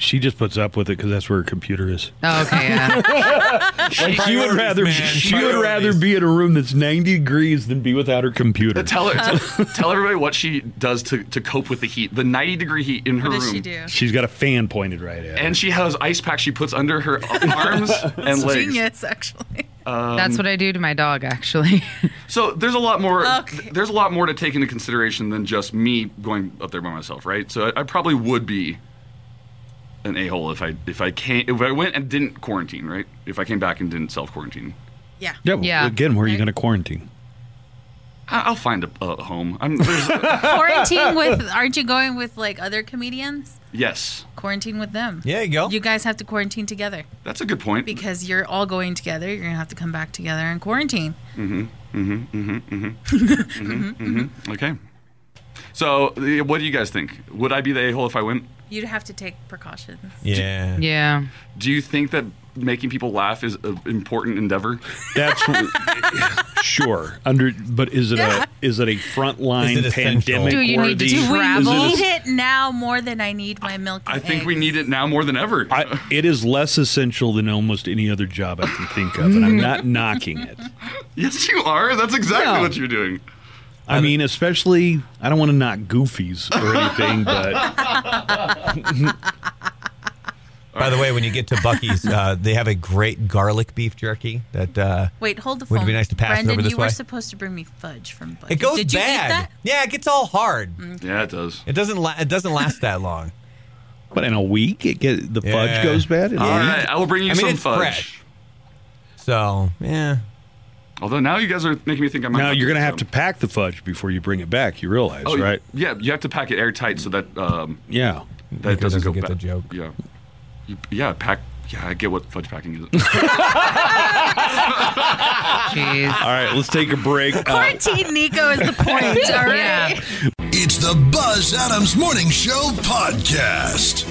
[SPEAKER 2] She just puts up with it because that's where her computer is.
[SPEAKER 3] Oh, okay, yeah.
[SPEAKER 2] She would rather she would rather be in a room that's 90 degrees than be without her computer.
[SPEAKER 6] tell her. Tell, tell everybody what she does to, to cope with the heat, the 90 degree heat in her
[SPEAKER 4] What does
[SPEAKER 6] room.
[SPEAKER 4] she do?
[SPEAKER 2] She's got a fan pointed right at her.
[SPEAKER 6] And she has ice packs she puts under her arms and legs.
[SPEAKER 4] Genius, actually.
[SPEAKER 5] Um,
[SPEAKER 3] that's what I do to my dog, actually.
[SPEAKER 6] So there's a lot more.
[SPEAKER 4] Okay.
[SPEAKER 6] There's a lot more to take into consideration than just me going up there by myself, right? So I, I probably would be an a-hole if I if I came if I went and didn't quarantine, right? If I came back and didn't self quarantine,
[SPEAKER 4] Yeah.
[SPEAKER 2] yeah, well,
[SPEAKER 3] Yeah.
[SPEAKER 2] Again, where are you going to quarantine?
[SPEAKER 6] I'll find a, a home. I'm, there's,
[SPEAKER 4] Quarantine with? Aren't you going with like other comedians?
[SPEAKER 6] yes,
[SPEAKER 4] Quarantine with them.
[SPEAKER 5] Yeah, you go.
[SPEAKER 4] You guys have to quarantine together
[SPEAKER 6] that's a good point.
[SPEAKER 4] because you're all going together. You're gonna have to come back together and quarantine.
[SPEAKER 6] okay. So uh, what do you guys think? Would I be the a-hole if I went?
[SPEAKER 4] You'd have to take precautions.
[SPEAKER 5] yeah.
[SPEAKER 3] yeah.
[SPEAKER 6] Do you think that making people laugh is an important endeavor?
[SPEAKER 2] That's sure. Under but is it
[SPEAKER 4] Yeah.
[SPEAKER 2] a is it a
[SPEAKER 5] Is
[SPEAKER 2] frontline
[SPEAKER 5] it essential?
[SPEAKER 2] pandemic
[SPEAKER 3] Do you
[SPEAKER 2] or
[SPEAKER 3] need to
[SPEAKER 2] the
[SPEAKER 3] do
[SPEAKER 4] We
[SPEAKER 3] Gravel?
[SPEAKER 2] is
[SPEAKER 4] need
[SPEAKER 2] it a-
[SPEAKER 4] it now more than I need my milk.
[SPEAKER 6] I
[SPEAKER 4] and
[SPEAKER 6] think we
[SPEAKER 4] eggs.
[SPEAKER 6] need it now more than ever.
[SPEAKER 2] I, it is less essential than almost any other job I can think of, and I'm
[SPEAKER 3] Mm-hmm.
[SPEAKER 2] not knocking it.
[SPEAKER 6] yes, you are. That's exactly
[SPEAKER 2] Yeah.
[SPEAKER 6] what you're doing.
[SPEAKER 2] I mean, especially I don't want to knock goofies or anything, but
[SPEAKER 5] By the way, when you get to Bucky's, uh, they have a great garlic beef jerky that uh,
[SPEAKER 4] Wait, hold the phone.
[SPEAKER 5] Would it be nice to pass it over
[SPEAKER 4] Brendan,
[SPEAKER 5] this
[SPEAKER 4] you
[SPEAKER 5] way?
[SPEAKER 4] were supposed to bring me fudge from Bucky's.
[SPEAKER 5] it goes
[SPEAKER 4] Did you
[SPEAKER 5] bad.
[SPEAKER 4] eat that? Mm.
[SPEAKER 5] Yeah, it gets all hard.
[SPEAKER 6] Yeah, it does.
[SPEAKER 5] It doesn't. La- it doesn't last that long.
[SPEAKER 2] but in a week it get the
[SPEAKER 5] Yeah.
[SPEAKER 2] fudge goes bad. in a
[SPEAKER 6] All
[SPEAKER 2] week?
[SPEAKER 6] right, I will bring you
[SPEAKER 5] I mean,
[SPEAKER 6] some
[SPEAKER 5] it's
[SPEAKER 6] fudge.
[SPEAKER 5] fresh. So yeah,
[SPEAKER 6] Although now you guys are making me think I'm.
[SPEAKER 2] Now you're going to have to pack the fudge before you bring it back. You realize,
[SPEAKER 6] Oh,
[SPEAKER 2] right?
[SPEAKER 6] Yeah, you have to pack it airtight so that um,
[SPEAKER 2] Yeah.
[SPEAKER 6] that it doesn't,
[SPEAKER 5] doesn't
[SPEAKER 6] go
[SPEAKER 5] get
[SPEAKER 6] bad.
[SPEAKER 5] the joke.
[SPEAKER 6] Yeah, You- yeah, pack. Yeah, I get what fudge packing is.
[SPEAKER 3] Jeez.
[SPEAKER 2] All right, let's take a break. Uh,
[SPEAKER 4] Quarantine Nico is the point. All right.
[SPEAKER 3] Yeah.
[SPEAKER 1] It's the Buzz Adams Morning Show podcast.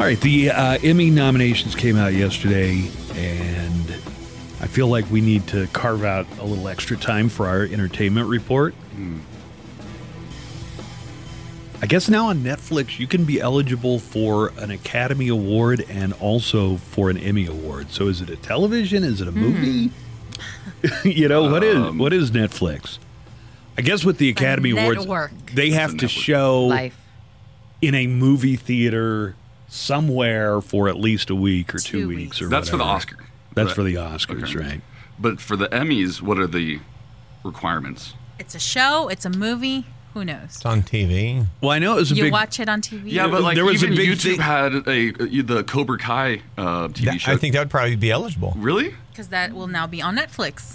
[SPEAKER 2] All right, the uh, Emmy nominations came out yesterday, and I feel like we need to carve out a little extra time for our entertainment report. I guess now on Netflix, you can be eligible for an Academy Award and also for an Emmy Award. So, is it a television? Is it a movie? you know what is
[SPEAKER 6] Um,
[SPEAKER 2] what is Netflix? I guess with the Academy Awards,
[SPEAKER 7] network.
[SPEAKER 2] they have
[SPEAKER 6] a
[SPEAKER 2] to
[SPEAKER 6] network.
[SPEAKER 2] show
[SPEAKER 3] Life.
[SPEAKER 2] in a movie theater somewhere for at least a week or two,
[SPEAKER 4] Two
[SPEAKER 2] weeks. or
[SPEAKER 6] That's for the
[SPEAKER 2] whatever.
[SPEAKER 6] Oscar.
[SPEAKER 2] That's
[SPEAKER 6] Right.
[SPEAKER 2] for the Oscars,
[SPEAKER 6] Okay.
[SPEAKER 2] right?
[SPEAKER 6] But for the Emmys, what are the requirements?
[SPEAKER 4] It's a show. It's a movie. Who knows?
[SPEAKER 5] It's on TV.
[SPEAKER 2] Well, I know it was a
[SPEAKER 4] You
[SPEAKER 2] big.
[SPEAKER 4] watch it on TV.
[SPEAKER 6] Yeah, but like
[SPEAKER 2] There was a
[SPEAKER 6] even
[SPEAKER 2] big
[SPEAKER 6] YouTube
[SPEAKER 2] thing-
[SPEAKER 6] had a uh, the Cobra Kai uh, TV
[SPEAKER 5] That-
[SPEAKER 6] show.
[SPEAKER 5] I think that would probably be eligible.
[SPEAKER 6] really.
[SPEAKER 4] because that will now be on Netflix.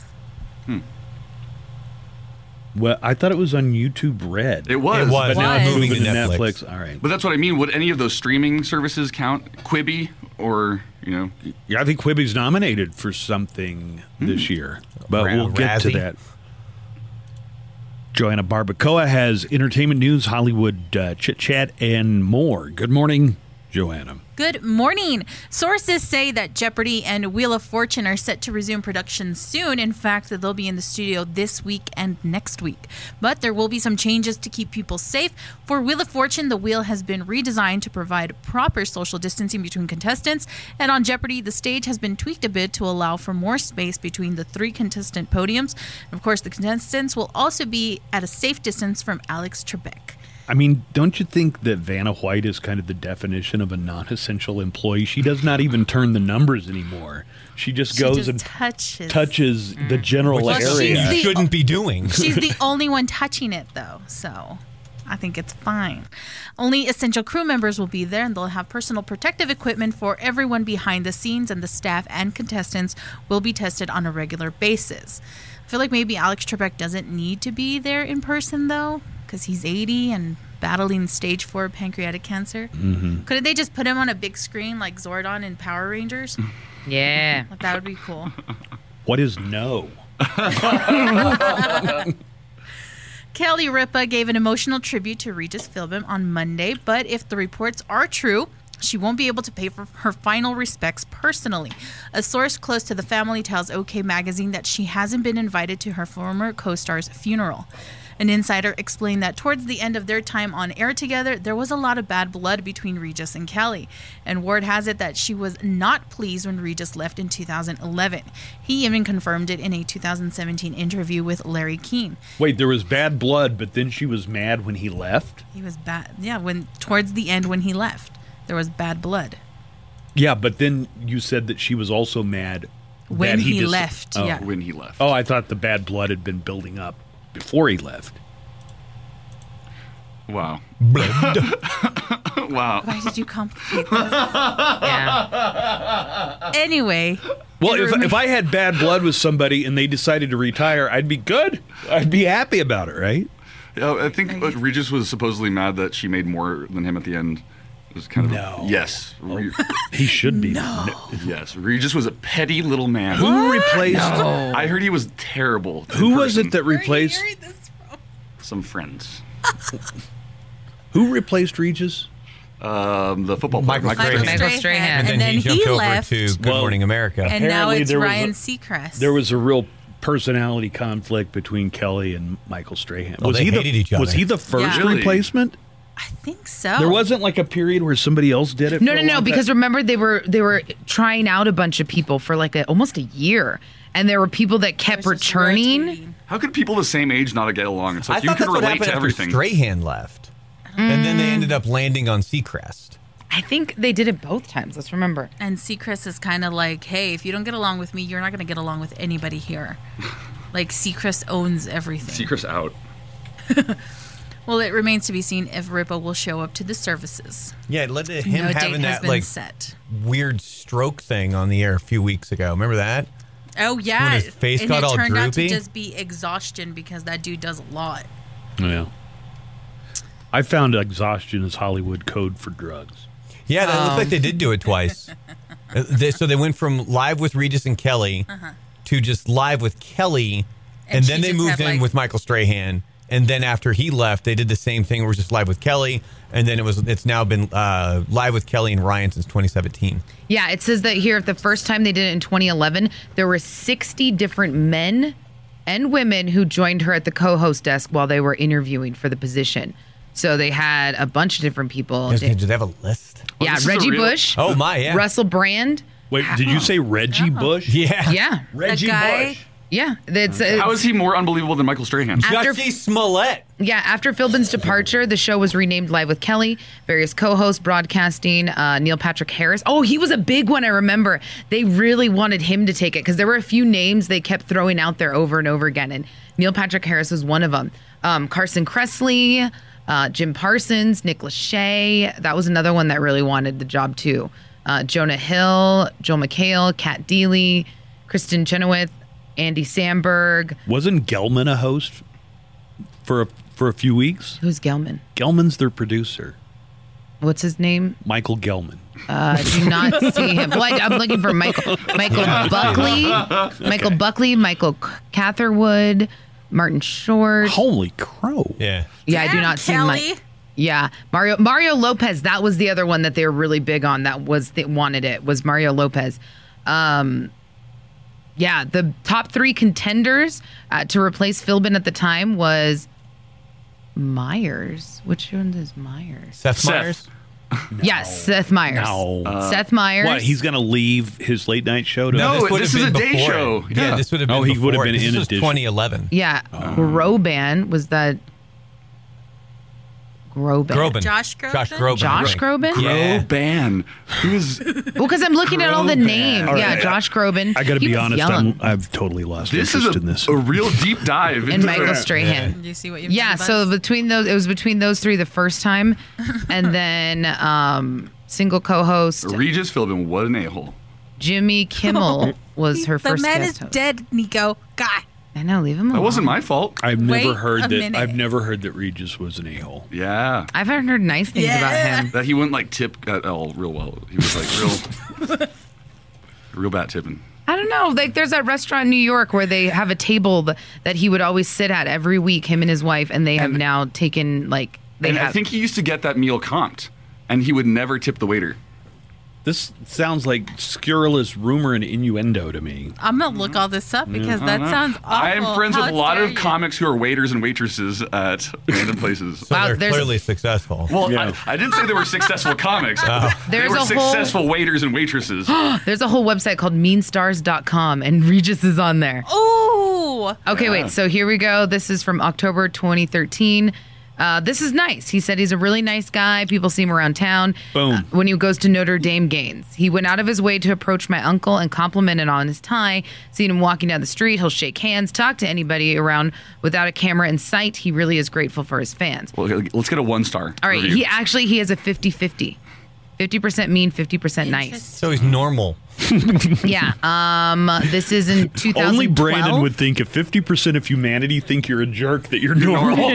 [SPEAKER 2] well, I thought it was on YouTube Red.
[SPEAKER 6] It was.
[SPEAKER 5] it was.
[SPEAKER 2] but now
[SPEAKER 4] was.
[SPEAKER 2] it's
[SPEAKER 5] moving
[SPEAKER 2] moving
[SPEAKER 5] to Netflix.
[SPEAKER 2] All right.
[SPEAKER 6] But that's what I mean. Would any of those streaming services count? Quibi or you know?
[SPEAKER 2] Yeah, I think Quibi's nominated for something
[SPEAKER 6] Hmm.
[SPEAKER 2] this year, but
[SPEAKER 5] Ra-
[SPEAKER 2] we'll get to
[SPEAKER 5] Razzie?
[SPEAKER 2] that. Joanna Barbacoa has entertainment news, Hollywood uh, chit chat, and more. Good morning, Joanna.
[SPEAKER 4] Good morning. Sources say that Jeopardy and Wheel of Fortune are set to resume production soon. In fact, they'll be in the studio this week and next week. But there will be some changes to keep people safe. For Wheel of Fortune, the wheel has been redesigned to provide proper social distancing between contestants. And on Jeopardy, the stage has been tweaked a bit to allow for more space between the three contestant podiums. Of course, the contestants will also be at a safe distance from Alex Trebek.
[SPEAKER 2] I mean, don't you think that Vanna White is kind of the definition of a non-essential employee? She does not even turn the numbers anymore. She just
[SPEAKER 4] She
[SPEAKER 2] goes
[SPEAKER 4] just
[SPEAKER 2] and
[SPEAKER 4] touches. Mm-hmm.
[SPEAKER 2] touches the general
[SPEAKER 4] Well, she's
[SPEAKER 2] area.
[SPEAKER 6] uh,
[SPEAKER 4] the-
[SPEAKER 5] You shouldn't be doing.
[SPEAKER 4] She's the only one touching it, though, so I think it's fine. Only essential crew members will be there, and they'll have personal protective equipment for everyone behind the scenes, and the staff and contestants will be tested on a regular basis. I feel like maybe Alex Trebek doesn't need to be there in person, though, because he's 80 and battling stage four pancreatic cancer. Couldn't they just put him on a big screen like Zordon in Power Rangers?
[SPEAKER 3] Yeah.
[SPEAKER 4] Like, that would be cool.
[SPEAKER 2] What is no?
[SPEAKER 4] Kelly Ripa gave an emotional tribute to Regis Philbin on Monday, but if the reports are true, she won't be able to pay for her final respects personally. A source close to the family tells OK Magazine that she hasn't been invited to her former co star's funeral. An insider explained that towards the end of their time on air together, there was a lot of bad blood between Regis and Kelly. And word has it that she was not pleased when Regis left in 2011. He even confirmed it in a 2017 interview with Larry Keene.
[SPEAKER 2] Wait, there was bad blood, but then she was mad when he left.
[SPEAKER 4] He was bad. Yeah, when towards the end when he left, there was bad blood.
[SPEAKER 2] Yeah, but then you said that she was also mad
[SPEAKER 4] When
[SPEAKER 2] that
[SPEAKER 4] he
[SPEAKER 2] dis-
[SPEAKER 4] left,
[SPEAKER 2] Oh.
[SPEAKER 4] yeah.
[SPEAKER 6] When he left.
[SPEAKER 2] Oh, I thought the bad blood had been building up before he left.
[SPEAKER 6] Wow.
[SPEAKER 5] Blood.
[SPEAKER 6] wow.
[SPEAKER 4] Why did you complicate this?
[SPEAKER 3] Yeah.
[SPEAKER 4] anyway,
[SPEAKER 2] Well, if,
[SPEAKER 4] Never
[SPEAKER 2] if I had bad blood with somebody and they decided to retire, I'd be good. I'd be happy about it, right?
[SPEAKER 6] Yeah, I think uh, Regis was supposedly mad that she made more than him at the end. It was kind of
[SPEAKER 2] No.
[SPEAKER 6] yes, Re-
[SPEAKER 2] He should be.
[SPEAKER 6] yes. Regis was a petty little man.
[SPEAKER 2] Who replaced?
[SPEAKER 6] I heard he was terrible. in
[SPEAKER 2] Who was
[SPEAKER 6] person.
[SPEAKER 2] it that replaced?
[SPEAKER 6] Some friends.
[SPEAKER 2] Who replaced Regis?
[SPEAKER 6] Um, the football player.
[SPEAKER 5] Michael Strahan.
[SPEAKER 3] Michael
[SPEAKER 4] Strahan.
[SPEAKER 3] Strahan.
[SPEAKER 5] And then, he jumped over
[SPEAKER 4] left,
[SPEAKER 5] to Good
[SPEAKER 2] Well,
[SPEAKER 5] Morning America.
[SPEAKER 4] and now
[SPEAKER 2] Apparently
[SPEAKER 4] it's
[SPEAKER 2] there was
[SPEAKER 4] Ryan
[SPEAKER 2] a-
[SPEAKER 4] Seacrest.
[SPEAKER 2] There was a real personality conflict between Kelly and Michael Strahan.
[SPEAKER 5] Oh,
[SPEAKER 2] was
[SPEAKER 5] they
[SPEAKER 2] he
[SPEAKER 5] hated
[SPEAKER 2] the
[SPEAKER 5] each other.
[SPEAKER 2] was he the first
[SPEAKER 4] Yeah. Really?
[SPEAKER 2] replacement?
[SPEAKER 4] I think so.
[SPEAKER 2] There wasn't like a period where somebody else did it.
[SPEAKER 3] Oh. No,
[SPEAKER 2] for
[SPEAKER 3] no,
[SPEAKER 2] a
[SPEAKER 3] no.
[SPEAKER 2] long
[SPEAKER 3] Because
[SPEAKER 2] time?
[SPEAKER 3] remember, they were they were trying out a bunch of people for like a, almost a year, and there were people that
[SPEAKER 4] It
[SPEAKER 3] kept
[SPEAKER 4] was just
[SPEAKER 3] returning.
[SPEAKER 4] rotating.
[SPEAKER 6] How could people the same age not get along? It's
[SPEAKER 5] I
[SPEAKER 6] like you
[SPEAKER 5] thought
[SPEAKER 6] can
[SPEAKER 5] that's what
[SPEAKER 6] relate
[SPEAKER 5] happened
[SPEAKER 6] to
[SPEAKER 5] after
[SPEAKER 6] everything.
[SPEAKER 5] Strahan left. And then
[SPEAKER 4] Mm.
[SPEAKER 5] they ended up landing on Seacrest.
[SPEAKER 3] I think they did it both times. Let's remember.
[SPEAKER 4] And Seacrest is kind of like, hey, if you don't get along with me, you're not going to get along with anybody here. like Seacrest owns everything.
[SPEAKER 6] Secret's out.
[SPEAKER 4] Well, it remains to be seen if Ripa will show up to the services.
[SPEAKER 5] Yeah, it led to him
[SPEAKER 4] no date has
[SPEAKER 5] having that
[SPEAKER 4] been
[SPEAKER 5] like
[SPEAKER 4] set.
[SPEAKER 5] weird stroke thing on the air a few weeks ago. Remember that?
[SPEAKER 4] Oh yeah,
[SPEAKER 5] his face
[SPEAKER 4] and
[SPEAKER 5] got
[SPEAKER 4] it
[SPEAKER 5] all
[SPEAKER 4] turned out to
[SPEAKER 5] droopy?
[SPEAKER 4] just be exhaustion because that dude does a lot.
[SPEAKER 2] yeah. I found exhaustion is Hollywood code for drugs.
[SPEAKER 5] Yeah, that looked like they
[SPEAKER 4] Um,
[SPEAKER 5] did do it twice. Uh, they- so they went from live with Regis and Kelly to just live with Kelly, and,
[SPEAKER 4] Uh-huh. And she
[SPEAKER 5] then they
[SPEAKER 4] just
[SPEAKER 5] moved
[SPEAKER 4] had,
[SPEAKER 5] in
[SPEAKER 4] like-
[SPEAKER 5] with Michael Strahan, And then after he left, they did the same thing. It was just live with Kelly, and then it was it's now been uh, live with Kelly and Ryan since 2017.
[SPEAKER 3] Yeah, it says that here the first time they did it in 2011, there were 60 different men and women who joined her at the co-host desk while they were interviewing for the position. So they had a bunch of different people.
[SPEAKER 5] Do they have a list?
[SPEAKER 6] Well,
[SPEAKER 3] yeah,
[SPEAKER 6] this is a
[SPEAKER 3] Reggie
[SPEAKER 6] real-
[SPEAKER 3] Bush.
[SPEAKER 5] Oh, my, yeah.
[SPEAKER 3] Russell Brand.
[SPEAKER 2] Wait, did you say Reggie Bush?
[SPEAKER 5] Yeah.
[SPEAKER 3] Yeah,
[SPEAKER 2] Reggie
[SPEAKER 7] The guy-
[SPEAKER 2] Bush.
[SPEAKER 3] yeah. That's
[SPEAKER 6] How is he more unbelievable than Michael Strahan?
[SPEAKER 3] After-
[SPEAKER 5] Jussie Smollett.
[SPEAKER 3] Yeah, after Philbin's departure, the show was renamed Live with Kelly. Various co-hosts, broadcasting, uh, Neil Patrick Harris. Oh, he was a big one. I remember they really wanted him to take it because there were a few names they kept throwing out there over and over again, and Neil Patrick Harris was one of them. Um, Carson Kressley, uh, Jim Parsons, Nick Lachey. That was another one that really wanted the job too. Uh, Jonah Hill, Joel McHale, Kat Deely, Kristen Chenoweth, Andy Samberg.
[SPEAKER 2] Wasn't Gelman a host for a, for a few weeks?
[SPEAKER 3] Who's Gelman?
[SPEAKER 2] Gelman's their producer,
[SPEAKER 3] What's his name?
[SPEAKER 2] Michael Gelman.
[SPEAKER 3] I Uh, do not see him. Well, I, am looking for Michael Michael Buckley, Michael Buckley, Michael C- Catherwood, Martin Short.
[SPEAKER 2] Holy crow!
[SPEAKER 5] Yeah.
[SPEAKER 3] yeah, I do
[SPEAKER 7] Damn,
[SPEAKER 3] not see
[SPEAKER 7] Kelly.
[SPEAKER 3] Mike. Yeah, Mario Mario Lopez. That was the other one that they were really big on. That was that wanted it was Mario Lopez. Um, yeah, the top three contenders uh, to replace Philbin at the time was Myers. Which one is Myers?
[SPEAKER 5] Seth,
[SPEAKER 6] Seth.
[SPEAKER 5] Meyers.
[SPEAKER 3] Yes, Seth Myers.
[SPEAKER 2] No.
[SPEAKER 3] Seth Myers.
[SPEAKER 2] What? He's gonna leave his late night show to
[SPEAKER 6] No,
[SPEAKER 5] this would
[SPEAKER 6] this
[SPEAKER 5] have
[SPEAKER 6] is
[SPEAKER 5] been
[SPEAKER 6] a day
[SPEAKER 5] before
[SPEAKER 6] show.
[SPEAKER 5] it. Yeah.
[SPEAKER 6] Yeah.
[SPEAKER 5] this would have been.
[SPEAKER 2] Oh, he would have
[SPEAKER 5] before it.
[SPEAKER 2] been
[SPEAKER 5] This
[SPEAKER 2] in
[SPEAKER 5] was
[SPEAKER 2] addition.
[SPEAKER 5] 2011.
[SPEAKER 3] Yeah, Groban was that Groban.
[SPEAKER 5] Groban.
[SPEAKER 7] Josh Groban?
[SPEAKER 5] Josh Groban.
[SPEAKER 3] Josh
[SPEAKER 5] right.
[SPEAKER 3] Groban?
[SPEAKER 5] Yeah.
[SPEAKER 6] Oh, ban. Who's
[SPEAKER 3] Well, because I'm looking at all the
[SPEAKER 6] Groban.
[SPEAKER 3] names.
[SPEAKER 2] All
[SPEAKER 3] yeah,
[SPEAKER 2] right.
[SPEAKER 3] Josh Groban.
[SPEAKER 2] I gotta
[SPEAKER 3] He
[SPEAKER 2] be
[SPEAKER 3] was
[SPEAKER 2] honest.
[SPEAKER 3] young.
[SPEAKER 2] I'm, I've totally lost
[SPEAKER 6] this? Is
[SPEAKER 2] interest
[SPEAKER 6] a,
[SPEAKER 2] in this.
[SPEAKER 6] a real deep dive
[SPEAKER 3] and
[SPEAKER 6] into
[SPEAKER 3] Michael
[SPEAKER 6] the-
[SPEAKER 3] Strahan.
[SPEAKER 7] You see what you
[SPEAKER 3] Yeah, so between those, it was between those three the first time, and then um, single co-host
[SPEAKER 6] Regis Philbin. What an a hole.
[SPEAKER 3] Jimmy Kimmel was her
[SPEAKER 7] the
[SPEAKER 3] first
[SPEAKER 7] man
[SPEAKER 3] guest
[SPEAKER 7] is
[SPEAKER 3] host.
[SPEAKER 7] dead, Nico. God.
[SPEAKER 3] I know, leave him alone.
[SPEAKER 6] That wasn't my fault.
[SPEAKER 2] I've never
[SPEAKER 7] Wait
[SPEAKER 2] heard
[SPEAKER 7] a
[SPEAKER 2] that.
[SPEAKER 7] minute.
[SPEAKER 2] I've never heard that Regis was an a hole.
[SPEAKER 6] Yeah.
[SPEAKER 3] I've heard nice things about him.
[SPEAKER 6] That he wouldn't like tip at all real well. He was like real, real bad tipping.
[SPEAKER 3] I don't know. Like, there's that restaurant in New York where they have a table th- that he would always sit at every week, him and his wife, and they have
[SPEAKER 6] And-
[SPEAKER 3] now taken like they
[SPEAKER 6] And
[SPEAKER 3] have.
[SPEAKER 6] I think he used to get that meal comped, and he would never tip the waiter.
[SPEAKER 2] This sounds like scurrilous rumor and innuendo to me.
[SPEAKER 7] I'm going to look all this up because that sounds awful.
[SPEAKER 6] Mm-hmm. I
[SPEAKER 3] Oh,
[SPEAKER 6] am friends
[SPEAKER 7] How
[SPEAKER 6] with a lot
[SPEAKER 7] dare
[SPEAKER 6] of
[SPEAKER 7] you.
[SPEAKER 6] comics who are waiters and waitresses at random places.
[SPEAKER 5] So
[SPEAKER 3] Wow,
[SPEAKER 5] they're
[SPEAKER 3] there's-
[SPEAKER 5] clearly successful.
[SPEAKER 6] Well,
[SPEAKER 2] Yeah.
[SPEAKER 6] I, I didn't say they were successful comics. they
[SPEAKER 3] There's
[SPEAKER 6] were
[SPEAKER 3] a whole-
[SPEAKER 6] successful waiters and waitresses.
[SPEAKER 3] There's a whole website called meanstars.com, and Regis is on there.
[SPEAKER 7] Ooh.
[SPEAKER 3] Okay, wait. So here we go. This is from October 2013. Uh, this is nice. He said he's a really nice guy. People see him around town.
[SPEAKER 2] Boom.
[SPEAKER 3] Uh, when he goes to Notre Dame games, he went out of his way to approach my uncle and complimented on his tie. Seen him walking down the street, he'll shake hands, talk to anybody around without a camera in sight. He really is grateful for his fans.
[SPEAKER 6] Well, okay, let's get a one star.
[SPEAKER 3] All right. He actually he has a 50-50. 50% mean, 50% nice.
[SPEAKER 5] so he's normal.
[SPEAKER 3] Yeah. Um this is in 2012.
[SPEAKER 2] Only Brandon would think if 50% of humanity think you're a jerk that you're normal.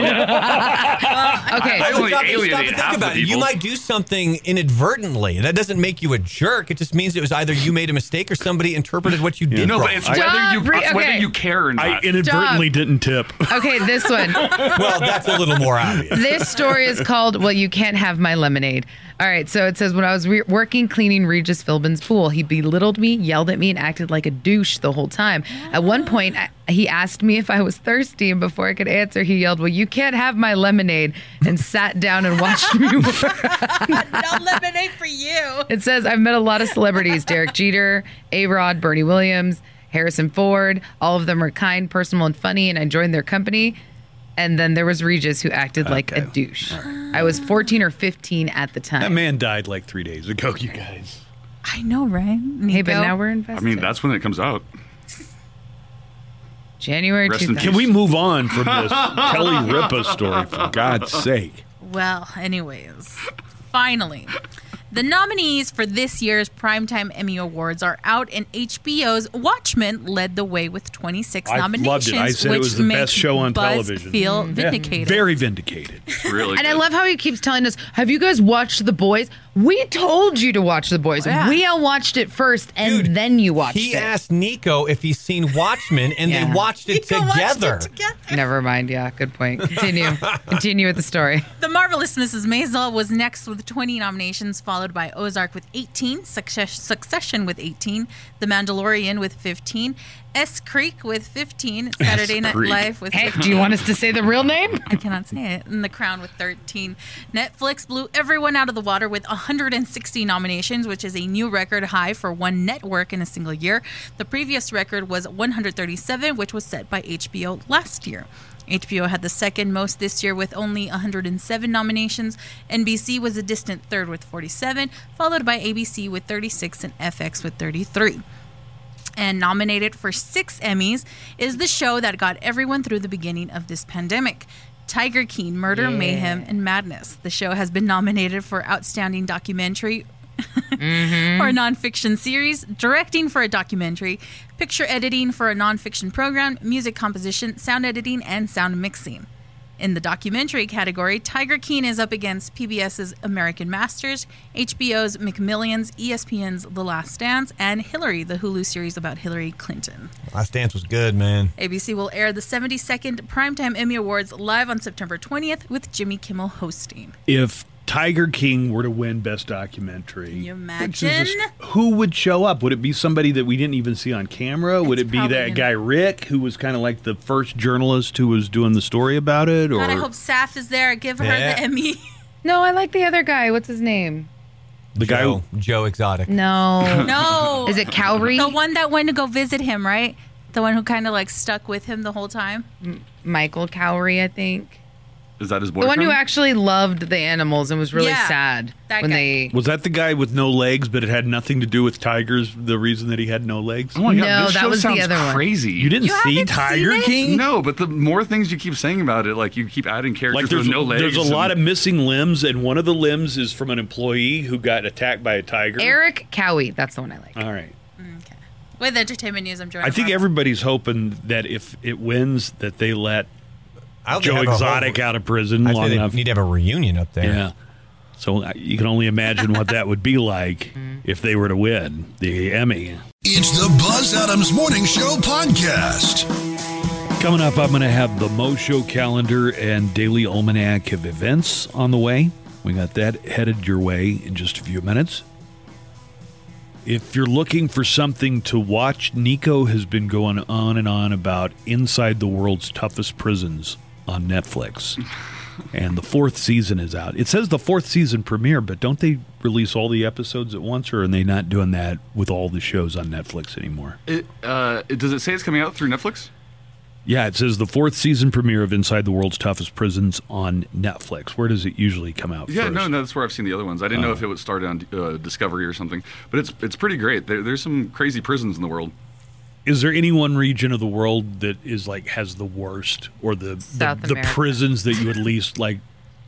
[SPEAKER 3] Okay.
[SPEAKER 6] I only
[SPEAKER 5] Stop and- stop
[SPEAKER 6] alienated
[SPEAKER 5] and
[SPEAKER 6] half
[SPEAKER 5] think
[SPEAKER 6] the
[SPEAKER 5] about it. You
[SPEAKER 6] people.
[SPEAKER 5] might do something inadvertently. That doesn't make you a jerk. It just means it was either you made a mistake or somebody interpreted what you did
[SPEAKER 6] no,
[SPEAKER 5] wrong.
[SPEAKER 6] but it's
[SPEAKER 2] I-
[SPEAKER 6] whether you
[SPEAKER 3] Stop,
[SPEAKER 6] it's whether
[SPEAKER 3] okay.
[SPEAKER 6] you care or
[SPEAKER 2] I
[SPEAKER 6] not.
[SPEAKER 2] inadvertently
[SPEAKER 3] Stop.
[SPEAKER 2] didn't tip.
[SPEAKER 3] Okay, this one.
[SPEAKER 5] well, that's a little more obvious.
[SPEAKER 3] this story is called "Well, You Can't Have My Lemonade." All right, so it says when I was re- working cleaning Regis Philbin's pool, he belittled me, yelled at me, and acted like a douche the whole time. At one point, I, he asked me if I was thirsty, and before I could answer, he yelled, "Well, you can't have my lemonade," and sat down and watched me work.
[SPEAKER 7] No lemonade for you.
[SPEAKER 3] It says I've met a lot of celebrities: Derek Jeter, A. Rod, Bernie Williams, Harrison Ford. All of them are kind, personal, and funny, and I joined their company. And then there was Regis, who acted like a
[SPEAKER 2] Okay.
[SPEAKER 3] douche. I was 14 or 15 at the time.
[SPEAKER 2] That man died like three days ago, you guys.
[SPEAKER 7] I know, right?
[SPEAKER 3] hey, but
[SPEAKER 7] Nico?
[SPEAKER 3] now we're invested.
[SPEAKER 6] I mean, that's when it comes out.
[SPEAKER 3] January
[SPEAKER 6] Rest in
[SPEAKER 3] 2000.
[SPEAKER 2] Can we move on from this Kelly Ripa story, for God's sake?
[SPEAKER 7] Well, anyways, finally. The nominees for this year's Primetime Emmy Awards are out, and HBO's Watchmen led the way with 26
[SPEAKER 2] I loved it. I
[SPEAKER 7] nominations.
[SPEAKER 2] said it
[SPEAKER 7] which
[SPEAKER 2] was the best
[SPEAKER 7] makes
[SPEAKER 2] show on
[SPEAKER 7] Buzz
[SPEAKER 2] television.
[SPEAKER 7] Feel
[SPEAKER 2] Yeah.
[SPEAKER 7] vindicated.
[SPEAKER 2] Very vindicated.
[SPEAKER 6] Really.
[SPEAKER 3] and I
[SPEAKER 6] good.
[SPEAKER 3] love how he keeps telling us, "Have you guys watched The Boys? We told you to watch The Boys.
[SPEAKER 4] Yeah.
[SPEAKER 3] We all watched it first, and
[SPEAKER 5] Dude,
[SPEAKER 3] then you watched
[SPEAKER 5] He
[SPEAKER 3] it.
[SPEAKER 5] asked Nico if he's seen Watchmen, and
[SPEAKER 3] Yeah.
[SPEAKER 5] they watched it
[SPEAKER 4] Go watch it
[SPEAKER 5] together.
[SPEAKER 4] together.
[SPEAKER 3] Never mind. Yeah, good point. Continue. Continue with the story.
[SPEAKER 4] The Marvelous Mrs. Maisel was next with 20 nominations, followed by Ozark with 18, Success- Succession with 18, The Mandalorian with 15, S Creek with 15, Saturday Night
[SPEAKER 6] Creek.
[SPEAKER 4] Live with
[SPEAKER 3] Hey,
[SPEAKER 4] 15.
[SPEAKER 3] do you want us to say the real name?
[SPEAKER 4] I cannot say it. And The Crown with 13. Netflix blew everyone out of the water with 160 nominations, which is a new record high for one network in a single year. The previous record was 137, which was set by HBO last year. HBO had the second most this year with only 107 nominations. NBC was a distant third with 47, followed by ABC with 36 and FX with 33 and nominated for six Emmys, is the show that got everyone through the beginning of this pandemic. Tiger King, Murder, Mayhem, and Madness. The show has been nominated for Outstanding Documentary or Nonfiction Series, Directing for a Documentary, Picture Editing for a Nonfiction Program, Music Composition, Sound Editing, and Sound Mixing. In the documentary category, Tiger King is up against PBS's American Masters, HBO's McMillions, E ESPN's The Last Dance, and Hillary, the Hulu series about Hillary Clinton.
[SPEAKER 5] Last Dance was good, man.
[SPEAKER 4] ABC will air the 72nd Primetime Emmy Awards live on September 20th with Jimmy Kimmel hosting.
[SPEAKER 2] If Tiger King were to win Best Documentary,
[SPEAKER 4] Can you
[SPEAKER 2] which is
[SPEAKER 4] imagine?
[SPEAKER 2] who would show up? Would it be somebody that we didn't even see on camera? would
[SPEAKER 4] It's
[SPEAKER 2] it be
[SPEAKER 4] probably
[SPEAKER 2] that
[SPEAKER 4] gonna-
[SPEAKER 2] guy Rick, who was kind of like the first journalist who was doing the story about it? Or
[SPEAKER 4] God, I hope Saf is there. Give her
[SPEAKER 5] Yeah.
[SPEAKER 4] the Emmy.
[SPEAKER 3] No, I like the other guy. What's his name?
[SPEAKER 2] the guy?
[SPEAKER 5] Joe, Joe Exotic.
[SPEAKER 3] No.
[SPEAKER 4] No.
[SPEAKER 3] Is it Cowrie?
[SPEAKER 4] the one that went to go visit him, right? The one who kind of like stuck with him the whole time.
[SPEAKER 3] Michael Cowrie, I think.
[SPEAKER 6] Is that his
[SPEAKER 3] The
[SPEAKER 6] boyfriend?
[SPEAKER 3] one who actually loved the animals and was really
[SPEAKER 4] Yeah,
[SPEAKER 3] sad
[SPEAKER 4] that
[SPEAKER 3] when
[SPEAKER 4] guy.
[SPEAKER 3] they.
[SPEAKER 2] was that the guy with no legs, but it had nothing to do with tigers? The reason that he had no legs?
[SPEAKER 6] Oh my god,
[SPEAKER 3] No,
[SPEAKER 6] this
[SPEAKER 3] that
[SPEAKER 6] show
[SPEAKER 3] was the
[SPEAKER 6] sounds
[SPEAKER 3] other one.
[SPEAKER 6] crazy.
[SPEAKER 2] You didn't
[SPEAKER 4] You
[SPEAKER 2] see
[SPEAKER 4] haven't
[SPEAKER 2] Tiger
[SPEAKER 4] seen it?
[SPEAKER 2] King?
[SPEAKER 6] No, but the more things you keep saying about it, like you keep adding characters
[SPEAKER 2] Like there's
[SPEAKER 6] with no legs.
[SPEAKER 2] there's a lot of
[SPEAKER 6] and-
[SPEAKER 2] missing limbs, and one of the limbs is from an employee who got attacked by a tiger.
[SPEAKER 3] Eric Cowie. That's the one I like.
[SPEAKER 2] All right.
[SPEAKER 4] Okay. With entertainment news, I'm Joanna.
[SPEAKER 2] I think
[SPEAKER 4] Barber.
[SPEAKER 2] everybody's hoping that if it wins, that they let
[SPEAKER 5] I hope they
[SPEAKER 2] Joe
[SPEAKER 5] have a whole-
[SPEAKER 2] Exotic out of prison
[SPEAKER 5] I
[SPEAKER 2] long
[SPEAKER 5] say they
[SPEAKER 2] enough.
[SPEAKER 5] need to have a reunion up there.
[SPEAKER 2] Yeah. So uh, you can only imagine what that would be like if they were to win the Emmy.
[SPEAKER 1] It's the Buzz Adams Morning Show podcast.
[SPEAKER 2] Coming up, I'm going to have the Mo Show calendar and daily almanac of events on the way. We got that headed your way in just a few minutes. If you're looking for something to watch, Nico has been going on and on about Inside the World's Toughest Prisons on Netflix. and the fourth season is out. It says the fourth season premiere, but don't they release all the episodes at once, or are they not doing that with all the shows on Netflix anymore?
[SPEAKER 6] It, uh, it- does it say it's coming out through Netflix?
[SPEAKER 2] Yeah, it says the fourth season premiere of Inside the World's Toughest Prisons on Netflix. Where does it usually come out
[SPEAKER 6] Yeah,
[SPEAKER 2] first? Oh.
[SPEAKER 6] no, no, that's where I've seen the other ones. I didn't know if it would start on uh, Discovery or something, but it's it's pretty great. There, there's some crazy prisons in the world.
[SPEAKER 2] Is there any one region of the world that is like has the worst or the the,
[SPEAKER 3] South
[SPEAKER 2] the
[SPEAKER 3] America.
[SPEAKER 2] prisons that you would least like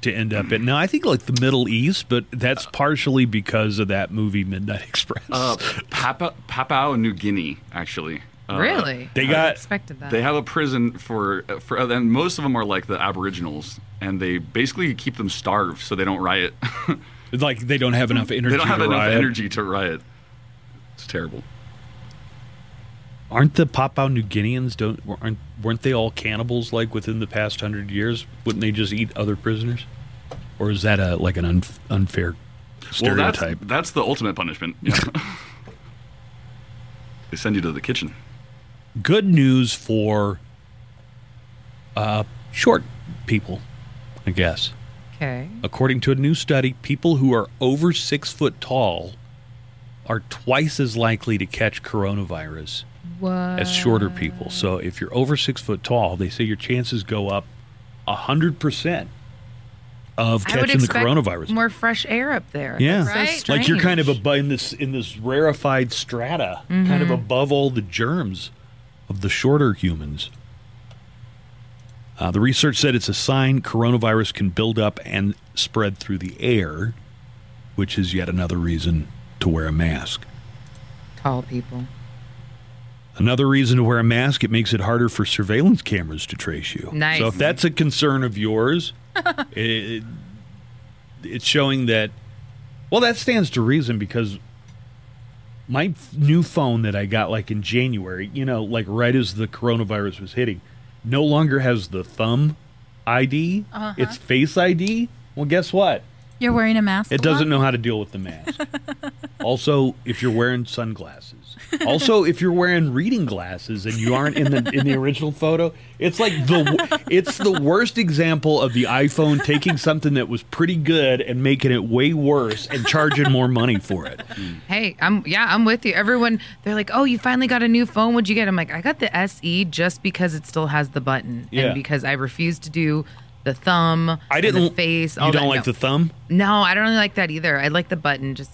[SPEAKER 2] to end up in? Now, I think like the Middle East, but that's partially because of that movie Midnight Express.
[SPEAKER 6] Uh, Papa, Papua New Guinea, actually. Uh,
[SPEAKER 3] really?
[SPEAKER 2] they
[SPEAKER 3] I
[SPEAKER 2] got
[SPEAKER 3] expected that.
[SPEAKER 6] They have a prison for for, and most of them are like the Aboriginals, and they basically keep them starved so they don't riot.
[SPEAKER 2] like they don't have enough energy.
[SPEAKER 6] they don't have
[SPEAKER 2] to
[SPEAKER 6] enough
[SPEAKER 2] riot.
[SPEAKER 6] energy to riot. It's terrible.
[SPEAKER 2] Aren't the Papua New Guineans don't aren't, weren't they all cannibals like within the past hundred years? Wouldn't they just eat other prisoners? Or is that a like an unf unfair stereotype?
[SPEAKER 6] Well, that's, that's the ultimate punishment. Yeah. they send you to the kitchen.
[SPEAKER 2] good news for uh, short people, I guess.
[SPEAKER 3] okay.
[SPEAKER 2] According to a new study, people who are over six foot tall are twice as likely to catch coronavirus
[SPEAKER 3] What?
[SPEAKER 2] as shorter people. So if you're over six foot tall, they say your chances go up hundred percent of
[SPEAKER 3] I would
[SPEAKER 2] catching the
[SPEAKER 3] expect
[SPEAKER 2] coronavirus.
[SPEAKER 3] More fresh air up there.
[SPEAKER 2] yeah,
[SPEAKER 3] That's so
[SPEAKER 2] like you're kind of
[SPEAKER 3] strange. Mm-hmm.
[SPEAKER 2] above in this in this rarefied strata, kind of above all the germs of the shorter humans. Uh, the research said it's a sign coronavirus can build up and spread through the air, which is yet another reason to wear a mask.
[SPEAKER 3] tall people.
[SPEAKER 2] Another reason to wear a mask, it makes it harder for surveillance cameras to trace you.
[SPEAKER 3] Nice.
[SPEAKER 2] So if that's a concern of yours, it, it's showing that, Well, that stands to reason because my f- new phone that I got like in January, you know, like right as the coronavirus was hitting, no longer has the thumb ID. It's Face ID. Well, guess what?
[SPEAKER 7] You're wearing a mask.
[SPEAKER 2] It
[SPEAKER 7] a lot?
[SPEAKER 2] doesn't know how to deal with the mask. also, if you're wearing sunglasses. Also, if you're wearing reading glasses and you aren't in the in the original photo, it's like the it's the worst example of the iPhone taking something that was pretty good and making it way worse and charging more money for it.
[SPEAKER 3] Mm. Hey, I'm yeah, I'm with you. Everyone, they're like, "Oh, you finally got a new phone? What'd you get?" I'm like, "I got the SE just because it still has the button,
[SPEAKER 2] Yeah.
[SPEAKER 3] and because I refuse to do the thumb,
[SPEAKER 2] I
[SPEAKER 3] and
[SPEAKER 2] didn't
[SPEAKER 3] the face. All
[SPEAKER 2] You don't
[SPEAKER 3] that.
[SPEAKER 2] like
[SPEAKER 3] no.
[SPEAKER 2] the thumb?
[SPEAKER 3] no, I don't really like that either. I like the button. Just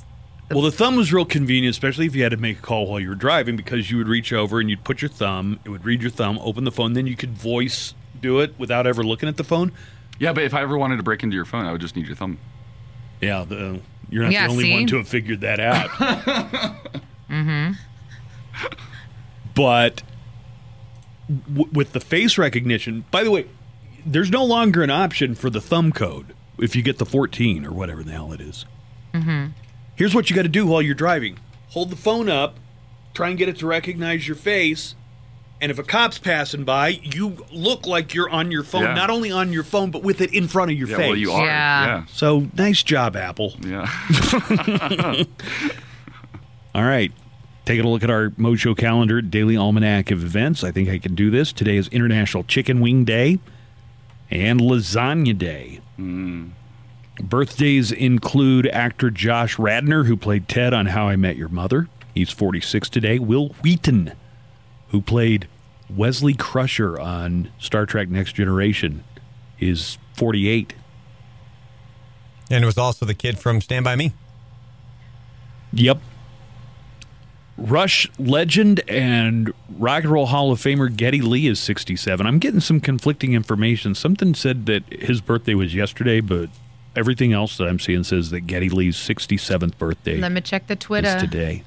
[SPEAKER 2] Well, the thumb was real convenient, especially if you had to make a call while you were driving, because you would reach over and you'd put your thumb, it would read your thumb, open the phone, then you could voice do it without ever looking at the phone.
[SPEAKER 6] Yeah, but if I ever wanted to break into your phone, I would just need your thumb.
[SPEAKER 2] Yeah, the, you're not
[SPEAKER 3] Yeah,
[SPEAKER 2] the only
[SPEAKER 3] see? Mm-hmm.
[SPEAKER 2] one to have figured that out. mm-hmm. But w- with the face recognition, by the way, there's no longer an option for the thumb code if you get the 14 or whatever the hell it is.
[SPEAKER 3] Mm-hmm.
[SPEAKER 2] Here's what you got to do while you're driving hold the phone up, try and get it to recognize your face. And if a cop's passing by, you look like you're on your phone,
[SPEAKER 6] Yeah.
[SPEAKER 2] not only on your phone, but with it in front of your
[SPEAKER 6] Yeah,
[SPEAKER 2] face.
[SPEAKER 6] well, you are.
[SPEAKER 3] Yeah.
[SPEAKER 2] So nice job, Apple.
[SPEAKER 6] Yeah. yeah.
[SPEAKER 2] All right. Taking a look at our Mojo calendar, daily almanac of events. I think I can do this. Today is International Chicken Wing Day and Lasagna Day. Hmm. Birthdays include actor Josh Radner, who played Ted on How I Met Your Mother. He's 46 today. Will Wheaton, who played Wesley Crusher on Star Trek Next Generation, is 48.
[SPEAKER 5] And it was also the kid from Stand By Me.
[SPEAKER 2] Yep. Rush legend and Rock and Roll Hall of Famer Getty Lee is 67. I'm getting some conflicting information. Something said that his birthday was yesterday, but everything else that I'm seeing says that Getty Lee's 67th birthday
[SPEAKER 3] let me check the
[SPEAKER 2] is
[SPEAKER 3] Twitter.
[SPEAKER 2] today.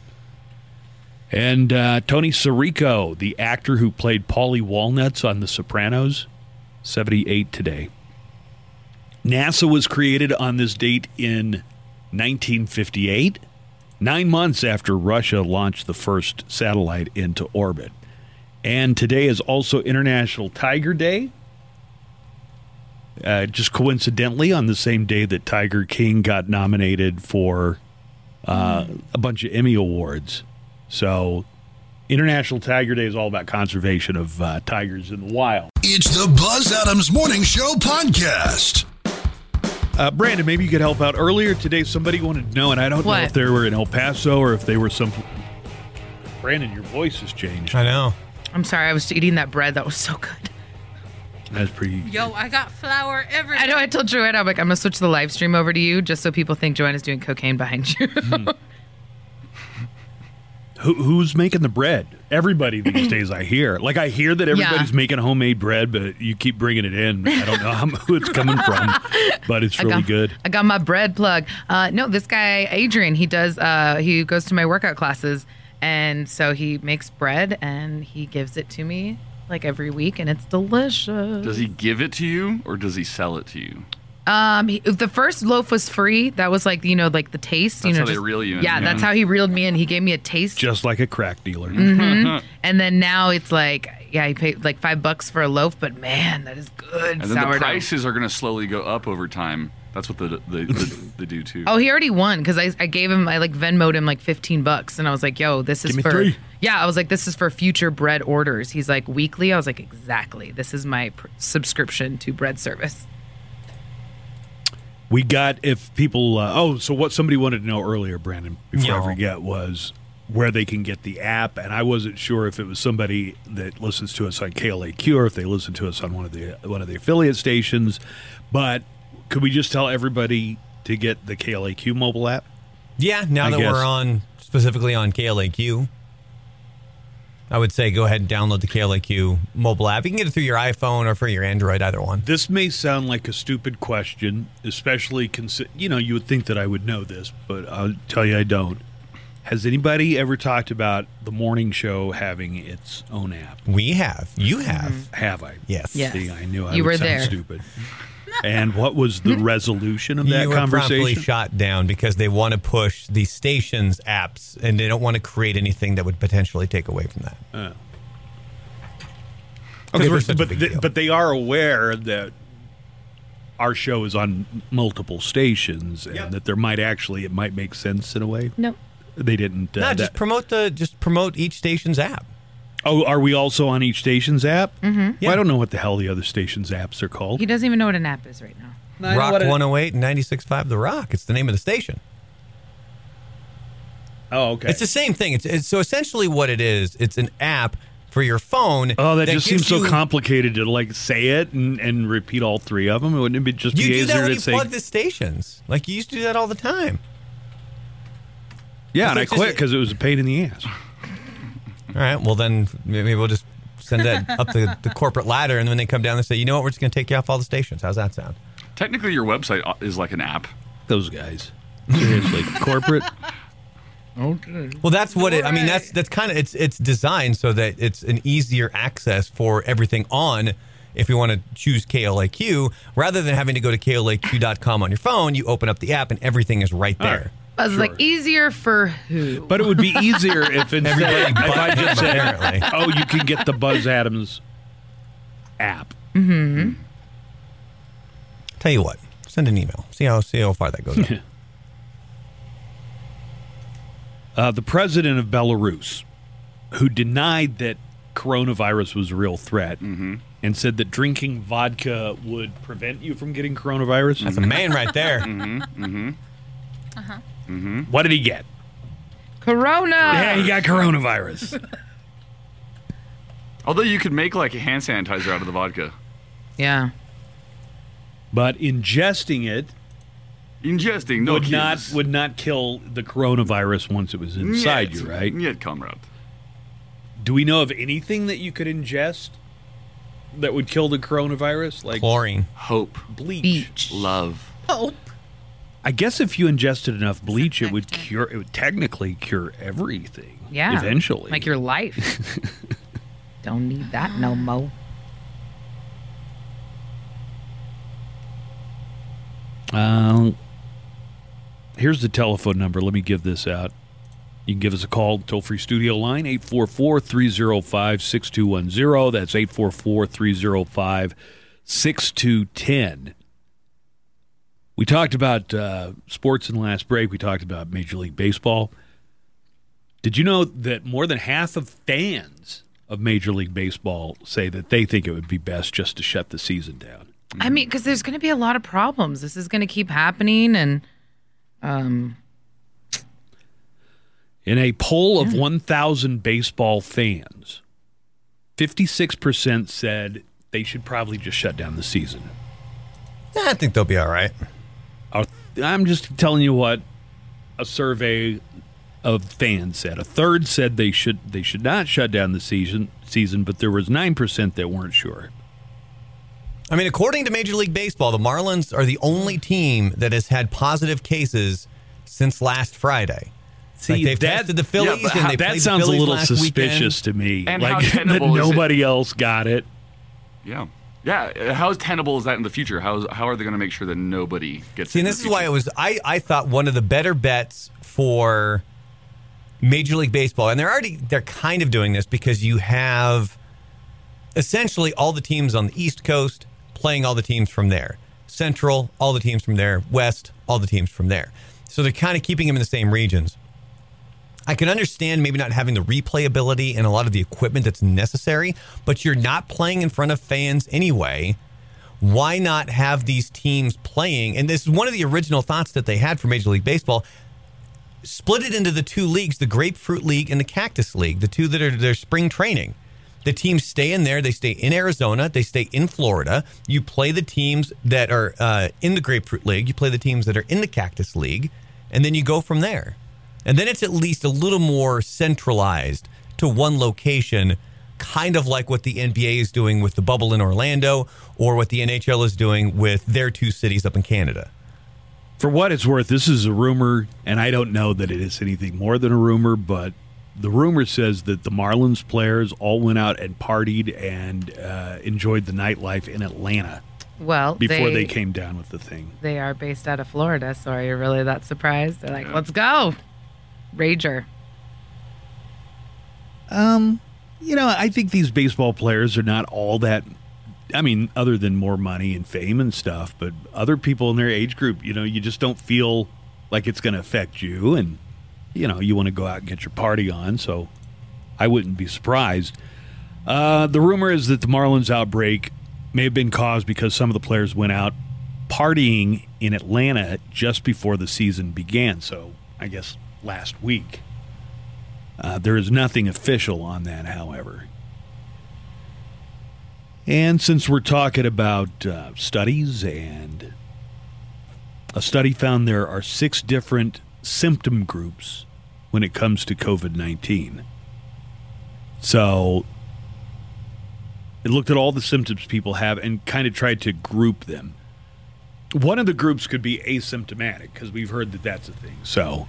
[SPEAKER 2] And uh, Tony Sirico, the actor who played Paulie Walnuts on The Sopranos, 78 today. NASA was created on this date in 1958, nine months after Russia launched the first satellite into orbit. And today is also International Tiger Day. Uh, just coincidentally, on the same day that Tiger King got nominated for uh, a bunch of Emmy awards. So, International Tiger Day is all about conservation of uh, tigers in the wild.
[SPEAKER 1] It's the Buzz Adams Morning Show podcast.
[SPEAKER 2] Uh, Brandon, maybe you could help out. Earlier today, somebody wanted to know, and I don't
[SPEAKER 3] What?
[SPEAKER 2] know if they were in El Paso or if they were some. Brandon, your voice has changed.
[SPEAKER 5] I know.
[SPEAKER 3] I'm sorry, I was eating that bread. That was so good.
[SPEAKER 2] That's pretty.
[SPEAKER 7] Yo, I got flour everywhere.
[SPEAKER 3] I know. I told Joanna, I'm like, I'm gonna switch the live stream over to you just so people think Joanna's doing cocaine behind you.
[SPEAKER 2] Who, who's making the bread? Everybody these days, I hear. Like, I hear that everybody's making homemade bread, but you keep bringing it in. I don't know how, who it's coming from, but it's really
[SPEAKER 3] got-
[SPEAKER 2] good.
[SPEAKER 3] I got my bread plug. Uh, no, this guy Adrian, he does. Uh, he goes to my workout classes, and so he makes bread and he gives it to me like every week, and it's delicious.
[SPEAKER 6] Does he give it to you or does he sell it to you?
[SPEAKER 3] Um, he, the first loaf was free. That was like you know like the taste. you
[SPEAKER 6] That's
[SPEAKER 3] know,
[SPEAKER 6] how they reel you in,
[SPEAKER 3] Yeah,
[SPEAKER 6] yeah.
[SPEAKER 3] that's how he reeled me in. He gave me a taste,
[SPEAKER 2] Just like a crack dealer.
[SPEAKER 3] Mm-hmm. and then now it's like yeah, he paid like five bucks for a loaf, but man, that is good
[SPEAKER 6] And then
[SPEAKER 3] sourdough.
[SPEAKER 6] the prices are going to slowly go up over time. That's what the they, they, they do too.
[SPEAKER 3] Oh, he already won because I, I gave him I like Venmoed him like fifteen bucks and I was like, yo, this is
[SPEAKER 2] Give me
[SPEAKER 3] for
[SPEAKER 2] three.
[SPEAKER 3] yeah. I was like, this is for future bread orders. He's like weekly. I was like, exactly. This is my pr- subscription to bread service.
[SPEAKER 2] We got if people. Uh, oh, so what somebody wanted to know earlier, Brandon, before I
[SPEAKER 5] No.
[SPEAKER 2] forget, was where they can get the app, and I wasn't sure if it was somebody that listens to us on KLAQ or if they listen to us on one of the one of the affiliate stations. But could we just tell everybody to get the KLAQ mobile app?
[SPEAKER 5] Yeah, now
[SPEAKER 2] I
[SPEAKER 5] that
[SPEAKER 2] guess.
[SPEAKER 5] we're on specifically on KLAQ, I would say go ahead and download the KLAQ mobile app. You can get it through your iPhone or for your Android, either one.
[SPEAKER 2] This may sound like a stupid question, especially consi- you know, you would think that I would know this, but I'll tell you I don't. Has anybody ever talked about the morning show having its own app?
[SPEAKER 5] We have. You have.
[SPEAKER 2] Have I?
[SPEAKER 5] Yes.
[SPEAKER 3] Yes.
[SPEAKER 2] See, I knew I
[SPEAKER 3] You
[SPEAKER 2] would
[SPEAKER 3] were
[SPEAKER 2] sound
[SPEAKER 3] there.
[SPEAKER 2] stupid. and what was the resolution of that
[SPEAKER 5] you were promptly
[SPEAKER 2] conversation?
[SPEAKER 5] shot down because they want to push the station's apps and they don't want to create anything that would potentially take away from that.
[SPEAKER 2] Okay, Uh.
[SPEAKER 5] Because we're
[SPEAKER 2] but-
[SPEAKER 5] such a
[SPEAKER 2] but,
[SPEAKER 5] big
[SPEAKER 2] they,
[SPEAKER 5] deal.
[SPEAKER 2] but they are aware that our show is on multiple stations and that there might actually it might make sense in a way.
[SPEAKER 3] No.
[SPEAKER 2] They didn't. Uh,
[SPEAKER 5] no, just
[SPEAKER 2] that-
[SPEAKER 5] promote the just promote each station's app.
[SPEAKER 2] oh, are we also on each station's app? Mm-hmm.
[SPEAKER 5] Yeah.
[SPEAKER 2] I don't know what the hell the other station's apps are called.
[SPEAKER 3] He doesn't even know what an app is right now.
[SPEAKER 5] Rock 108 and 96.5 The Rock. It's the name of the station.
[SPEAKER 2] Oh, okay.
[SPEAKER 5] It's the same thing. It's, it's so essentially what it is. It's an app for your phone.
[SPEAKER 2] Oh, that, just seems
[SPEAKER 5] gives
[SPEAKER 2] so
[SPEAKER 5] you-
[SPEAKER 2] complicated to like say it and, and repeat all three of them. Wouldn't it be just
[SPEAKER 5] You
[SPEAKER 2] be
[SPEAKER 5] do that
[SPEAKER 2] easier
[SPEAKER 5] when
[SPEAKER 2] to
[SPEAKER 5] you
[SPEAKER 2] say?
[SPEAKER 5] plug the stations. Like you used to do that all the time.
[SPEAKER 2] yeah, and I
[SPEAKER 5] it's just-
[SPEAKER 2] quit because it was a pain in the ass.
[SPEAKER 5] All right. Well, then maybe we'll just send that up the, the corporate ladder, and when they come down, they say, "You know what? We're just going to take you off all the stations." How's that sound?
[SPEAKER 6] Technically, your website uh, is like an app.
[SPEAKER 2] Those guys, seriously, corporate.
[SPEAKER 8] Okay.
[SPEAKER 5] Well, that's what it. I mean, that's that's kind of it's it's designed so that it's an easier access for everything on. If you want to choose KLAQ, rather than having to go to klaq.com on your phone, you open up the app and everything is right there.
[SPEAKER 3] Buzz is like easier for who?
[SPEAKER 2] But it would be easier if instead, if
[SPEAKER 5] but
[SPEAKER 2] I just
[SPEAKER 5] him,
[SPEAKER 2] said,
[SPEAKER 5] apparently.
[SPEAKER 2] "Oh, you can get the Buzz Adams app."
[SPEAKER 5] Tell you what, send an email. See how see how far that goes. up.
[SPEAKER 2] Uh, the president of Belarus, who denied that coronavirus was a real threat, and said that drinking vodka would prevent you from getting coronavirus.
[SPEAKER 5] That's a man right there.
[SPEAKER 2] Mm-hmm. What did he get?
[SPEAKER 3] Corona.
[SPEAKER 2] Yeah, he got coronavirus.
[SPEAKER 6] Although you could make like hand sanitizer out of the vodka.
[SPEAKER 3] Yeah.
[SPEAKER 2] but ingesting it
[SPEAKER 6] Ingesting, no
[SPEAKER 2] would
[SPEAKER 6] cues.
[SPEAKER 2] not would not kill the coronavirus once it was inside
[SPEAKER 6] Yet.
[SPEAKER 2] you, right?
[SPEAKER 6] Yet, comrade.
[SPEAKER 2] Do we know of anything that you could ingest that would kill the coronavirus? Like
[SPEAKER 5] Chlorine.
[SPEAKER 6] Hope,
[SPEAKER 2] bleach.
[SPEAKER 3] Beach.
[SPEAKER 6] love.
[SPEAKER 7] Hope.
[SPEAKER 2] I guess if you ingested enough bleach, it would cure. It would technically cure everything.
[SPEAKER 3] Yeah.
[SPEAKER 2] Eventually,
[SPEAKER 3] Like your life. Don't need that no mo.
[SPEAKER 2] Uh, here's the telephone number. Let me give this out. You can give us a call, toll free studio line, 844 305 6210. That's 844 305 6210. We talked about uh, sports in the last break. We talked about Major League Baseball. Did you know that more than half of fans of Major League Baseball say that they think it would be best just to shut the season down?
[SPEAKER 3] I mean, because there's going to be a lot of problems. This is going to keep happening, and um,
[SPEAKER 2] In a poll of 1,000 baseball fans, 56% said they should probably just shut down the season.
[SPEAKER 5] Yeah, I think they'll be all right.
[SPEAKER 2] A- I'm just telling you what a survey of fans said. A third said they should they should not shut down the season season, but there was 9% that weren't sure.
[SPEAKER 5] I mean, according to Major League Baseball, the Marlins are the only team that has had positive cases since last Friday.
[SPEAKER 2] See,
[SPEAKER 5] like they've
[SPEAKER 2] that-
[SPEAKER 5] tested the Phillies
[SPEAKER 6] yeah, but
[SPEAKER 5] and
[SPEAKER 6] how-
[SPEAKER 5] they played
[SPEAKER 2] that
[SPEAKER 5] the
[SPEAKER 2] sounds a
[SPEAKER 5] Phillies
[SPEAKER 2] little
[SPEAKER 5] last
[SPEAKER 2] suspicious
[SPEAKER 5] weekend.
[SPEAKER 2] to me.
[SPEAKER 6] And how
[SPEAKER 2] like that
[SPEAKER 6] tenable is it?
[SPEAKER 2] nobody else got it.
[SPEAKER 6] Yeah. Yeah. uh, How tenable is that in the future? How, how are they going to make sure that nobody gets
[SPEAKER 5] See,
[SPEAKER 6] it? in
[SPEAKER 5] and
[SPEAKER 6] the
[SPEAKER 5] this is why it
[SPEAKER 6] future?
[SPEAKER 5] was. I I thought one of the better bets for Major League Baseball, and they're already they're kind of doing this because you have essentially all the teams on the East Coast playing all the teams from there, Central, all the teams from there, West, all the teams from there. So they're kind of keeping them in the same regions. I can understand maybe not having the replayability and a lot of the equipment that's necessary, but you're not playing in front of fans anyway why not have these teams playing? And this is one of the original thoughts that they had for Major League Baseball. Split it into the two leagues, the Grapefruit League and the Cactus League, the two that are their spring training. The teams stay in there. They stay in Arizona. They stay in Florida. You play the teams that are uh, in the Grapefruit League. You play the teams that are in the Cactus League. And then you go from there. And then it's at least a little more centralized to one location, kind of like what the NBA is doing with the bubble in Orlando or what the NHL is doing with their two cities up in Canada.
[SPEAKER 2] For what it's worth, this is a rumor, and I don't know that it is anything more than a rumor, but the rumor says that the Marlins players all went out and partied and uh, enjoyed the nightlife in Atlanta.
[SPEAKER 3] Well,
[SPEAKER 2] before they, came down with the thing.
[SPEAKER 3] they are based out of Florida, so are you really that surprised? They're like, let's go, Rager.
[SPEAKER 2] Um, you know, I think these baseball players are not all that. I mean, other than more money and fame and stuff, but other people in their age group, you know, you just don't feel like it's going to affect you, and you know, you want to go out and get your party on. So, I wouldn't be surprised. Uh, the rumor is that the Marlins outbreak may have been caused because some of the players went out partying in Atlanta just before the season began. So, I guess last week. Uh, there is nothing official on that, however. And since we're talking about uh, studies, and a study found there are six different symptom groups when it comes to COVID 19. So it looked at all the symptoms people have and kind of tried to group them. One of the groups could be asymptomatic because we've heard that that's a thing. So.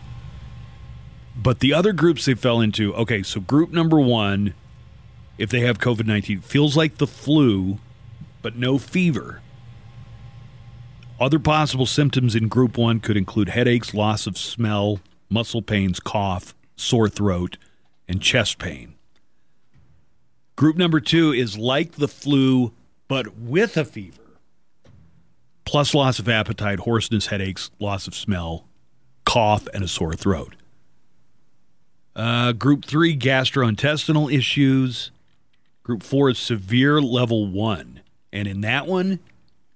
[SPEAKER 2] But the other groups they fell into, okay, so group number one, if they have COVID 19, feels like the flu, but no fever. Other possible symptoms in group one could include headaches, loss of smell, muscle pains, cough, sore throat, and chest pain. Group number two is like the flu, but with a fever, plus loss of appetite, hoarseness, headaches, loss of smell, cough, and a sore throat. Uh, group three, gastrointestinal issues. Group four is severe level one. And in that one,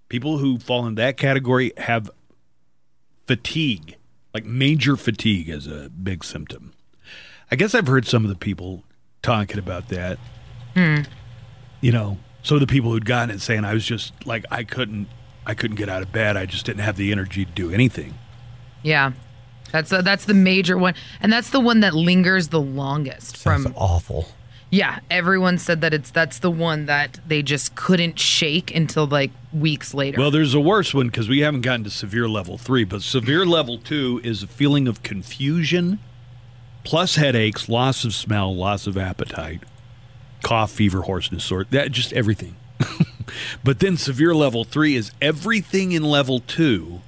[SPEAKER 2] people who fall in that category have fatigue, like major fatigue as a big symptom. I guess I've heard some of the people talking about that. You know, some of the people who'd gotten it saying I was just like I couldn't I couldn't get out of bed. I just didn't have the energy to do anything.
[SPEAKER 3] Yeah, that's uh, that's the major one, and that's the one that lingers the longest
[SPEAKER 5] Sounds
[SPEAKER 3] from
[SPEAKER 5] awful.
[SPEAKER 3] Yeah, everyone said that it's that's the one that they just couldn't shake until like weeks later.
[SPEAKER 2] Well, there's a worse one because we haven't gotten to severe level three, but severe level two is a feeling of confusion, plus headaches, loss of smell, loss of appetite, cough, fever, hoarseness, sore that just everything. but then severe level three is everything in level 2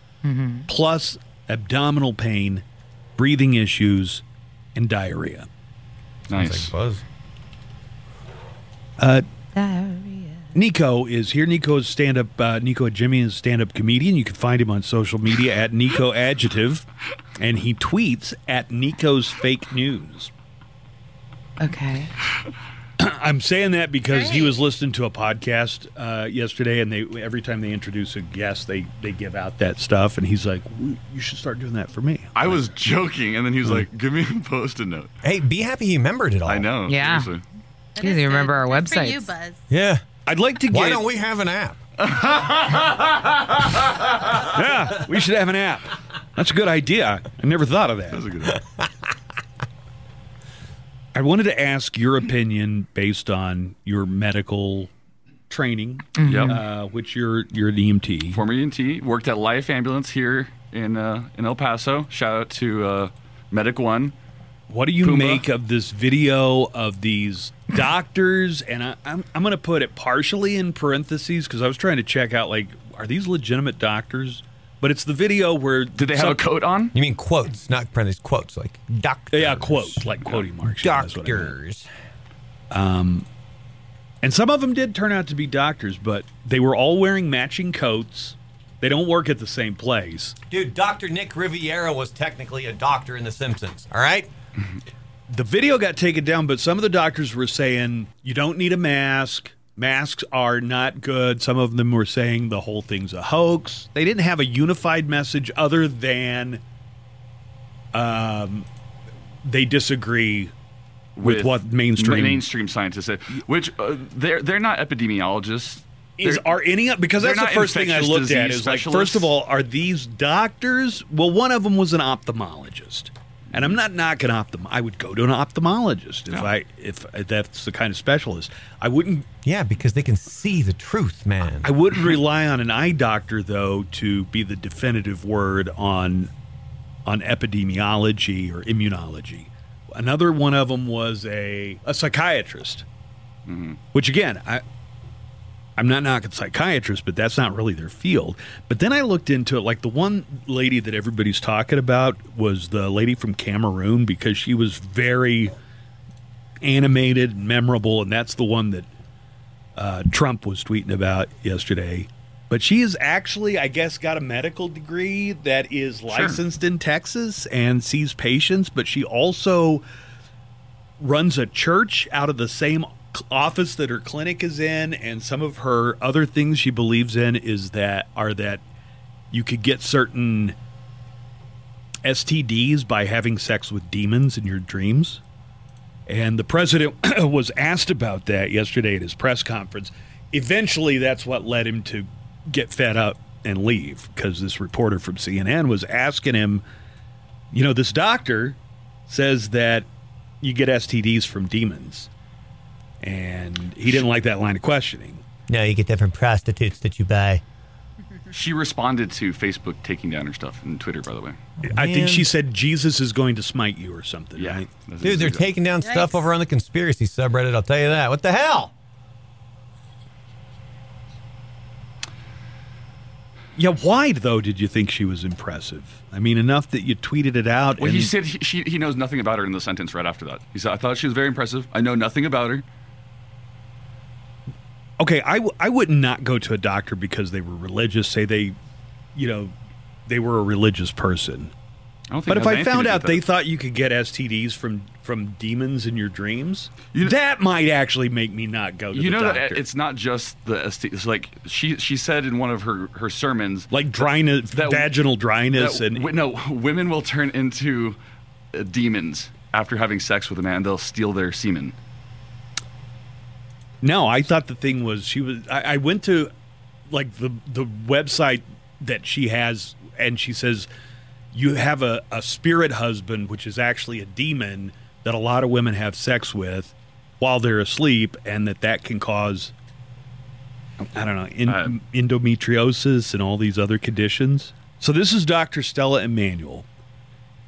[SPEAKER 2] plus abdominal pain, breathing issues, and diarrhea.
[SPEAKER 5] It's like
[SPEAKER 6] Nice.
[SPEAKER 5] buzz.
[SPEAKER 2] Nico is here. Nico is stand up. Uh, Nico Jimmy is stand up comedian. You can find him on social media at Nico Adjective, and he tweets at Nico's Fake News.
[SPEAKER 3] okay.
[SPEAKER 2] I'm saying that because he was listening to a podcast uh, yesterday, and they every time they introduce a guest, they they give out that stuff, and he's like, "W- "You should start doing that for me."
[SPEAKER 6] I was joking, and then he was like, "Give me a post-it note."
[SPEAKER 5] Hey, be happy he remembered it all.
[SPEAKER 6] I know.
[SPEAKER 3] Yeah.
[SPEAKER 6] seriously.
[SPEAKER 7] That
[SPEAKER 3] You
[SPEAKER 7] is
[SPEAKER 3] didn't
[SPEAKER 7] good.
[SPEAKER 3] remember our
[SPEAKER 7] Good for
[SPEAKER 3] websites.
[SPEAKER 7] you, Buzz.
[SPEAKER 5] Yeah.
[SPEAKER 2] I'd like to get.
[SPEAKER 5] Why don't we have an app?
[SPEAKER 2] Yeah, we should have an app. That's a good idea. I never thought of that.
[SPEAKER 6] That's a good one.
[SPEAKER 2] I wanted to ask your opinion based on your medical training,
[SPEAKER 6] Mm-hmm. Yep.
[SPEAKER 2] uh, which you're you're an EMT.
[SPEAKER 6] Former ENT worked at Life Ambulance here in uh, in El Paso. Shout out to uh, Medic One.
[SPEAKER 2] What do you
[SPEAKER 6] Puma.
[SPEAKER 2] make of this video of these doctors? And I, I'm, I'm going to put it partially in parentheses because I was trying to check out like, are these legitimate doctors? But it's the video where
[SPEAKER 6] Did they have a coat on?
[SPEAKER 5] You mean quotes, not prentice quotes, like doctors.
[SPEAKER 2] Yeah, quote like quoting marks. yeah, that's what I meant.
[SPEAKER 5] Doctors.
[SPEAKER 2] And some of them did turn out to be doctors, but they were all wearing matching coats. They don't work at the same place.
[SPEAKER 5] Dude, Dr. Nick Riviera was technically a doctor in The Simpsons, all right?
[SPEAKER 2] The video got taken down, but some of the doctors were saying you don't need a mask. Masks are not good. Some of them were saying the whole thing's a hoax. They didn't have a unified message other than um, they disagree with, what mainstream
[SPEAKER 6] mainstream scientists say, which uh, they're they're not epidemiologists.
[SPEAKER 2] is.
[SPEAKER 6] They're-
[SPEAKER 2] Are any of because that's
[SPEAKER 6] they're
[SPEAKER 2] the
[SPEAKER 6] not
[SPEAKER 2] first thing I
[SPEAKER 6] infectious
[SPEAKER 2] looked at
[SPEAKER 6] disease
[SPEAKER 2] is like
[SPEAKER 6] specialists.
[SPEAKER 2] first of all, are these doctors? Well, one of them was an ophthalmologist, and I'm not knocking ophthalm. I would go to an ophthalmologist if
[SPEAKER 6] Yeah.
[SPEAKER 2] I if that's the kind of specialist. I wouldn't
[SPEAKER 5] Yeah, because they can see the truth, man.
[SPEAKER 2] I wouldn't rely on an eye doctor though to be the definitive word on on epidemiology or immunology. Another one of them was a a psychiatrist, which again I I'm not knocking psychiatrists, but that's not really their field. But then I looked into it. Like the one lady that everybody's talking about was the lady from Cameroon because she was very animated, and memorable, and that's the one that uh, Trump was tweeting about yesterday. But she is actually, I guess, got a medical degree that is licensed in Texas and sees patients, but she also runs a church out of the same cl- office that her clinic is in and some of her other things she believes in is that are that you could get certain STDs by having sex with demons in your dreams. And the president was asked about that yesterday at his press conference. Eventually, that's what led him to get fed up and leave because this reporter from CNN was asking him, you know, this doctor says that you get STDs from demons. And he didn't like that line of questioning.
[SPEAKER 5] No, you get that from prostitutes that you buy.
[SPEAKER 6] She responded to Facebook taking down her stuff and Twitter, by the way.
[SPEAKER 2] I
[SPEAKER 5] Man.
[SPEAKER 2] think she said, Jesus is going to smite you or something,
[SPEAKER 6] Yeah,
[SPEAKER 2] right?
[SPEAKER 6] that's
[SPEAKER 5] Dude, they're
[SPEAKER 6] exactly-
[SPEAKER 5] taking down stuff
[SPEAKER 7] Yikes.
[SPEAKER 5] over on the conspiracy subreddit. I'll tell you that. What the hell?
[SPEAKER 2] Yeah, why though did you think she was impressive? I mean, enough that you tweeted it out.
[SPEAKER 6] Well, he
[SPEAKER 2] and-
[SPEAKER 6] said he, she, he knows nothing about her in the sentence right after that. He said, "I thought she was very impressive. I know nothing about her."
[SPEAKER 2] okay, I, w- I would not go to a doctor because they were religious. Say they, you know, they were a religious person.
[SPEAKER 6] I don't think.
[SPEAKER 2] But
[SPEAKER 6] it
[SPEAKER 2] if
[SPEAKER 6] has
[SPEAKER 2] I
[SPEAKER 6] anything
[SPEAKER 2] found
[SPEAKER 6] to do
[SPEAKER 2] out
[SPEAKER 6] with
[SPEAKER 2] they
[SPEAKER 6] that.
[SPEAKER 2] thought you could get STDs from from demons in your dreams,
[SPEAKER 6] You-
[SPEAKER 2] that might actually make me not go to
[SPEAKER 6] you
[SPEAKER 2] the
[SPEAKER 6] know
[SPEAKER 2] doctor.
[SPEAKER 6] that it's not just the ST. It's like she she said in one of her her sermons
[SPEAKER 2] like dryness,
[SPEAKER 6] that-
[SPEAKER 2] vaginal dryness,
[SPEAKER 6] that
[SPEAKER 2] and
[SPEAKER 6] w- no women will turn into uh, demons after having sex with a man. They'll steal their semen.
[SPEAKER 2] No, I thought the thing was she was. I, I went to like the the website that she has, and she says you have a, a spirit husband, which is actually a demon that a lot of women have sex with while they're asleep, and that that can cause I don't know in,
[SPEAKER 6] Uh,
[SPEAKER 2] endometriosis and all these other conditions. So this is Dr. Stella Emanuel.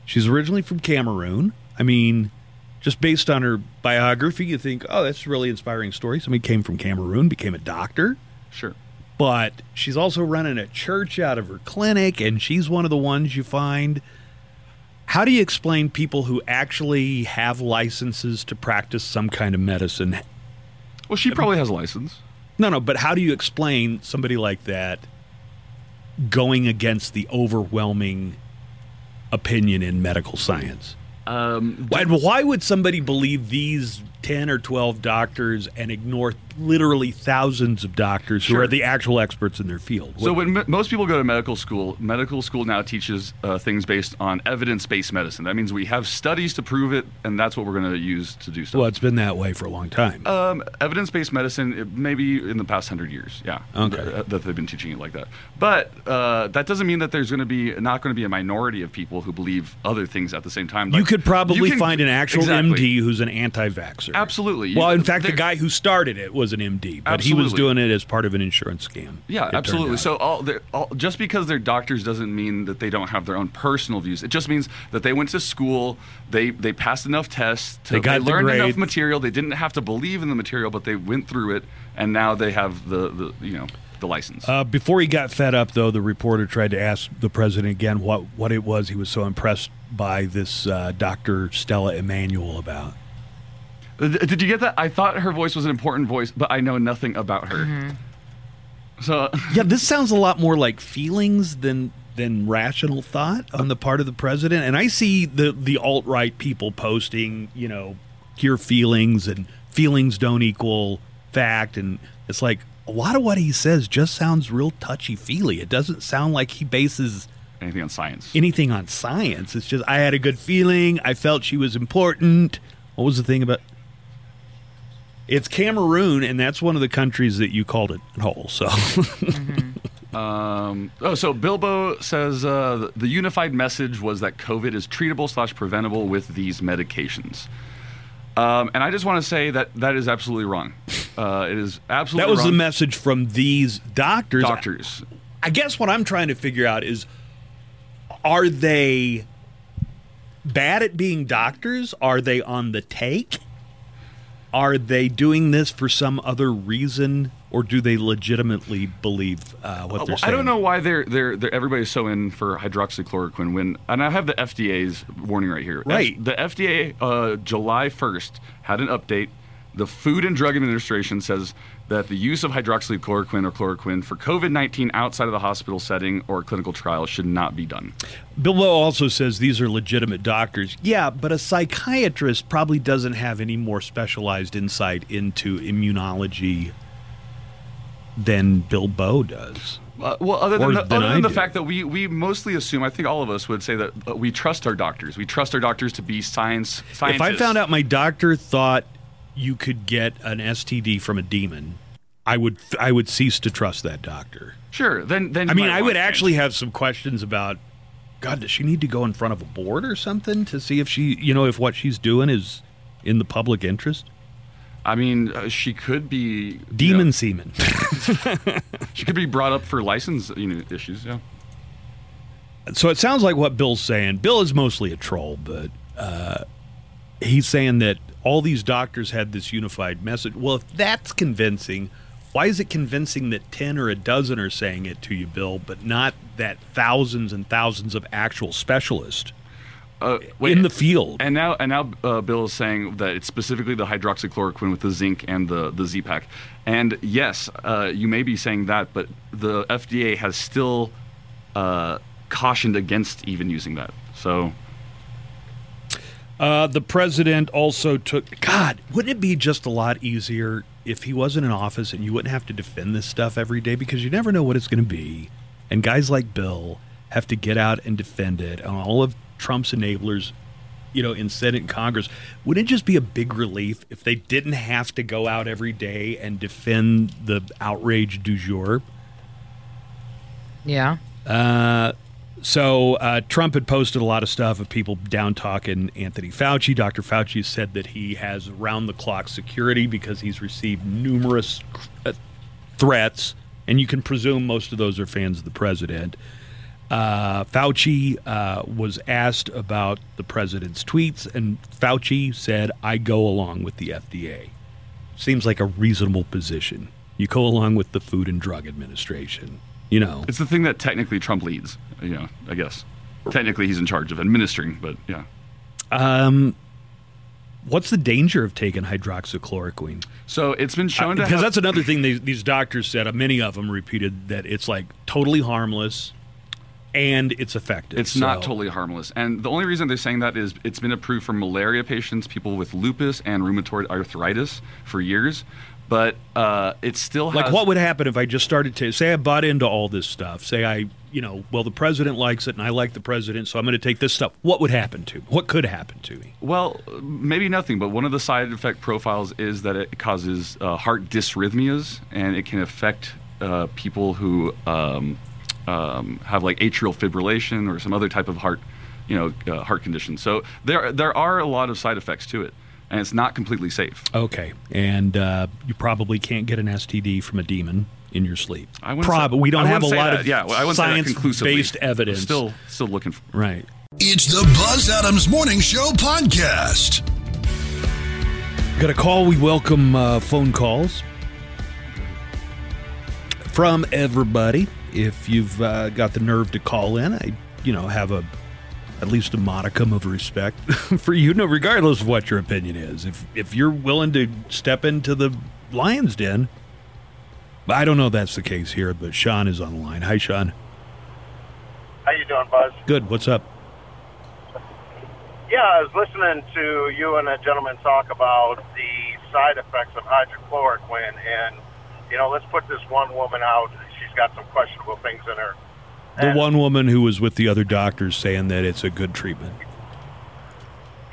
[SPEAKER 2] She's originally from Cameroon. I mean, just based on her biography, you think, oh, that's a really inspiring story. Somebody came from Cameroon, became a doctor,
[SPEAKER 6] Sure.
[SPEAKER 2] but she's also running a church out of her clinic, and she's one of the ones you find. How do you explain people who actually have licenses to practice some kind of medicine?
[SPEAKER 6] Well, she probably has a license.
[SPEAKER 2] No, no, but how do you explain somebody like that going against the overwhelming opinion in medical science?
[SPEAKER 6] Um,
[SPEAKER 2] Why, why would somebody believe these 10 or 12 doctors and ignore literally thousands of doctors who
[SPEAKER 6] Sure.
[SPEAKER 2] are the actual experts in their field?
[SPEAKER 6] So when m- most people go to medical school, medical school now teaches uh, things based on evidence-based medicine. That means we have studies to prove it, and that's what we're going to use to do stuff.
[SPEAKER 2] well, it's been that way for a long time.
[SPEAKER 6] Um, evidence-based medicine, it- maybe in the past hundred years, yeah,
[SPEAKER 2] Okay.
[SPEAKER 6] th- uh, that, they've been teaching it like that. But uh, that doesn't mean that there's going to be not going to be a minority of people who believe other things at the same time.
[SPEAKER 2] you
[SPEAKER 6] Like,
[SPEAKER 2] could probably
[SPEAKER 6] can-
[SPEAKER 2] find an actual
[SPEAKER 6] Exactly.
[SPEAKER 2] MD who's an anti-vaxxer.
[SPEAKER 6] Absolutely.
[SPEAKER 2] Well, in fact, the
[SPEAKER 6] There-
[SPEAKER 2] guy who started it was an MD, but he was
[SPEAKER 6] Absolutely.
[SPEAKER 2] doing it as part of an insurance scam. it
[SPEAKER 6] Yeah,
[SPEAKER 2] turned
[SPEAKER 6] absolutely.
[SPEAKER 2] out.
[SPEAKER 6] So all, they're- all just because they're doctors doesn't mean that they don't have their own personal views. It just means that they went to school, they they passed enough tests, to,
[SPEAKER 2] They got the
[SPEAKER 6] learned enough
[SPEAKER 2] grades.
[SPEAKER 6] material. They didn't have to believe in the material, but they went through it, and now they have the, the you know the license.
[SPEAKER 2] Uh, before he got fed up, though, the reporter tried to ask the president again what, what it was he was so impressed by this uh, Dr. Stella Emanuel about.
[SPEAKER 6] Uh, th- Did you get that? I thought her voice was an important voice, but I know nothing about her.
[SPEAKER 2] Mm-hmm.
[SPEAKER 6] So
[SPEAKER 2] Yeah, this sounds a lot more like feelings than than rational thought on the part of the president. And I see the the alt right people posting, you know, your feelings and feelings don't equal fact, and it's like a lot of what he says just sounds real touchy feely. It doesn't sound like he bases
[SPEAKER 6] anything on science?
[SPEAKER 2] anything on science. It's just I had a good feeling. I felt she was important. What was the thing about? It's Cameroon, and that's one of the countries that you called it whole. So.
[SPEAKER 6] Um, oh, so Bilbo says uh, th- the unified message was that COVID is treatable slash preventable with these medications. Um, and I just want to say that that is absolutely wrong. Uh, it is absolutely
[SPEAKER 2] That was
[SPEAKER 6] wrong.
[SPEAKER 2] the message from these doctors.
[SPEAKER 6] Doctors,
[SPEAKER 2] I guess what I'm trying to figure out is are they bad at being doctors? Are they on the take? Are they doing this for some other reason? or do they legitimately believe uh, what they're
[SPEAKER 6] Well, I
[SPEAKER 2] saying?
[SPEAKER 6] don't know why they're they're, they're everybody's so in for hydroxychloroquine when and I have the FDA's warning right here. F-
[SPEAKER 2] Right.
[SPEAKER 6] the FDA uh, July 1st had an update. The Food and Drug Administration says that the use of hydroxychloroquine or chloroquine for COVID-19 outside of the hospital setting or clinical trial should not be done.
[SPEAKER 2] Bilbo also says these are legitimate doctors. Yeah, but a psychiatrist probably doesn't have any more specialized insight into immunology than Bilbo does.
[SPEAKER 6] Uh, well, other
[SPEAKER 2] Or
[SPEAKER 6] than, the,
[SPEAKER 2] than
[SPEAKER 6] other
[SPEAKER 2] I
[SPEAKER 6] than the
[SPEAKER 2] do.
[SPEAKER 6] fact that we, we mostly assume, I think all of us would say that uh, we trust our doctors. We trust our doctors to be science scientists.
[SPEAKER 2] If I found out my doctor thought you could get an STD from a demon, I would I would cease to trust that doctor.
[SPEAKER 6] sure, then then
[SPEAKER 2] I
[SPEAKER 6] you
[SPEAKER 2] mean,
[SPEAKER 6] might
[SPEAKER 2] I
[SPEAKER 6] want
[SPEAKER 2] would
[SPEAKER 6] to change.
[SPEAKER 2] actually have some questions about God, does she need to go in front of a board or something to see if she, you know, if what she's doing is in the public interest?
[SPEAKER 6] I mean, uh, she could be you
[SPEAKER 2] Demon
[SPEAKER 6] know,
[SPEAKER 2] semen.
[SPEAKER 6] She could be brought up for license you know, issues. Yeah.
[SPEAKER 2] so it sounds like what Bill's saying. Bill is mostly a troll, but uh, he's saying that all these doctors had this unified message. Well, if that's convincing, why is it convincing that 10 or a dozen are saying it to you, Bill, but not that thousands and thousands of actual specialists
[SPEAKER 6] Uh, wait,
[SPEAKER 2] in the field?
[SPEAKER 6] and now and now uh, Bill is saying that it's specifically the hydroxychloroquine with the zinc and the the Z pack. And yes, uh, you may be saying that, but the FDA has still uh, cautioned against even using that. So
[SPEAKER 2] Uh, the president also took. God, wouldn't it be just a lot easier if he wasn't in office and you wouldn't have to defend this stuff every day because you never know what it's going to be. And guys like Bill have to get out and defend it. And all of Trump's enablers, you know, in Senate and Congress, wouldn't it just be a big relief if they didn't have to go out every day and defend the outrage du jour?
[SPEAKER 3] Yeah.
[SPEAKER 2] So uh, Trump had posted a lot of stuff of people down talking Anthony Fauci. Dr. Fauci has said that he has round the clock security because he's received numerous uh, threats, and you can presume most of those are fans of the president. Uh, Fauci uh, was asked about the president's tweets, and Fauci said, "I go along with the FDA." Seems like a reasonable position. You go along with the Food and Drug Administration. You know,
[SPEAKER 6] it's the thing that technically Trump leads. You know, I guess technically he's in charge of administering, but yeah.
[SPEAKER 2] What's the danger of taking hydroxychloroquine? Uh,
[SPEAKER 6] So it's been shown to
[SPEAKER 2] Because
[SPEAKER 6] have,
[SPEAKER 2] that's another thing they, these doctors said. uh, Many of them repeated that it's like totally harmless and it's effective.
[SPEAKER 6] It's not
[SPEAKER 2] So-
[SPEAKER 6] totally harmless. And the only reason they're saying that is it's been approved for malaria patients, people with lupus and rheumatoid arthritis for years. But uh, it still has.
[SPEAKER 2] Like, what would happen if I just started to say I bought into all this stuff? Say I, you know, well, the president likes it and I like the president, so I'm going to take this stuff. What would happen to me? What could happen to me?
[SPEAKER 6] Well, maybe nothing, but one of the side effect profiles is that it causes uh, heart dysrhythmias and it can affect uh, people who um, um, have like atrial fibrillation or some other type of heart, you know, uh, heart condition. So there, there are a lot of side effects to it, and it's not completely safe.
[SPEAKER 2] Okay. And uh, you probably can't get an STD from a demon in your sleep.
[SPEAKER 6] I wouldn't
[SPEAKER 2] Probably.
[SPEAKER 6] say-
[SPEAKER 2] We don't
[SPEAKER 6] I
[SPEAKER 2] have a
[SPEAKER 6] wouldn't say
[SPEAKER 2] lot
[SPEAKER 6] that.
[SPEAKER 2] of
[SPEAKER 6] yeah, well, I wouldn't say that conclusively.
[SPEAKER 2] science-based evidence.
[SPEAKER 6] Still, still looking for.
[SPEAKER 2] Right.
[SPEAKER 1] It's the Buzz Adams Morning Show podcast.
[SPEAKER 2] Got a call. We welcome uh, phone calls from everybody. If you've uh, got the nerve to call in, I, you know, have a at least a modicum of respect for you. No, regardless of what your opinion is, if if you're willing to step into the lion's den, But I don't know if that's the case here. But Sean is on the line. Hi, Sean.
[SPEAKER 9] How you doing, Buzz?
[SPEAKER 2] Good. What's up?
[SPEAKER 9] Yeah, I was listening to you and a gentleman talk about the side effects of hydrochloroquine, and you know, let's put this one woman out. She's got some questionable things in her.
[SPEAKER 2] The one woman who was with the other doctors saying that it's a good treatment.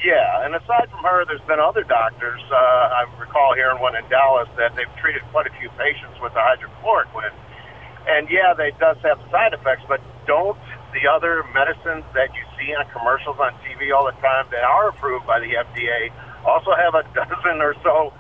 [SPEAKER 9] Yeah, and aside from her, there's been other doctors. Uh, I recall hearing one in Dallas that they've treated quite a few patients with the hydrochloroquine, and yeah, they does have side effects, but don't the other medicines that you see on commercials on TV all the time that are approved by the FDA also have a dozen or so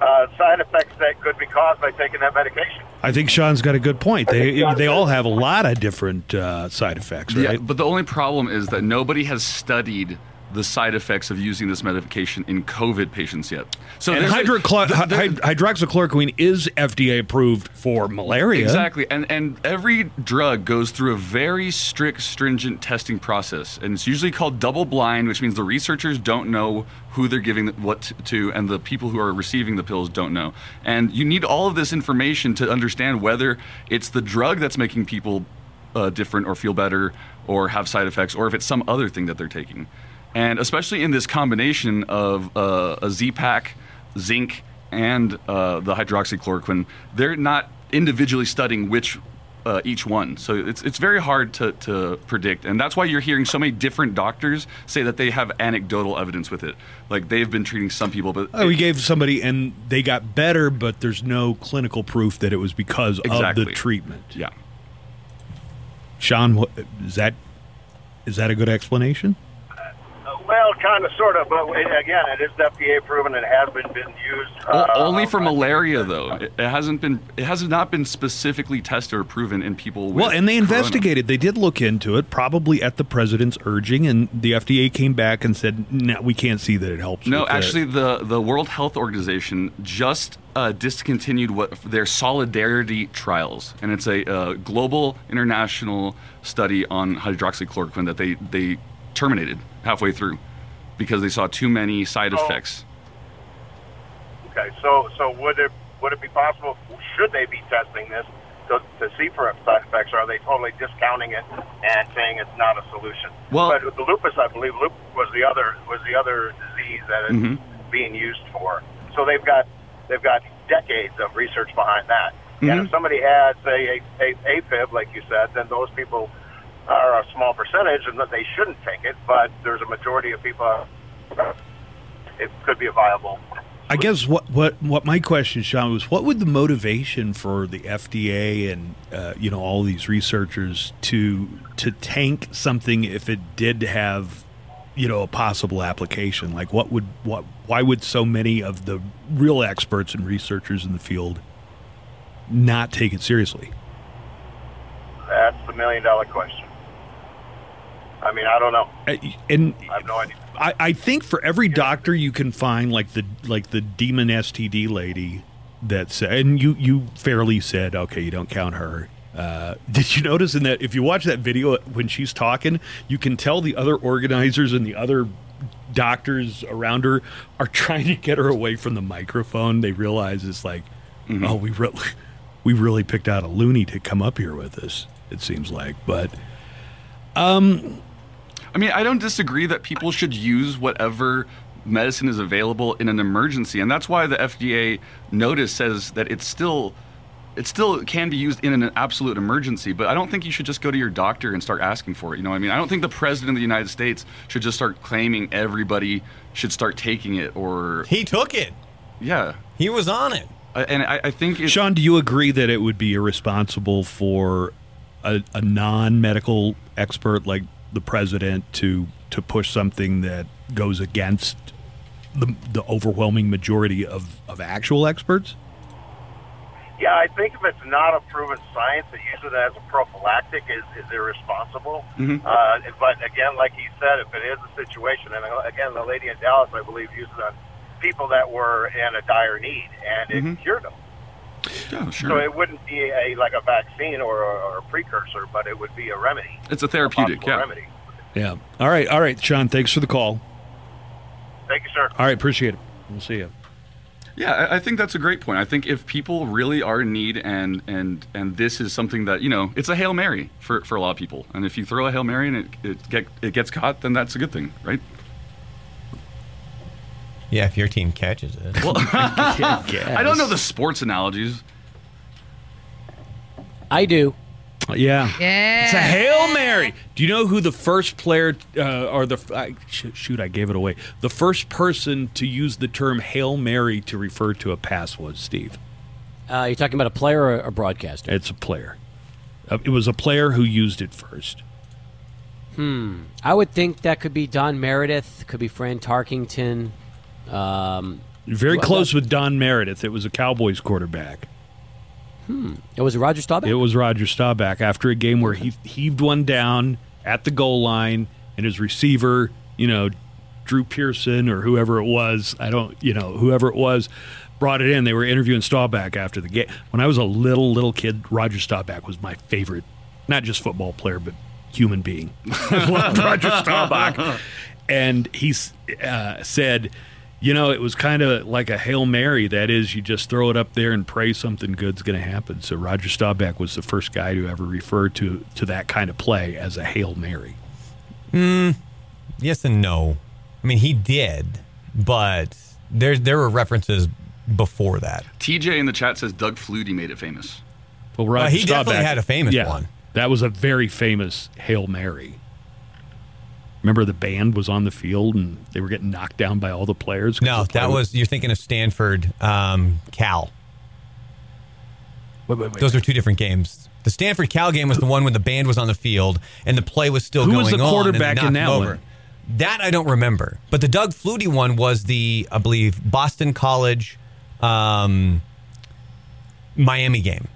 [SPEAKER 9] uh, side effects that could be caused by taking that medication?
[SPEAKER 2] I think Sean's got a good point. They they all have a lot of different uh, side effects, right?
[SPEAKER 6] Yeah, but the only problem is that nobody has studied the side effects of using this medication in COVID patients yet. So
[SPEAKER 2] And
[SPEAKER 6] there's a-
[SPEAKER 2] hydrochlor-
[SPEAKER 6] th- there-
[SPEAKER 2] hyd- hydroxychloroquine is FDA approved for malaria.
[SPEAKER 6] Exactly, and and every drug goes through a very strict, stringent testing process, and it's usually called double blind, which means the researchers don't know who they're giving what to, and the people who are receiving the pills don't know. And you need all of this information to understand whether it's the drug that's making people uh, different or feel better or have side effects, or if it's some other thing that they're taking. And especially in this combination of uh, a Z pack, zinc, and uh, the hydroxychloroquine, they're not individually studying which. Uh, each one, so it's it's very hard to, to predict, and that's why you're hearing so many different doctors say that they have anecdotal evidence with it. Like they've been treating some people, but
[SPEAKER 2] Oh, we
[SPEAKER 6] it-
[SPEAKER 2] gave somebody and they got better, but there's no clinical proof that it was because of
[SPEAKER 6] Exactly.
[SPEAKER 2] the treatment.
[SPEAKER 6] yeah,
[SPEAKER 2] Sean, what, is that is that a good explanation?
[SPEAKER 10] Uh, Well, kind of, sort of, but it- again, it is FDA proven and has been been used.
[SPEAKER 6] O-
[SPEAKER 10] uh,
[SPEAKER 6] only for malaria though. It, it hasn't been it has not been specifically tested or proven in people. With
[SPEAKER 2] Well, and they
[SPEAKER 6] corona.
[SPEAKER 2] investigated. They did look into it, probably at the president's urging, and the FDA came back and said, "No, we can't see that it helps."
[SPEAKER 6] No,
[SPEAKER 2] with the-
[SPEAKER 6] actually, the, the World Health Organization just uh, discontinued what their solidarity trials, and it's a uh, global international study on hydroxychloroquine that they they terminated halfway through because they saw too many side
[SPEAKER 10] Oh.
[SPEAKER 6] effects.
[SPEAKER 10] Okay, so so would it would it be possible? Should they be testing this to, to see for side effects? Or are they totally discounting it and saying it's not a solution?
[SPEAKER 6] Well-
[SPEAKER 10] but with the lupus, I believe lupus was the other was the other disease that it's
[SPEAKER 6] Mhm.
[SPEAKER 10] being used for. So they've got they've got decades of research behind that. And if somebody had say a, a AFib, like you said, then those people are a small percentage, and that they shouldn't take it. But there's a majority of people. It could be a viable
[SPEAKER 2] I guess what, what, what my question, Sean, was what would the motivation for the FDA and uh, you know all these researchers to to tank something if it did have you know a possible application? Like what would what why would so many of the real experts and researchers in the field not take it seriously?
[SPEAKER 10] That's the million dollar question. I mean, I don't know.
[SPEAKER 2] Uh, And
[SPEAKER 10] I have no idea.
[SPEAKER 2] I, I think for every doctor you can find like the like the demon STD lady that said and you you fairly said okay you don't count her. Uh, did you notice in that if you watch that video uh, when she's talking, you can tell the other organizers and the other doctors around her are trying to get her away from the microphone. They realize it's like, oh, we really we really picked out a loony to come up here with us. It seems like, but
[SPEAKER 6] I mean, I don't disagree that people should use whatever medicine is available in an emergency, and that's why the FDA notice says that it's still it still can be used in an absolute emergency, but I don't think you should just go to your doctor and start asking for it. You know, what I mean, I don't think the president of the United States should just start claiming everybody should start taking it, or
[SPEAKER 5] He took it.
[SPEAKER 6] yeah.
[SPEAKER 5] He was on it.
[SPEAKER 6] I- And I, I think it's,
[SPEAKER 2] Sean, do you agree that it would be irresponsible for a, a non-medical expert like the president to to push something that goes against the, the overwhelming majority of, of actual experts?
[SPEAKER 10] Yeah, I think if it's not a proven science, the use of that as a prophylactic is, is irresponsible.
[SPEAKER 6] Mm-hmm.
[SPEAKER 10] Uh, but again, like he said, if it is a situation, and again, the lady in Dallas, I believe, used it on people that were in a dire need, and it cured them.
[SPEAKER 6] yeah,
[SPEAKER 10] So
[SPEAKER 6] Mm-hmm. sure.
[SPEAKER 10] it wouldn't be a like a vaccine or, a- or a precursor, but it would be a remedy,
[SPEAKER 6] it's a therapeutic,
[SPEAKER 10] possible
[SPEAKER 6] yeah.
[SPEAKER 10] remedy.
[SPEAKER 2] Yeah. All right. All right, Sean. Thanks for the call.
[SPEAKER 10] Thank you, sir.
[SPEAKER 2] All right. Appreciate it. We'll see you.
[SPEAKER 6] Yeah, I, I think that's a great point. I think if people really are in need, and and and this is something that you know, it's a hail mary for, for a lot of people. And if you throw a hail mary and it it, get, it gets caught, then that's a good thing, right?
[SPEAKER 5] Yeah, if your team catches it. Well,
[SPEAKER 6] I don't know the sports analogies.
[SPEAKER 11] I do.
[SPEAKER 2] Yeah.
[SPEAKER 12] Yeah.
[SPEAKER 2] It's a hail mary. Do you know who the first player uh, or the I, sh- shoot? I gave it away. The first person to use the term hail mary to refer to a pass was Steve.
[SPEAKER 11] Uh, you're talking about a player or a broadcaster?
[SPEAKER 2] It's a player. Uh, it was a player who used it first.
[SPEAKER 11] I would think that could be Don Meredith, could be Fran Tarkington. Um,
[SPEAKER 2] Very
[SPEAKER 11] Well,
[SPEAKER 2] close with Don Meredith. It was a Cowboys quarterback.
[SPEAKER 11] it was Roger Staubach.
[SPEAKER 2] It was Roger Staubach after a game where he heaved one down at the goal line, and his receiver, you know, Drew Pearson or whoever it was. I don't, you know, whoever it was brought it in. They were interviewing Staubach after the game. When I was a little, little kid, Roger Staubach was my favorite, not just football player, but human being. I loved Roger Staubach. And he uh, said, you know, it was kind of like a Hail Mary. That is, you just throw it up there and pray something good's going to happen. So Roger Staubach was the first guy to ever refer to, to that kind of play as a Hail Mary.
[SPEAKER 5] Mm, yes and no. I mean, he did, but there there were references before that.
[SPEAKER 6] TJ in the chat says Doug Flutie made it famous.
[SPEAKER 2] Well, Roger
[SPEAKER 5] Uh, he
[SPEAKER 2] Staubach,
[SPEAKER 5] definitely had a famous
[SPEAKER 2] yeah,
[SPEAKER 5] one.
[SPEAKER 2] That was a very famous Hail Mary. Remember the band was on the field and they were getting knocked down by all the players? 'cause
[SPEAKER 5] No,
[SPEAKER 2] the play
[SPEAKER 5] that was you're thinking of Stanford, um, Cal.
[SPEAKER 2] Wait, wait, wait.
[SPEAKER 5] Those are two different games. The Stanford Cal game was the one when the band was on the field and the play was still
[SPEAKER 2] Who
[SPEAKER 5] going
[SPEAKER 2] was the
[SPEAKER 5] on and they
[SPEAKER 2] quarterback in
[SPEAKER 5] knocked
[SPEAKER 2] that
[SPEAKER 5] him over.
[SPEAKER 2] one?
[SPEAKER 5] That I don't remember. But the Doug Flutie one was the I believe Boston College, um, Miami game,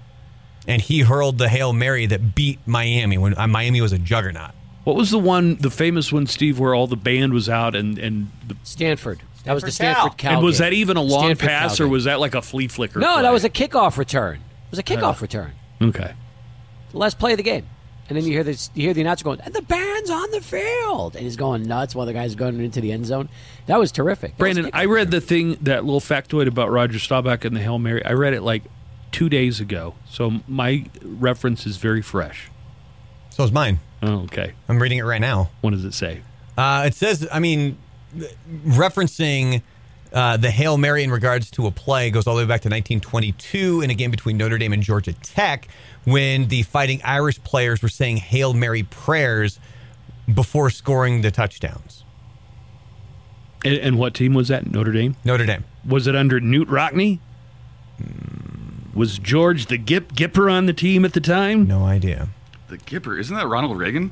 [SPEAKER 5] and he hurled the hail mary that beat Miami when uh, Miami was a juggernaut.
[SPEAKER 2] What was the one, the famous one, Steve, where all the band was out and and the,
[SPEAKER 10] Stanford. That was the
[SPEAKER 5] Stanford
[SPEAKER 10] Stanford
[SPEAKER 5] Cal.
[SPEAKER 10] Cal.
[SPEAKER 2] and was
[SPEAKER 10] game.
[SPEAKER 2] that even a long
[SPEAKER 10] Stanford
[SPEAKER 2] pass
[SPEAKER 10] Cal
[SPEAKER 2] or
[SPEAKER 10] game.
[SPEAKER 2] was that like a flea flicker?
[SPEAKER 10] No,
[SPEAKER 2] play? Uh-huh.
[SPEAKER 10] that was a kickoff return. It was a kickoff return.
[SPEAKER 2] okay.
[SPEAKER 10] The last play of the game. And then you hear this you hear the announcer going, and the band's on the field and he's going nuts while the guy's going into the end zone. That was terrific. That was
[SPEAKER 2] Brandon, I read the thing that little factoid about Roger Staubach and the Hail Mary. I read it like two days ago, so my reference is very fresh.
[SPEAKER 5] So is mine.
[SPEAKER 2] Oh, okay,
[SPEAKER 5] I'm reading it right now.
[SPEAKER 2] what does it say?
[SPEAKER 5] Uh, it says, I mean, referencing uh, the Hail Mary in regards to a play goes all the way back to 1922 in a game between Notre Dame and Georgia Tech when the Fighting Irish players were saying Hail Mary prayers before scoring the touchdowns.
[SPEAKER 2] And, and what team was that? Notre Dame.
[SPEAKER 5] Notre Dame.
[SPEAKER 2] Was it under Newt Rockney? Was George the Gip Gipper on the team at the time?
[SPEAKER 5] No idea.
[SPEAKER 6] The Gipper, isn't that Ronald Reagan?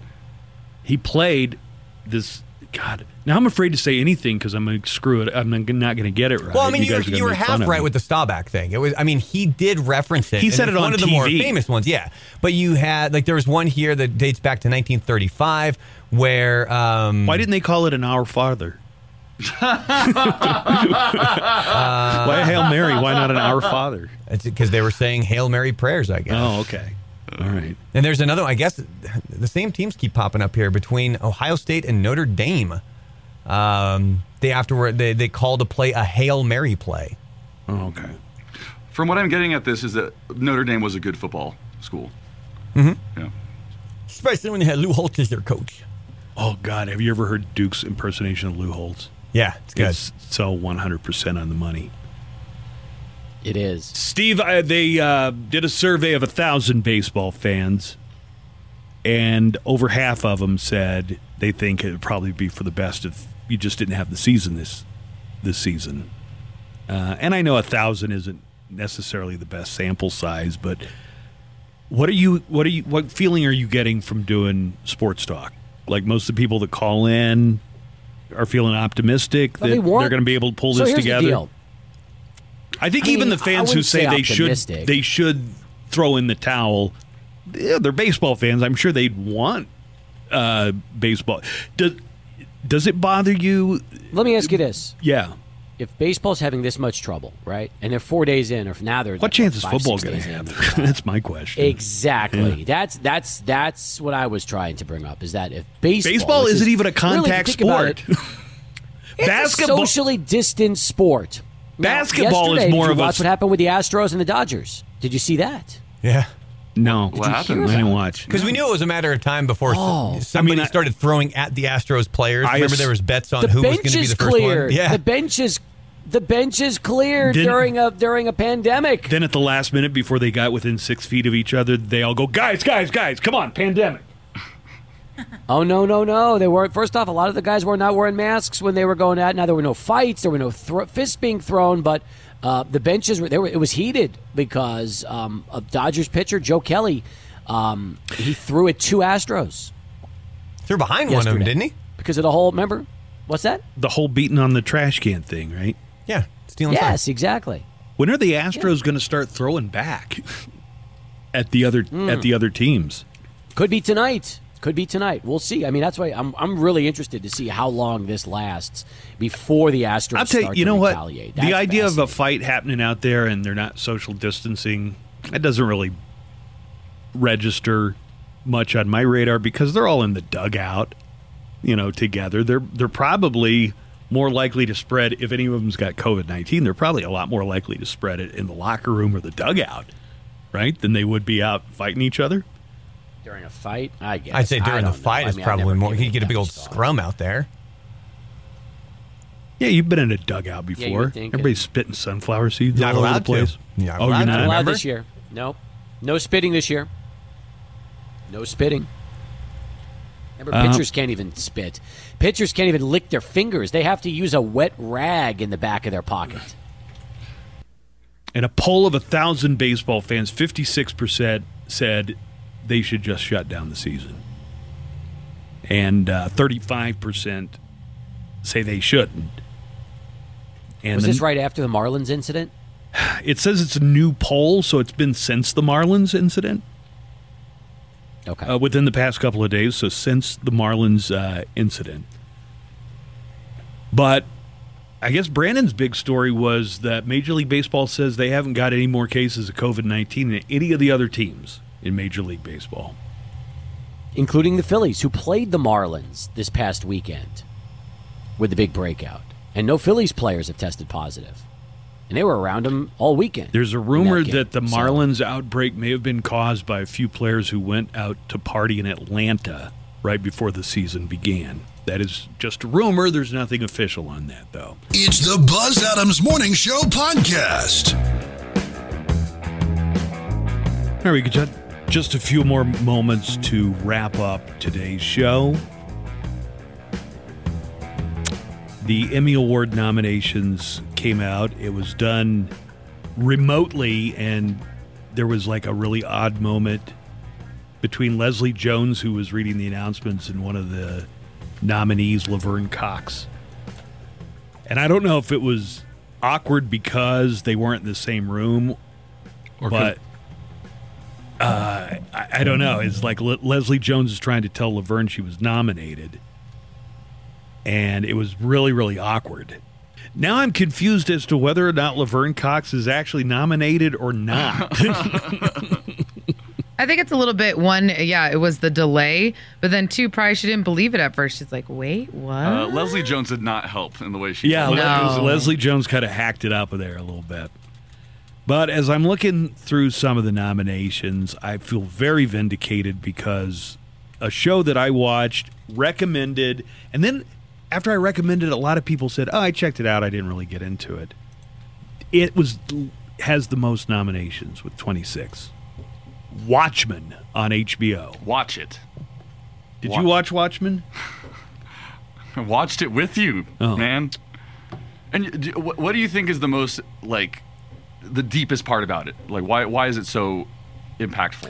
[SPEAKER 2] He played this. God, now I'm afraid to say anything because I'm going to screw it. I'm not going to get it right.
[SPEAKER 5] Well, I mean, you,
[SPEAKER 2] guys
[SPEAKER 5] were,
[SPEAKER 2] are gonna
[SPEAKER 5] you were
[SPEAKER 2] make fun
[SPEAKER 5] half
[SPEAKER 2] of
[SPEAKER 5] right
[SPEAKER 2] me.
[SPEAKER 5] with the Staubach thing. It was, I mean, he did reference it.
[SPEAKER 2] He
[SPEAKER 5] and
[SPEAKER 2] said
[SPEAKER 5] it's
[SPEAKER 2] it on
[SPEAKER 5] one of the more
[SPEAKER 2] TV.
[SPEAKER 5] famous ones, yeah. But you had like there was one here that dates back to 1935 where um,
[SPEAKER 2] Why didn't they call it an hour farther? why Hail Mary? Why not an hour farther?
[SPEAKER 5] because they were saying Hail Mary prayers, I guess.
[SPEAKER 2] Oh, okay. All right.
[SPEAKER 5] And there's another one. I guess the same teams keep popping up here between Ohio State and Notre Dame. Um, they afterward they, they called a play a Hail Mary play.
[SPEAKER 2] Oh, okay.
[SPEAKER 6] From what I'm getting at this is that Notre Dame was a good football school. Mm-hmm. Yeah.
[SPEAKER 5] Especially when they had Lou Holtz as their coach.
[SPEAKER 2] Oh God, have you ever heard Duke's impersonation of Lou Holtz?
[SPEAKER 5] Yeah, it's good.
[SPEAKER 2] It's so 100 percent on the money.
[SPEAKER 10] it is.
[SPEAKER 2] Steve, I, they uh, did a survey of a thousand baseball fans, and over half of them said they think it would probably be for the best if you just didn't have the season this this season. Uh, and I know a thousand isn't necessarily the best sample size, but what are you? What are you? What feeling are you getting from doing sports talk? Like most of the people that call in are feeling optimistic
[SPEAKER 10] But
[SPEAKER 2] that
[SPEAKER 10] they
[SPEAKER 2] they are
[SPEAKER 10] weren't.
[SPEAKER 2] going to be able to pull
[SPEAKER 10] so
[SPEAKER 2] this
[SPEAKER 10] here's
[SPEAKER 2] together.
[SPEAKER 10] The deal.
[SPEAKER 2] I think
[SPEAKER 10] I
[SPEAKER 2] even
[SPEAKER 10] mean,
[SPEAKER 2] the
[SPEAKER 10] I
[SPEAKER 2] fans who
[SPEAKER 10] wouldn't
[SPEAKER 2] say,
[SPEAKER 10] say
[SPEAKER 2] they should
[SPEAKER 10] optimistic.
[SPEAKER 2] they should throw in the towel, yeah, they're baseball fans. I'm sure they'd want uh, baseball. Does does it bother you?
[SPEAKER 10] Let me ask you this.
[SPEAKER 2] Yeah.
[SPEAKER 10] If baseball's having this much trouble, right? And they're four days in, or if now they're
[SPEAKER 2] What chance is
[SPEAKER 10] five,
[SPEAKER 2] football
[SPEAKER 10] six
[SPEAKER 2] going to
[SPEAKER 10] days in,
[SPEAKER 2] have? That's my question.
[SPEAKER 10] Exactly. That's that's that's what I was trying to bring up. Is that if baseball
[SPEAKER 2] Baseball
[SPEAKER 10] which
[SPEAKER 2] isn't even a
[SPEAKER 10] really, if you
[SPEAKER 2] contact
[SPEAKER 10] think about
[SPEAKER 2] sport.
[SPEAKER 10] it, basketball. socially distanced sport. Now,
[SPEAKER 2] Basketball is
[SPEAKER 10] yesterday,
[SPEAKER 2] more
[SPEAKER 10] did you
[SPEAKER 2] of a
[SPEAKER 10] watch
[SPEAKER 2] s-
[SPEAKER 10] what happened with the Astros and the Dodgers. Did you see that?
[SPEAKER 5] yeah,
[SPEAKER 2] No,
[SPEAKER 6] What happened?
[SPEAKER 2] I didn't watch.
[SPEAKER 5] because we knew it was a matter of time before oh. somebody
[SPEAKER 2] I mean, I-
[SPEAKER 5] started throwing at the Astros players.
[SPEAKER 2] I
[SPEAKER 5] Remember
[SPEAKER 2] ass-
[SPEAKER 5] there was bets on
[SPEAKER 10] The
[SPEAKER 5] who was
[SPEAKER 10] bench
[SPEAKER 5] going to be
[SPEAKER 10] is
[SPEAKER 5] the first
[SPEAKER 10] cleared.
[SPEAKER 5] one. Yeah,
[SPEAKER 10] The bench is the bench is cleared
[SPEAKER 2] Didn't-
[SPEAKER 10] during a during a pandemic.
[SPEAKER 2] Then at the last minute, before they got within six feet of each other, they all go, "Guys, guys, guys! Come on, pandemic."
[SPEAKER 10] Oh no no no! They were first off. A lot of the guys were not wearing masks when they were going out. Now there were no fights. There were no thro- fists being thrown, but uh, the benches were. They were. It was heated because um, of Dodgers pitcher Joe Kelly. Um, he threw at two Astros
[SPEAKER 5] threw behind one of them,
[SPEAKER 10] yesterday.
[SPEAKER 5] didn't he?
[SPEAKER 10] Because of the whole. Remember, what's that?
[SPEAKER 2] The whole beating on the trash can thing, right?
[SPEAKER 5] Yeah, stealing. time.
[SPEAKER 10] Yes, exactly.
[SPEAKER 2] When are the Astros going to start
[SPEAKER 10] Mm.
[SPEAKER 2] throwing back at the other at the other teams?
[SPEAKER 10] Could be tonight. Could be tonight. We'll see. I mean, that's why I'm, I'm really interested to see how long this lasts before the Astros
[SPEAKER 2] I'll tell you,
[SPEAKER 10] start
[SPEAKER 2] you
[SPEAKER 10] to
[SPEAKER 2] know what?
[SPEAKER 10] retaliate.
[SPEAKER 2] The
[SPEAKER 10] That's
[SPEAKER 2] idea of a
[SPEAKER 10] fascinating.
[SPEAKER 2] fight happening out there and they're not social distancing, that doesn't really register much on my radar because they're all in the dugout, you know, together. They're they're probably more likely to spread if any of them's got COVID nineteen. They're probably a lot more likely to spread it in the locker room or the dugout, right? Than they would be out fighting each other.
[SPEAKER 10] during a fight, I guess.
[SPEAKER 5] I'd say
[SPEAKER 10] I
[SPEAKER 5] during the
[SPEAKER 10] don't know.
[SPEAKER 5] fight
[SPEAKER 10] I
[SPEAKER 5] is
[SPEAKER 10] mean, I've
[SPEAKER 5] probably
[SPEAKER 10] never
[SPEAKER 5] more.
[SPEAKER 10] given
[SPEAKER 5] You
[SPEAKER 10] it
[SPEAKER 5] get a
[SPEAKER 10] that
[SPEAKER 5] big old
[SPEAKER 10] much thought.
[SPEAKER 5] scrum out there.
[SPEAKER 2] Yeah, you've been in a dugout
[SPEAKER 10] Yeah, you
[SPEAKER 2] before.
[SPEAKER 10] would think it-
[SPEAKER 2] Everybody's spitting sunflower seeds
[SPEAKER 5] Not
[SPEAKER 2] all over the
[SPEAKER 5] allowed to.
[SPEAKER 2] place.
[SPEAKER 5] Yeah,
[SPEAKER 2] oh,
[SPEAKER 5] allowed
[SPEAKER 2] you're not
[SPEAKER 5] to.
[SPEAKER 10] Not allowed
[SPEAKER 2] remember?
[SPEAKER 10] this year. No, no spitting this year. No spitting. Remember,
[SPEAKER 2] Uh,
[SPEAKER 10] pitchers can't even spit. Pitchers can't even lick their fingers. They have to use a wet rag in the back of their pocket.
[SPEAKER 2] In a poll of a thousand baseball fans, fifty-six percent said they should just shut down the season, and uh, thirty-five percent say they shouldn't. And
[SPEAKER 10] Was
[SPEAKER 2] the-
[SPEAKER 10] this right after the Marlins incident?
[SPEAKER 2] It says it's a new poll, so it's been since the Marlins incident.
[SPEAKER 10] Okay.
[SPEAKER 2] uh, within the past couple of days, so since the Marlins uh, incident. But I guess Brandon's big story was that Major League Baseball says they haven't got any more cases of COVID 19 than any of the other teams in Major League Baseball.
[SPEAKER 10] including the Phillies, who played the Marlins this past weekend with the big breakout. And no Phillies players have tested positive. And they were around them all weekend.
[SPEAKER 2] There's a
[SPEAKER 10] in that
[SPEAKER 2] rumor
[SPEAKER 10] game.
[SPEAKER 2] that the
[SPEAKER 10] So,
[SPEAKER 2] Marlins outbreak may have been caused by a few players who went out to party in Atlanta right before the season began. That is just a rumor. There's nothing official on that, though.
[SPEAKER 1] It's the Buzz Adams Morning Show podcast.
[SPEAKER 2] All right, we got just a few more moments to wrap up today's show. The Emmy Award nominations came out. It was done remotely, and there was like a really odd moment between Leslie Jones, who was reading the announcements, and one of the nominees, Laverne Cox. And I don't know if it was awkward because they weren't in the same room,
[SPEAKER 6] Or
[SPEAKER 2] but.
[SPEAKER 6] could-
[SPEAKER 2] I, I don't know. It's like Le- Leslie Jones is trying to tell Laverne she was nominated, and it was really, really awkward. Now I'm confused as to whether or not Laverne Cox is actually nominated or not.
[SPEAKER 3] I think it's a little bit one. Yeah, it was the delay, but then two, probably she didn't believe it at first. She's like, "Wait, what?"
[SPEAKER 6] uh, Leslie Jones did not help in the way she.
[SPEAKER 2] yeah,
[SPEAKER 6] told it.
[SPEAKER 2] Le-
[SPEAKER 3] No.
[SPEAKER 2] Leslie Jones kind of hacked it up there a little bit. But as I'm looking through some of the nominations, I feel very vindicated because a show that I watched, recommended, and then after I recommended, it, a lot of people said, "Oh, I checked it out. I didn't really get into it." It was has the most nominations with 26. Watchmen on HBO.
[SPEAKER 6] Watch it.
[SPEAKER 2] Did
[SPEAKER 6] Watch-
[SPEAKER 2] you watch Watchmen?
[SPEAKER 6] I watched it with you,
[SPEAKER 2] Oh.
[SPEAKER 6] man. And y- do, wh- what do you think is the most like the deepest part about it? Like why why is it so impactful?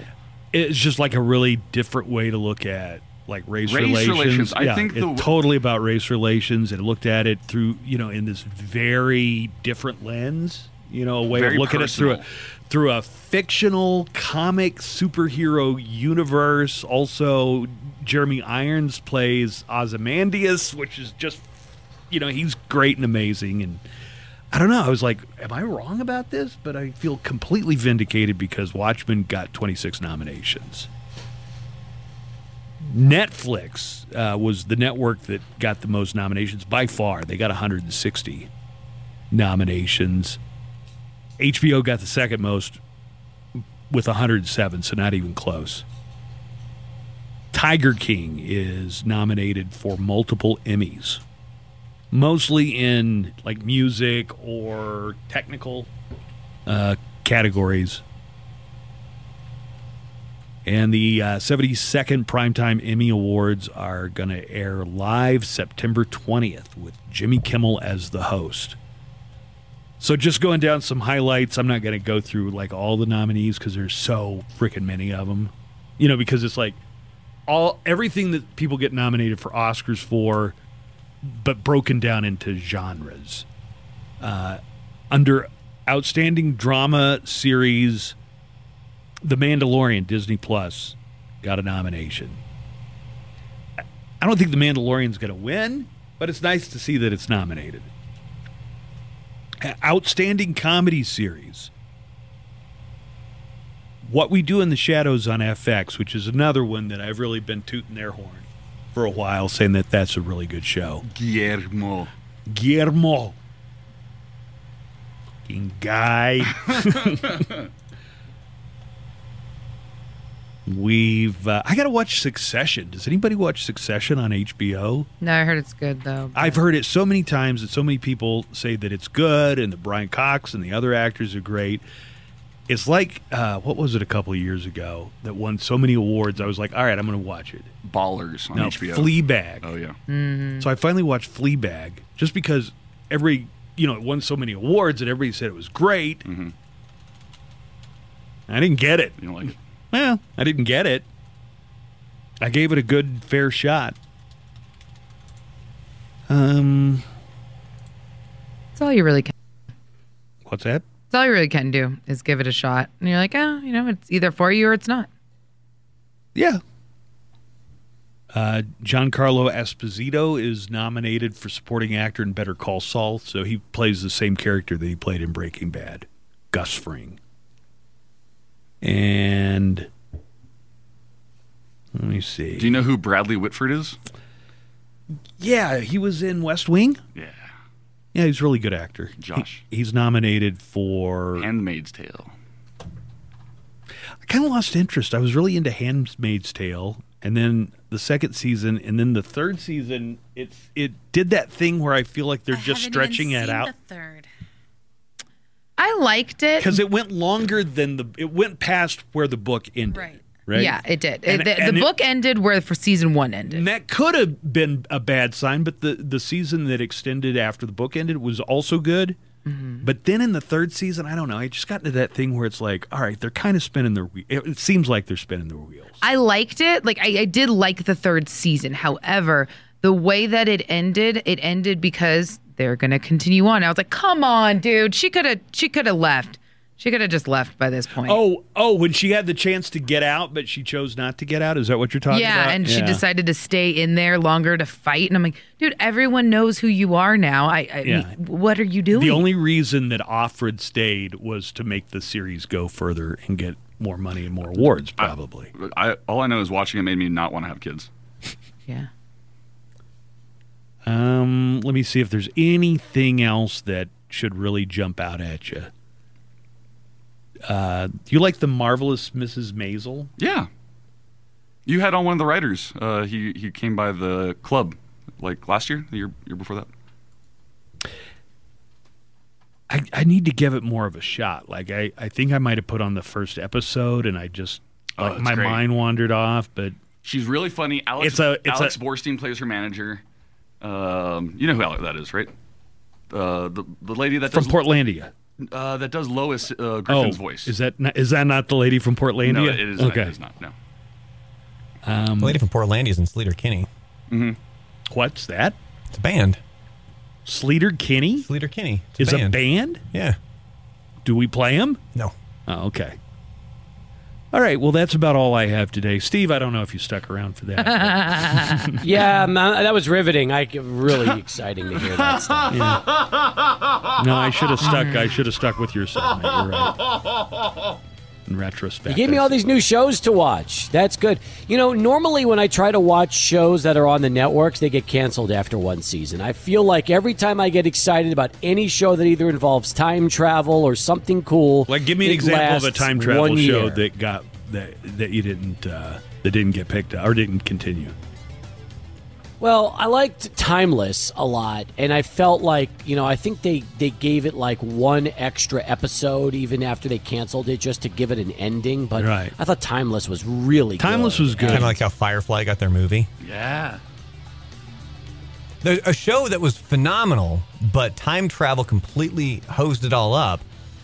[SPEAKER 2] it's just like a really different way to look at like race,
[SPEAKER 6] Race
[SPEAKER 2] relations.
[SPEAKER 6] relations. I
[SPEAKER 2] Yeah,
[SPEAKER 6] think the
[SPEAKER 2] it's
[SPEAKER 6] w-
[SPEAKER 2] totally about race relations and looked at it through you know in this very different lens. You know, a way
[SPEAKER 6] Very
[SPEAKER 2] of looking at it
[SPEAKER 6] personal.
[SPEAKER 2] through a through a fictional comic superhero universe. Also, Jeremy Irons plays Ozymandias, which is just you know he's great and amazing and. I don't know. I was like, am I wrong about this? But I feel completely vindicated because Watchmen got 26 nominations. Netflix uh, was the network that got the most nominations by far. They got 160 nominations. HBO got the second most with 107, so not even close. Tiger King is nominated for multiple Emmys, mostly in like music or technical uh, categories. And the uh, 72nd Primetime Emmy Awards are going to air live September 20th with Jimmy Kimmel as the host. So, just going down some highlights, I'm not going to go through like all the nominees because there's so freaking many of them. You know, because it's like all everything that people get nominated for Oscars for, but broken down into genres. Uh, under Outstanding Drama Series, the Mandalorian, Disney Plus, got a nomination. I don't think The Mandalorian's going to win, but it's nice to see that it's nominated. A- Outstanding comedy series. What We Do in the Shadows on FX, which is another one that I've really been tooting their horn for a while, saying that that's a really good show.
[SPEAKER 6] Guillermo.
[SPEAKER 2] Guillermo. Fucking guy. We've. Uh, I got to watch Succession. Does anybody watch Succession on HBO?
[SPEAKER 3] No, I heard it's good though.
[SPEAKER 2] I've heard it so many times that so many people say that it's good, and the Brian Cox and the other actors are great. It's like uh, what was it a couple of years ago that won so many awards? I was like, all right, I'm going to watch it.
[SPEAKER 6] Ballers on
[SPEAKER 2] No, Hmm?
[SPEAKER 6] HBO.
[SPEAKER 2] Fleabag.
[SPEAKER 6] Oh yeah.
[SPEAKER 3] Mhm.
[SPEAKER 2] So I finally watched Fleabag just because every you know it won so many awards and everybody said it was great. I didn't get it.
[SPEAKER 6] You don't like it?
[SPEAKER 2] Well, I didn't get it. I gave it a good fair shot. Um,
[SPEAKER 3] That's all you really can.
[SPEAKER 2] what's that?
[SPEAKER 3] That's all you really can do is give it a shot, and you're like, oh, you know, it's either for you or it's not.
[SPEAKER 2] Yeah. Uh, Giancarlo Esposito is nominated for supporting actor in Better Call Saul, so he plays the same character that he played in Breaking Bad, Gus Fring. And let me see.
[SPEAKER 6] Do you know who Bradley Whitford is?
[SPEAKER 2] Yeah, he was in West Wing.
[SPEAKER 6] Yeah.
[SPEAKER 2] Yeah, he's a really good actor.
[SPEAKER 6] Josh.
[SPEAKER 2] He- he's nominated for.
[SPEAKER 6] Handmaid's Tale.
[SPEAKER 2] I kind of lost interest. I was really into Handmaid's Tale, and then the second season, and then the third season. It's it did that thing where I feel like they're just stretching it out
[SPEAKER 7] The third.
[SPEAKER 3] I liked it.
[SPEAKER 2] because it went longer than the it went past where the book ended.
[SPEAKER 7] Right.
[SPEAKER 2] Right.
[SPEAKER 3] Yeah, it did.
[SPEAKER 2] And-
[SPEAKER 3] It- the
[SPEAKER 2] and
[SPEAKER 3] the
[SPEAKER 2] it-
[SPEAKER 3] book ended where for season one ended.
[SPEAKER 2] And that could have been a bad sign, but the, the season that extended after the book ended was also good.
[SPEAKER 3] Mm-hmm.
[SPEAKER 2] But then in the third season, I don't know. I just got into that thing where it's like, all right, they're kind of spinning their wheels. It, it seems like they're spinning their wheels.
[SPEAKER 3] I liked it. Like I, I did like the third season. However, the way that it ended, it ended because they're gonna continue on. I was like, come on, dude. She could have she could have left. She could have just left by this point.
[SPEAKER 2] Oh, oh, when she had the chance to get out, but she chose not to get out. Is that what you're talking
[SPEAKER 3] yeah,
[SPEAKER 2] about?
[SPEAKER 3] and she decided to stay in there longer to fight. And I'm like, dude, everyone knows who you are now. I, I
[SPEAKER 2] Yeah.
[SPEAKER 3] mean, what are you doing?
[SPEAKER 2] The only reason that Offred stayed was to make the series go further and get more money and more awards, probably.
[SPEAKER 6] I all I know is watching it made me not want to have kids.
[SPEAKER 3] yeah.
[SPEAKER 2] Um, let me see if there's anything else that should really jump out at you. Uh, do you like the marvelous Mrs. Maisel?
[SPEAKER 6] Yeah. You had on one of the writers. Uh, he he came by the club like last year, the year, year before that.
[SPEAKER 2] I, I need to give it more of a shot. Like I, I think I might have put on the first episode and I just
[SPEAKER 6] Oh,
[SPEAKER 2] like
[SPEAKER 6] it's
[SPEAKER 2] my
[SPEAKER 6] great.
[SPEAKER 2] mind wandered off, but
[SPEAKER 6] She's really funny. Alex
[SPEAKER 2] It's a- it's
[SPEAKER 6] Alex
[SPEAKER 2] a-
[SPEAKER 6] Borstein plays her manager. Um, you know who Alex, that is, right? Uh, the the lady that
[SPEAKER 2] from
[SPEAKER 6] does
[SPEAKER 2] Portlandia.
[SPEAKER 6] uh, that does Lois uh,
[SPEAKER 2] Oh,
[SPEAKER 6] Griffin's voice.
[SPEAKER 2] is that not, is that not the lady from Portlandia?
[SPEAKER 6] no, it is,
[SPEAKER 2] okay.
[SPEAKER 6] not, it is not. No.
[SPEAKER 2] Um,
[SPEAKER 5] The lady from Portlandia is in Sleater Kinney.
[SPEAKER 2] what's that?
[SPEAKER 5] It's a band.
[SPEAKER 2] Sleater Kinney
[SPEAKER 5] Sleater Kinney.
[SPEAKER 2] is
[SPEAKER 5] It's
[SPEAKER 2] a band.
[SPEAKER 5] Yeah.
[SPEAKER 2] Do we play him?
[SPEAKER 5] No.
[SPEAKER 2] Oh, okay. All right. Well, that's about all I have today, Steve. I don't know if you stuck around for that.
[SPEAKER 10] Yeah, man, that was riveting. I really exciting to hear that. Stuff.
[SPEAKER 2] but- no, I should have stuck. I should have stuck with your segment. You're right. In retrospect,
[SPEAKER 10] You gave me all these new shows to watch. That's good. You know, normally when I try to watch shows that are on the networks, they get canceled after one season. I feel like every time I get excited about any show that either involves time travel or something cool,
[SPEAKER 2] Like, give me an
[SPEAKER 10] it
[SPEAKER 2] example of a
[SPEAKER 10] lasts
[SPEAKER 2] time travel
[SPEAKER 10] one
[SPEAKER 2] show
[SPEAKER 10] year.
[SPEAKER 2] that got that that you didn't uh, that didn't get picked up or didn't continue.
[SPEAKER 10] Well, I liked Timeless a lot, and I felt like you know I think they they gave it like one extra episode even after they canceled it just to give it an ending. But
[SPEAKER 2] Right.
[SPEAKER 10] I thought Timeless was really
[SPEAKER 2] Timeless
[SPEAKER 10] good.
[SPEAKER 2] was good.
[SPEAKER 5] Kind of like how Firefly got their movie.
[SPEAKER 6] Yeah.
[SPEAKER 5] There's a show that was phenomenal, but time travel completely hosed it all up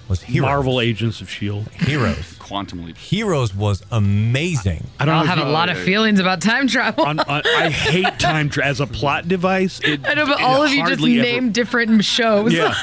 [SPEAKER 5] was Heroes.
[SPEAKER 2] Marvel Agents of Shield.
[SPEAKER 5] Heroes.
[SPEAKER 6] Quantum Leap.
[SPEAKER 5] Heroes was amazing.
[SPEAKER 2] I don't
[SPEAKER 3] I'll
[SPEAKER 2] know
[SPEAKER 3] have
[SPEAKER 2] if
[SPEAKER 3] a
[SPEAKER 2] you-
[SPEAKER 3] lot of feelings about time travel.
[SPEAKER 2] on, on, I hate time tra- as a plot device. It,
[SPEAKER 3] I know, but
[SPEAKER 2] it
[SPEAKER 3] all of you just
[SPEAKER 2] hardly ever-
[SPEAKER 3] named different shows.
[SPEAKER 2] Yeah.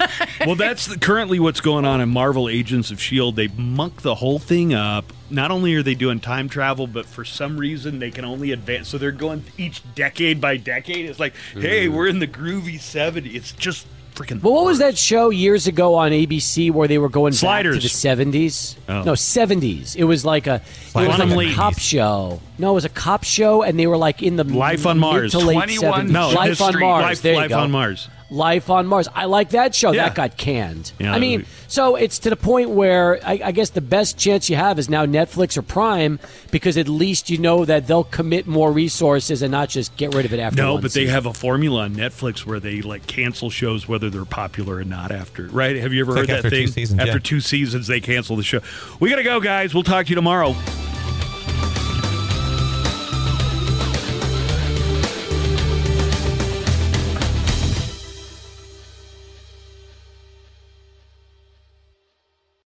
[SPEAKER 2] Well, that's the, currently what's going on in Marvel Agents of S.H.I.E.L.D. E They muck the whole thing up. Not only are they doing time travel, but for some reason they can only advance. So they're going each decade by decade. It's like, hey, we're in the groovy 70s. It's just freaking.
[SPEAKER 10] Well, Mm. what was that show years ago on ABC where they were going
[SPEAKER 2] Sliders.
[SPEAKER 10] back to the seventies?
[SPEAKER 2] Oh.
[SPEAKER 10] No, seventies. It was like a, it was
[SPEAKER 2] Quantum
[SPEAKER 10] like a
[SPEAKER 2] Leap.
[SPEAKER 10] cop show. No, it was a cop show, and they were like in the
[SPEAKER 2] Life on
[SPEAKER 10] mid
[SPEAKER 2] Mars.
[SPEAKER 10] to late
[SPEAKER 6] 21
[SPEAKER 10] 70s.
[SPEAKER 2] No,
[SPEAKER 10] Life
[SPEAKER 2] this
[SPEAKER 10] on
[SPEAKER 2] street-
[SPEAKER 10] Mars.
[SPEAKER 2] Life,
[SPEAKER 10] there you
[SPEAKER 2] Life
[SPEAKER 10] go.
[SPEAKER 2] on Mars.
[SPEAKER 10] Life on Mars. I like that show.
[SPEAKER 2] Yeah.
[SPEAKER 10] That got canned.
[SPEAKER 2] Yeah,
[SPEAKER 10] I mean,
[SPEAKER 2] that
[SPEAKER 10] so it's to the point where I, I guess the best chance you have is now Netflix or Prime because at least you know that they'll commit more resources and not just get rid of it after.
[SPEAKER 2] No,
[SPEAKER 10] one
[SPEAKER 2] but they
[SPEAKER 10] season.
[SPEAKER 2] have a formula on Netflix where they like cancel shows whether they're popular or not after. Right? Have you ever
[SPEAKER 5] It's like
[SPEAKER 2] heard
[SPEAKER 5] after
[SPEAKER 2] that
[SPEAKER 5] two
[SPEAKER 2] thing?
[SPEAKER 5] seasons,
[SPEAKER 2] after
[SPEAKER 5] yeah.
[SPEAKER 2] two seasons, they cancel the show. We gotta go, guys. We'll talk to you tomorrow.